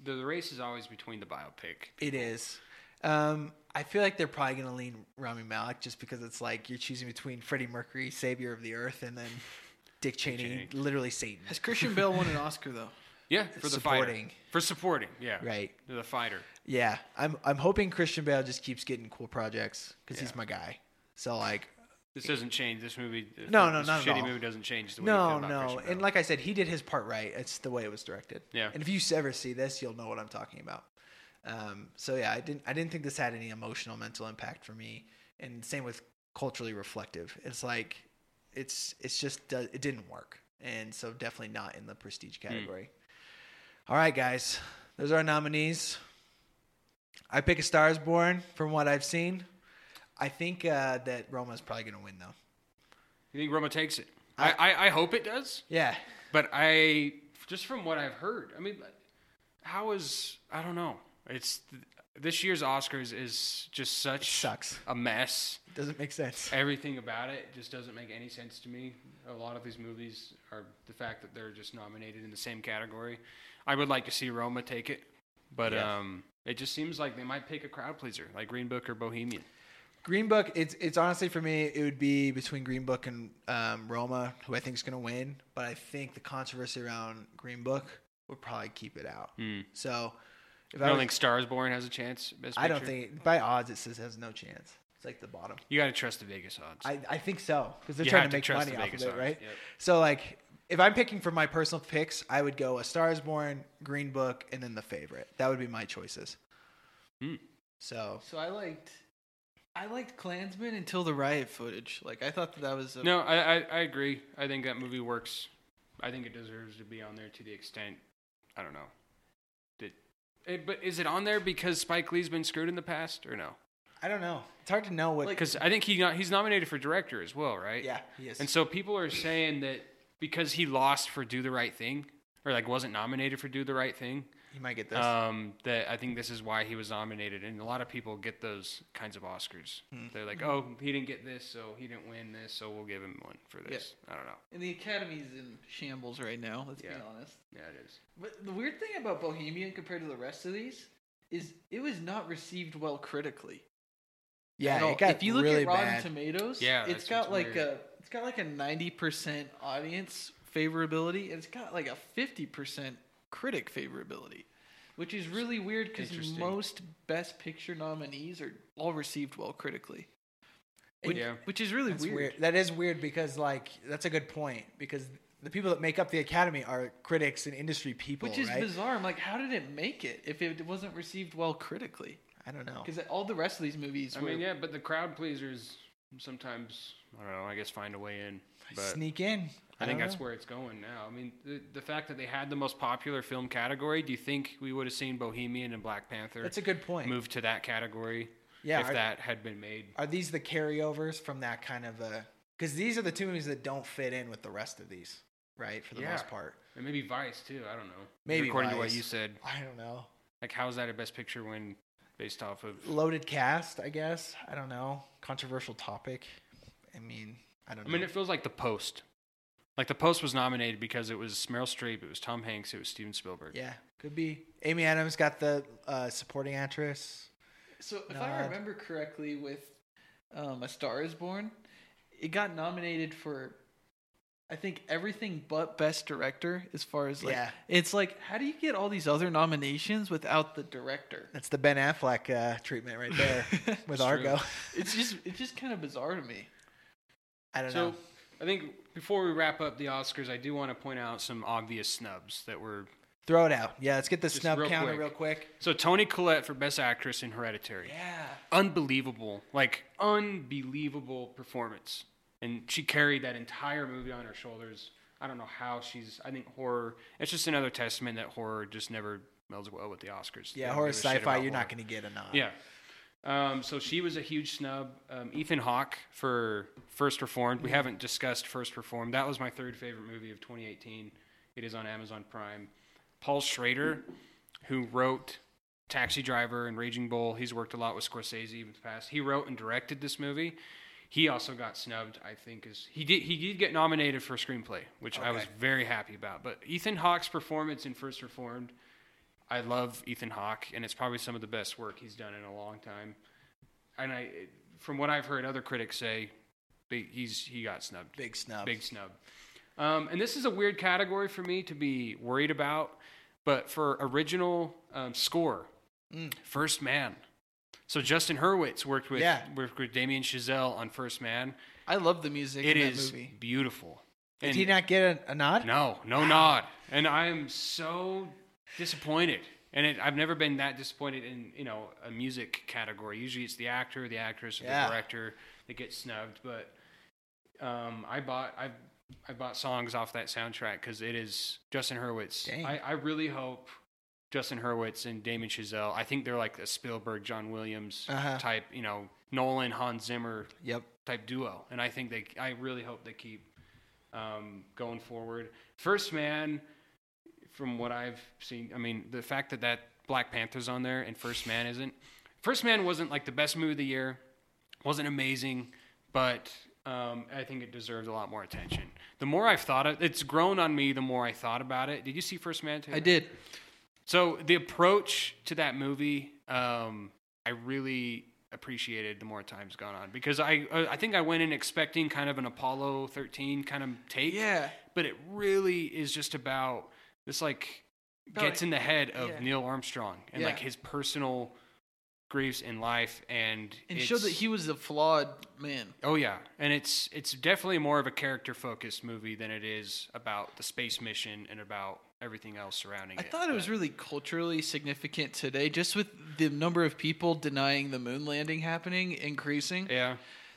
C: The, the race is always between the biopic.
A: It is. Um, I feel like they're probably going to lean Rami Malik just because it's like you're choosing between Freddie Mercury, savior of the earth, and then Dick Cheney,
C: Cheney.
A: literally Satan.
B: Has Christian Bale won an Oscar though?
C: Yeah, for the
A: Supporting.
C: fighter. For supporting, yeah.
A: Right.
C: The fighter.
A: [laughs] Yeah, I'm I'm hoping Christian Bale just keeps getting cool projects because he's
C: Yeah.
A: my guy. So like,
C: This doesn't change. This movie. this-
A: No, no,
C: this
A: not at
C: shitty
A: all.
C: movie doesn't change the way you
A: no,
C: feel about
A: no,
C: Christian
A: and
C: Bale.
A: like I said, he did his part right. It's the way it was directed.
C: Yeah.
A: And if you ever see this, you'll know what I'm talking about. Um, so yeah, I didn't I didn't think this had any emotional mental impact for me. And same with culturally reflective. It's like it's it's just do- it didn't work, and so definitely not in the prestige
C: Hmm.
A: category. All right, guys, those are our nominees. I pick A Star Is Born from what I've seen. I think uh, that Roma's probably going to win though.
C: you think Roma takes it? I, I, I hope it does.
A: Yeah,
C: But I just from what I've heard, I mean, how is I don't know. It's this year's Oscars is just such
A: sucks.
C: a mess.
A: doesn't make sense.
C: Everything about it just doesn't make any sense to me. A lot of these movies are the fact that they're just nominated in the same category. I would like to see Roma take it, but
A: Yeah.
C: um, it just seems like they might pick a crowd pleaser, like Green Book or Bohemian.
A: Green Book, it's it's honestly for me, it would be between Green Book and um, Roma, who I think is going to win. But I think the controversy around Green Book would probably keep it out.
C: Hmm.
A: So if
C: I
A: I,
C: don't
A: was-
C: think Stars Born has a chance. Best
A: I don't
C: Picture.
A: think by odds it says it has no chance. It's like the bottom.
C: you got to trust the Vegas odds.
A: I, I think so because they're
C: You
A: trying
C: have
A: to
C: to
A: make
C: trust
A: money
C: the
A: off of
C: Vegas
A: it,
C: odds,
A: right?
C: yep.
A: So like, if I'm picking for my personal picks, I would go A Star Is Born, Green Book, and then the favorite. That would be my choices.
C: Hmm.
A: So
B: So I liked, I liked Klansman until the riot footage. Like I thought that that was a,
C: No, I, I, I agree. I think that movie works. I think it deserves to be on there to the extent I don't know. Did it, but is it on there because Spike Lee's been screwed in the past or no?
A: I don't know. It's hard to know what.
C: Because I think he got, he's nominated for director as well, right?
A: yeah, yes.
C: And so people are saying that because he lost for Do the Right Thing or like wasn't nominated for Do the Right Thing,
A: you might get this.
C: um, that I think this is why he was nominated. And a lot of people get those kinds of Oscars.
A: Hmm.
C: They're like, oh, he didn't get this, so he didn't win this, so we'll give him one for this. I don't know.
B: and the Academy's in shambles right now. Let's be
C: Yeah.
B: honest.
C: Yeah, it is.
B: But the weird thing about Bohemian compared to the rest of these is it was not received well critically.
A: yeah,
B: at all.
A: it got
B: if you look
A: really
B: at Rotten
A: bad.
B: Tomatoes,
C: Yeah,
B: it's
C: that's
B: got
C: what's
B: like
C: weird.
B: a it's got like a ninety percent audience favorability, and it's got like a fifty percent critic favorability, which is really weird because
C: Interesting.
B: most Best Picture nominees are all received well critically, which,
C: Yeah.
B: which is really
A: That's
B: weird.
A: weird. That is weird because like that's a good point because the people that make up the academy are critics and industry people,
B: Which is
A: right?
B: bizarre. I'm like, how did it make it if it wasn't received well critically?
A: I don't know.
B: Because all the rest of these movies,
C: I
B: were,
C: mean, yeah, but the crowd pleasers sometimes I don't know. I guess find a way in. But
A: Sneak in.
C: I think
A: don't
C: that's
A: know.
C: where it's going now. I mean, the, the fact that they had the most popular film category. Do you think we would have seen Bohemian and Black Panther
A: that's a good point.
C: move to that category?
A: Yeah,
C: if
A: are-
C: that had been made.
A: Are these the carryovers from that kind of a? Because these are the two movies that don't fit in with the rest of these, right? For the
C: Yeah.
A: most part,
C: And maybe Vice too. I don't know.
A: Maybe
C: according to what
A: Vice.
C: you said,
A: I don't know.
C: like how is that a best picture win based off of?
A: Loaded cast, I guess. I don't know. Controversial topic. I mean, I don't
C: I
A: know.
C: mean, it feels like The Post. Like The Post was nominated because it was Meryl Streep, it was Tom Hanks, it was Steven Spielberg.
A: yeah, could be. Amy Adams got the uh, supporting actress.
B: So if
A: Nod.
B: I remember correctly, with um, A Star Is Born, it got nominated for, I think everything but Best Director. As far as like,
A: Yeah.
B: it's like, how do you get all these other nominations without the director?
A: That's the Ben Affleck uh, treatment right
C: [laughs]
A: there with
C: It's
A: Argo.
B: [laughs] It's just, it's just kind of bizarre to me.
A: I don't
C: So
A: know.
C: I think before we wrap up the Oscars, I do want to point out some obvious snubs that were.
A: Throw it out. Yeah, let's get the
C: Just
A: snub
C: real
A: counter
C: quick.
A: real quick.
C: So Tony Collette for Best Actress in Hereditary,
B: Yeah.
C: unbelievable, like unbelievable performance, and she carried that entire movie on her shoulders. I don't know how she's. I think horror. It's just another testament that horror just never melds well with the Oscars. They
A: Yeah,
C: don't
A: horror
C: give a shit
A: sci-fi.
C: about
A: You're
C: horror.
A: not going to get a nod.
C: Yeah. Um, so she was a huge snub. Um, Ethan Hawke for First Reformed. We haven't discussed First Reformed. That was my third favorite movie of 2018. It is on Amazon Prime. Paul Schrader, who wrote Taxi Driver and Raging Bull, he's worked a lot with Scorsese in the past. He wrote and directed this movie. He also got snubbed, I think, is he did he did get nominated for screenplay, which I was
A: Okay.
C: very happy about. But Ethan Hawke's performance in First Reformed, I love Ethan Hawke, and it's probably some of the best work he's done in a long time. And I, from what I've heard, other critics say, they, he's he got snubbed.
A: Big snub.
C: Big snub. Um, and this is a weird category for me to be worried about, but for original um, score,
A: Mm.
C: First Man. So Justin Hurwitz worked with
A: Yeah.
C: worked with Damien Chazelle on First Man.
B: I love the music
C: It
B: in that
C: is
B: movie.
C: beautiful.
A: Did
C: And
A: he not get a, a nod?
C: No, no nod. And I am so disappointed. And it, I've never been that disappointed in you know a music category. Usually it's the actor, the actress, or
A: Yeah.
C: the director that gets snubbed. But um, I bought I I bought songs off that soundtrack because it is Justin Hurwitz.
A: Dang.
C: I, I really hope Justin Hurwitz and Damon Chazelle. I think they're like a Spielberg, John Williams
A: Uh-huh.
C: type. You know, Nolan, Hans Zimmer
A: Yep.
C: type duo, and I think they. I really hope they keep um, going forward. First Man, from what I've seen, I mean, the fact that that Black Panther's on there and First Man isn't. First Man wasn't like the best movie of the year, wasn't amazing, but um, I think it deserved a lot more attention. The more I've thought of, it's grown on me. The more I thought about it. Did you see First Man? Taylor?
B: I did.
C: So the approach to that movie, um, I really appreciated the more time's gone on because I uh, I think I went in expecting kind of an Apollo 13 kind of take,
B: Yeah.
C: but it really is just about this like
B: About-
C: gets in the head of
B: yeah.
C: Neil Armstrong and
B: Yeah.
C: like his personal griefs in life and
B: And showed that
C: it's-
B: he was a flawed man.
C: Oh yeah, and it's it's definitely more of a character focused movie than it is about the space mission and about everything else surrounding
B: I
C: it.
B: thought it
C: but-
B: was really culturally significant today, just with the number of people denying the moon landing happening increasing.
C: yeah.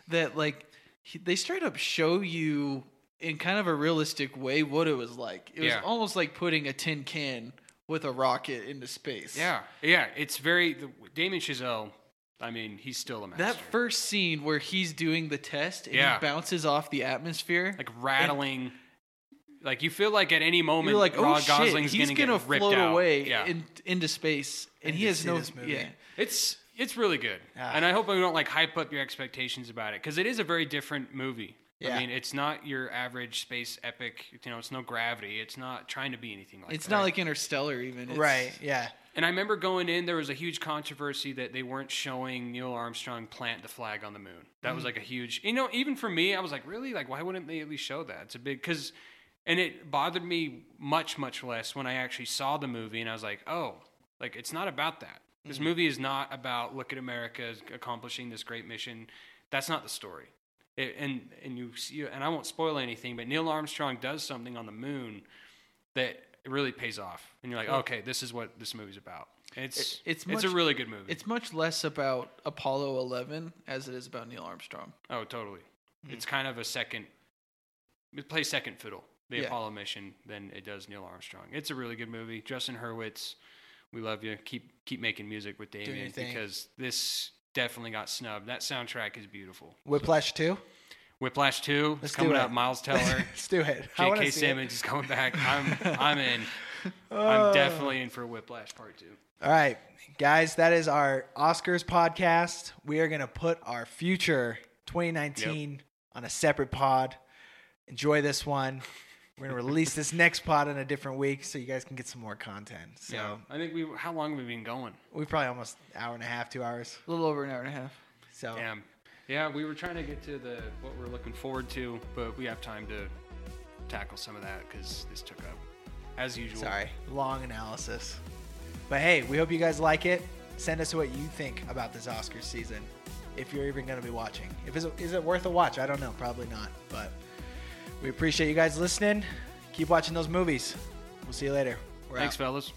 B: That like he, they straight up show you in kind of a realistic way what it was like. It
C: Yeah.
B: was almost like putting a tin can with a rocket into space.
C: Yeah, yeah, it's very the, Damon Chazelle. I mean, he's still a master.
B: That first scene where he's doing the test and
C: Yeah.
B: he bounces off the atmosphere.
C: like rattling, like you feel like at any moment,
B: you're like, oh
C: Rod
B: shit,
C: Gosling's
B: he's
C: gonna,
B: gonna
C: get ripped
B: float
C: out.
B: away
C: Yeah,
B: in, into space, and,
A: I
B: he
A: did
B: has
A: see
B: no.
A: this movie.
B: Yeah,
C: it's it's really good,
A: Ah.
C: and I hope we don't like hype up your expectations about it because it is a very different movie.
A: Yeah.
C: I mean, it's not your average space epic. You know, it's no gravity. It's not trying to be anything like
B: it's
C: that.
B: not like Interstellar even. It's,
A: Right. Yeah.
C: And I remember going in, there was a huge controversy that they weren't showing Neil Armstrong plant the flag on the moon. That was like a huge, you know, even for me, I was like, really? Like, why wouldn't they at least show that? It's a big, because, and it bothered me much, much less when I actually saw the movie and I was like, oh, like, it's not about that. This movie is not about look at America accomplishing this great mission. That's not the story. It, and and you see, and I won't spoil anything, but Neil Armstrong does something on the moon that it really pays off, and you're like, okay, this is what this movie's about. It's
B: It- it's
C: it's
B: much-
C: a really good movie.
B: It's much less about Apollo 11 as it is about Neil Armstrong.
C: oh, totally. It's kind of a second. It plays second fiddle the
B: Yeah.
C: Apollo mission than it does Neil Armstrong. It's a really good movie. Justin Hurwitz, we love you. Keep keep making music with
A: your
C: Damien
A: thing.
C: because this definitely got snubbed. That soundtrack is beautiful.
A: Whiplash two.
C: Whiplash Two
A: Let's
C: is
A: do
C: coming
A: it. [laughs]
C: out. Miles Teller.
A: Let's do it. I wanna
C: J.K.
A: see it.
C: Simmons is coming back.
A: [laughs]
C: I'm I'm in.
A: Oh.
C: I'm definitely in for Whiplash Part Two.
A: All right, guys, that is our Oscars podcast. We are going to put our future 2019 on a separate pod. Enjoy this one. We're going to release this next pod in a different week so you guys can get some more content. So
C: yeah, I think we. How long have we been going?
A: we probably almost hour and a half, two hours.
B: A little over an hour and a half.
A: So
C: Damn. Yeah, we were trying to get to the what we're looking forward to, but we have time to tackle some of that because this took up, as usual.
A: sorry, long analysis. But hey, we hope you guys like it. Send us what you think about this Oscars season, if you're even going to be watching. If is, is it worth a watch? I don't know. Probably not. But we appreciate you guys listening. Keep watching those movies. We'll see you later. We're
C: Thanks,
A: out.
C: fellas.